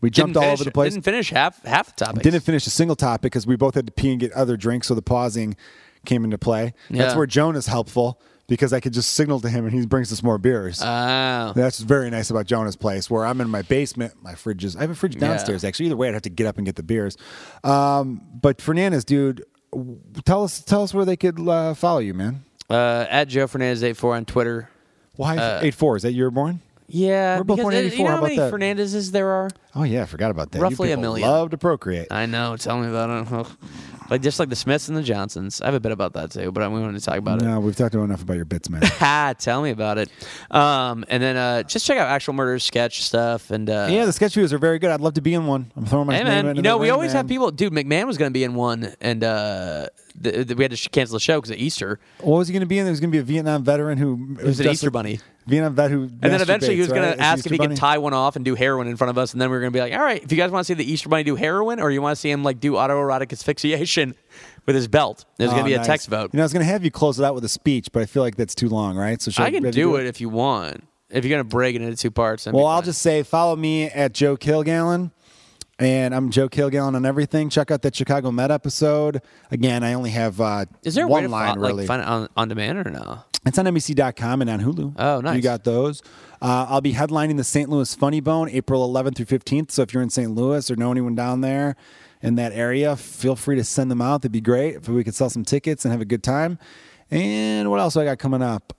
A: We jumped all
B: finish-
A: over the place.
B: Didn't finish half half the topics.
A: Didn't finish a single topic because we both had to pee and get other drinks, so the pausing came into play. That's
B: Yeah.
A: where Joan is helpful because I could just signal to him and he brings us more beers.
B: Oh.
A: That's very nice about Jonah's place, where I'm in my basement. My fridge is, I have a fridge downstairs, actually. Either way, I'd have to get up and get the beers. Um, but Fernandez, dude, w- tell us tell us where they could uh, follow you, man.
B: Uh, at Joe Fernandez 84 on Twitter.
A: Why
B: Uh,
A: eight four? Is that your born?
B: Yeah,
A: We're both
B: because
A: born
B: it-
A: 84,
B: You know
A: how
B: how
A: about
B: many
A: that?
B: Fernandezes there are?
A: Oh yeah, I forgot about that. You
B: Roughly a
A: people
B: million.
A: Love to procreate.
B: I know. Tell me about it. like just like the Smiths and the Johnsons. I have a bit about that too, but I we wanted to talk about it.
A: No, we've talked about enough about your bits, man.
B: Ha! Tell me about it. Um, and then uh, just check out actual murder sketch stuff and uh,
A: yeah, the sketch videos are very good. I'd love to be in one. I'm throwing my
B: Hey
A: name
B: man,
A: into
B: you know
A: the
B: we
A: ring,
B: always have
A: man.
B: people. Dude, McMahon was going to be in one, and uh, th- th- we had to sh- cancel the show because of Easter.
A: What was he going to be in? There was going to be a Vietnam veteran who it
B: was an Easter bunny.
A: Vietnam vet who
B: And then eventually he was
A: going
B: going to ask if he could tie one off and do heroin in front of us. And then we were going to be like, all right, if you guys want to see the Easter Bunny do heroin or you want to see him like do autoerotic asphyxiation with his belt, there's going to be a text
A: Oh,
B: vote.
A: You know, I was going to have you close it out with a speech, but I feel like that's too long, right? So should
B: I can
A: have
B: do,
A: you
B: it if you want. If you're going to break it into two parts. that'd be
A: Well, I'll
B: fine.
A: just say follow me at Joe Kilgallen. And I'm Joe Kilgallen on everything. Check out that Chicago Med episode. Again, I only have uh,
B: Is there a
A: one
B: way to
A: line
B: fi- like,
A: really.
B: find it on, on demand or no?
A: It's on NBC.com and on Hulu.
B: Oh, nice.
A: You got those. Uh, I'll be headlining the St. Louis Funny Bone April 11th through 15th. So if you're in St. Louis or know anyone down there in that area, feel free to send them out. That'd be great if we could sell some tickets and have a good time. And what else do I got coming up?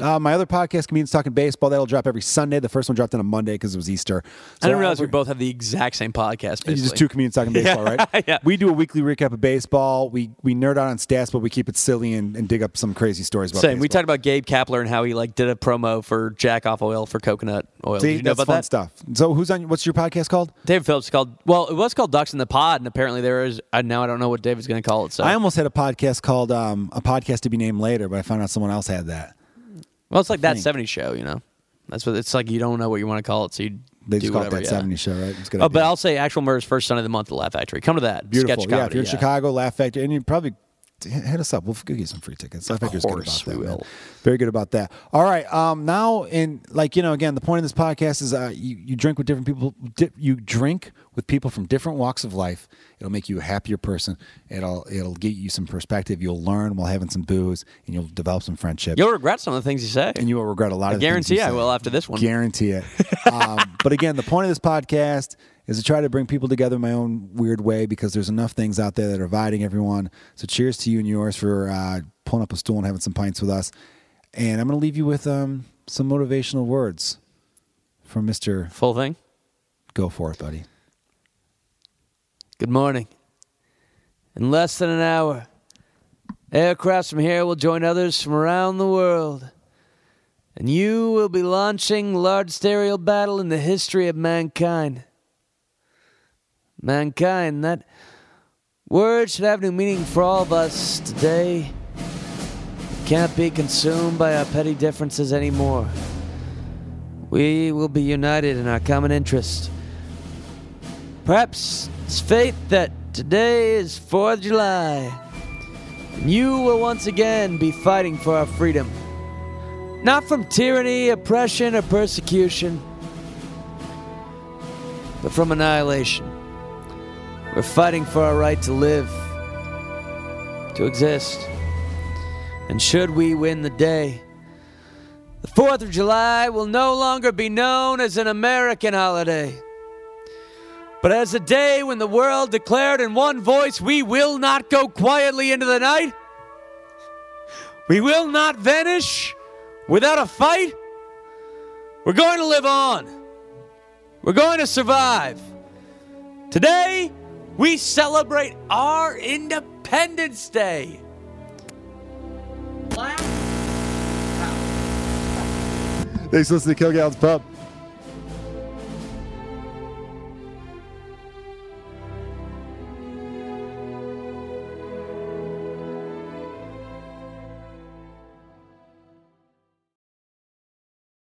A: Uh, my other podcast, Comedians Talking Baseball, that'll drop every Sunday. The first one dropped on a Monday because it was Easter.
B: I
A: So,
B: didn't realize
A: uh,
B: we both have the exact same podcast. Basically.
A: you just two comedians talking baseball, right?
B: Yeah.
A: We do a weekly recap of baseball. We we nerd out on stats, but we keep it silly and, and dig up some crazy stories about
B: Same. We
A: baseball.
B: talked about Gabe Kapler and how he like did a promo for Jack Off Oil for coconut oil.
A: See,
B: Oh, Did you know
A: that's
B: about
A: fun
B: that?
A: stuff. So who's on? What's your podcast called?
B: David Phillips called. Well, it was called Ducks in the Pod, and apparently there is. I now I don't know what David's going to call it. So
A: I almost had a podcast called um, a podcast to be named later, but I found out someone else had that.
B: well, it's like that
A: think.
B: '70s show, you know. That's what it's like. You don't know what you want to call it, so you
A: They
B: do
A: just called
B: whatever.
A: that
B: yeah.
A: 70 show, right? It's a good.
B: Oh, but
A: idea.
B: I'll say actual murder's first Sunday of the month at Laugh Factory. Come to that
A: beautiful.
B: sketch
A: yeah,
B: comedy.
A: if you're in Chicago, Laugh Factory, and you probably hit us up. We'll give you some free tickets. I think you're good about
B: course
A: that.
B: we
A: man.
B: will.
A: Very good about that. All right. Um, now, and like you know, again, the point of this podcast is uh, you, you drink with different people. Di- you drink with people from different walks of life. It'll make you a happier person. It'll it'll get you some perspective. You'll learn while having some booze, and you'll develop some friendships.
B: You'll regret some of the things you say.
A: and you will regret a lot
B: I
A: of. the things you
B: guarantee I
A: said.
B: will after this one.
A: Guarantee it. um, but again, the point of this podcast is to try to bring people together in my own weird way because there's enough things out there that are dividing everyone. So cheers to you and yours for uh, pulling up a stool and having some pints with us. And I'm going to leave you with um, some motivational words from Mr.
B: Full thing.
A: Go for it, buddy.
B: Good morning. In less than an hour, aircrafts from here will join others from around the world. And you will be launching large aerial battle in the history of mankind. Mankind, that word should have new meaning for all of us today. It can't be consumed by our petty differences anymore. We will be united in our common interest. Perhaps it's fate that today is 4th of July. And you will once again be fighting for our freedom. Not from tyranny, oppression, or persecution, but from annihilation. We're fighting for our right to live, to exist. And should we win the day, the 4th of July will no longer be known as an American holiday. But as a day when the world declared in one voice, we will not go quietly into the night, we will not vanish without a fight, we're going to live on. We're going to survive. Today, we celebrate our Independence Day.
A: Thanks for listening to Kilgallen's Pub.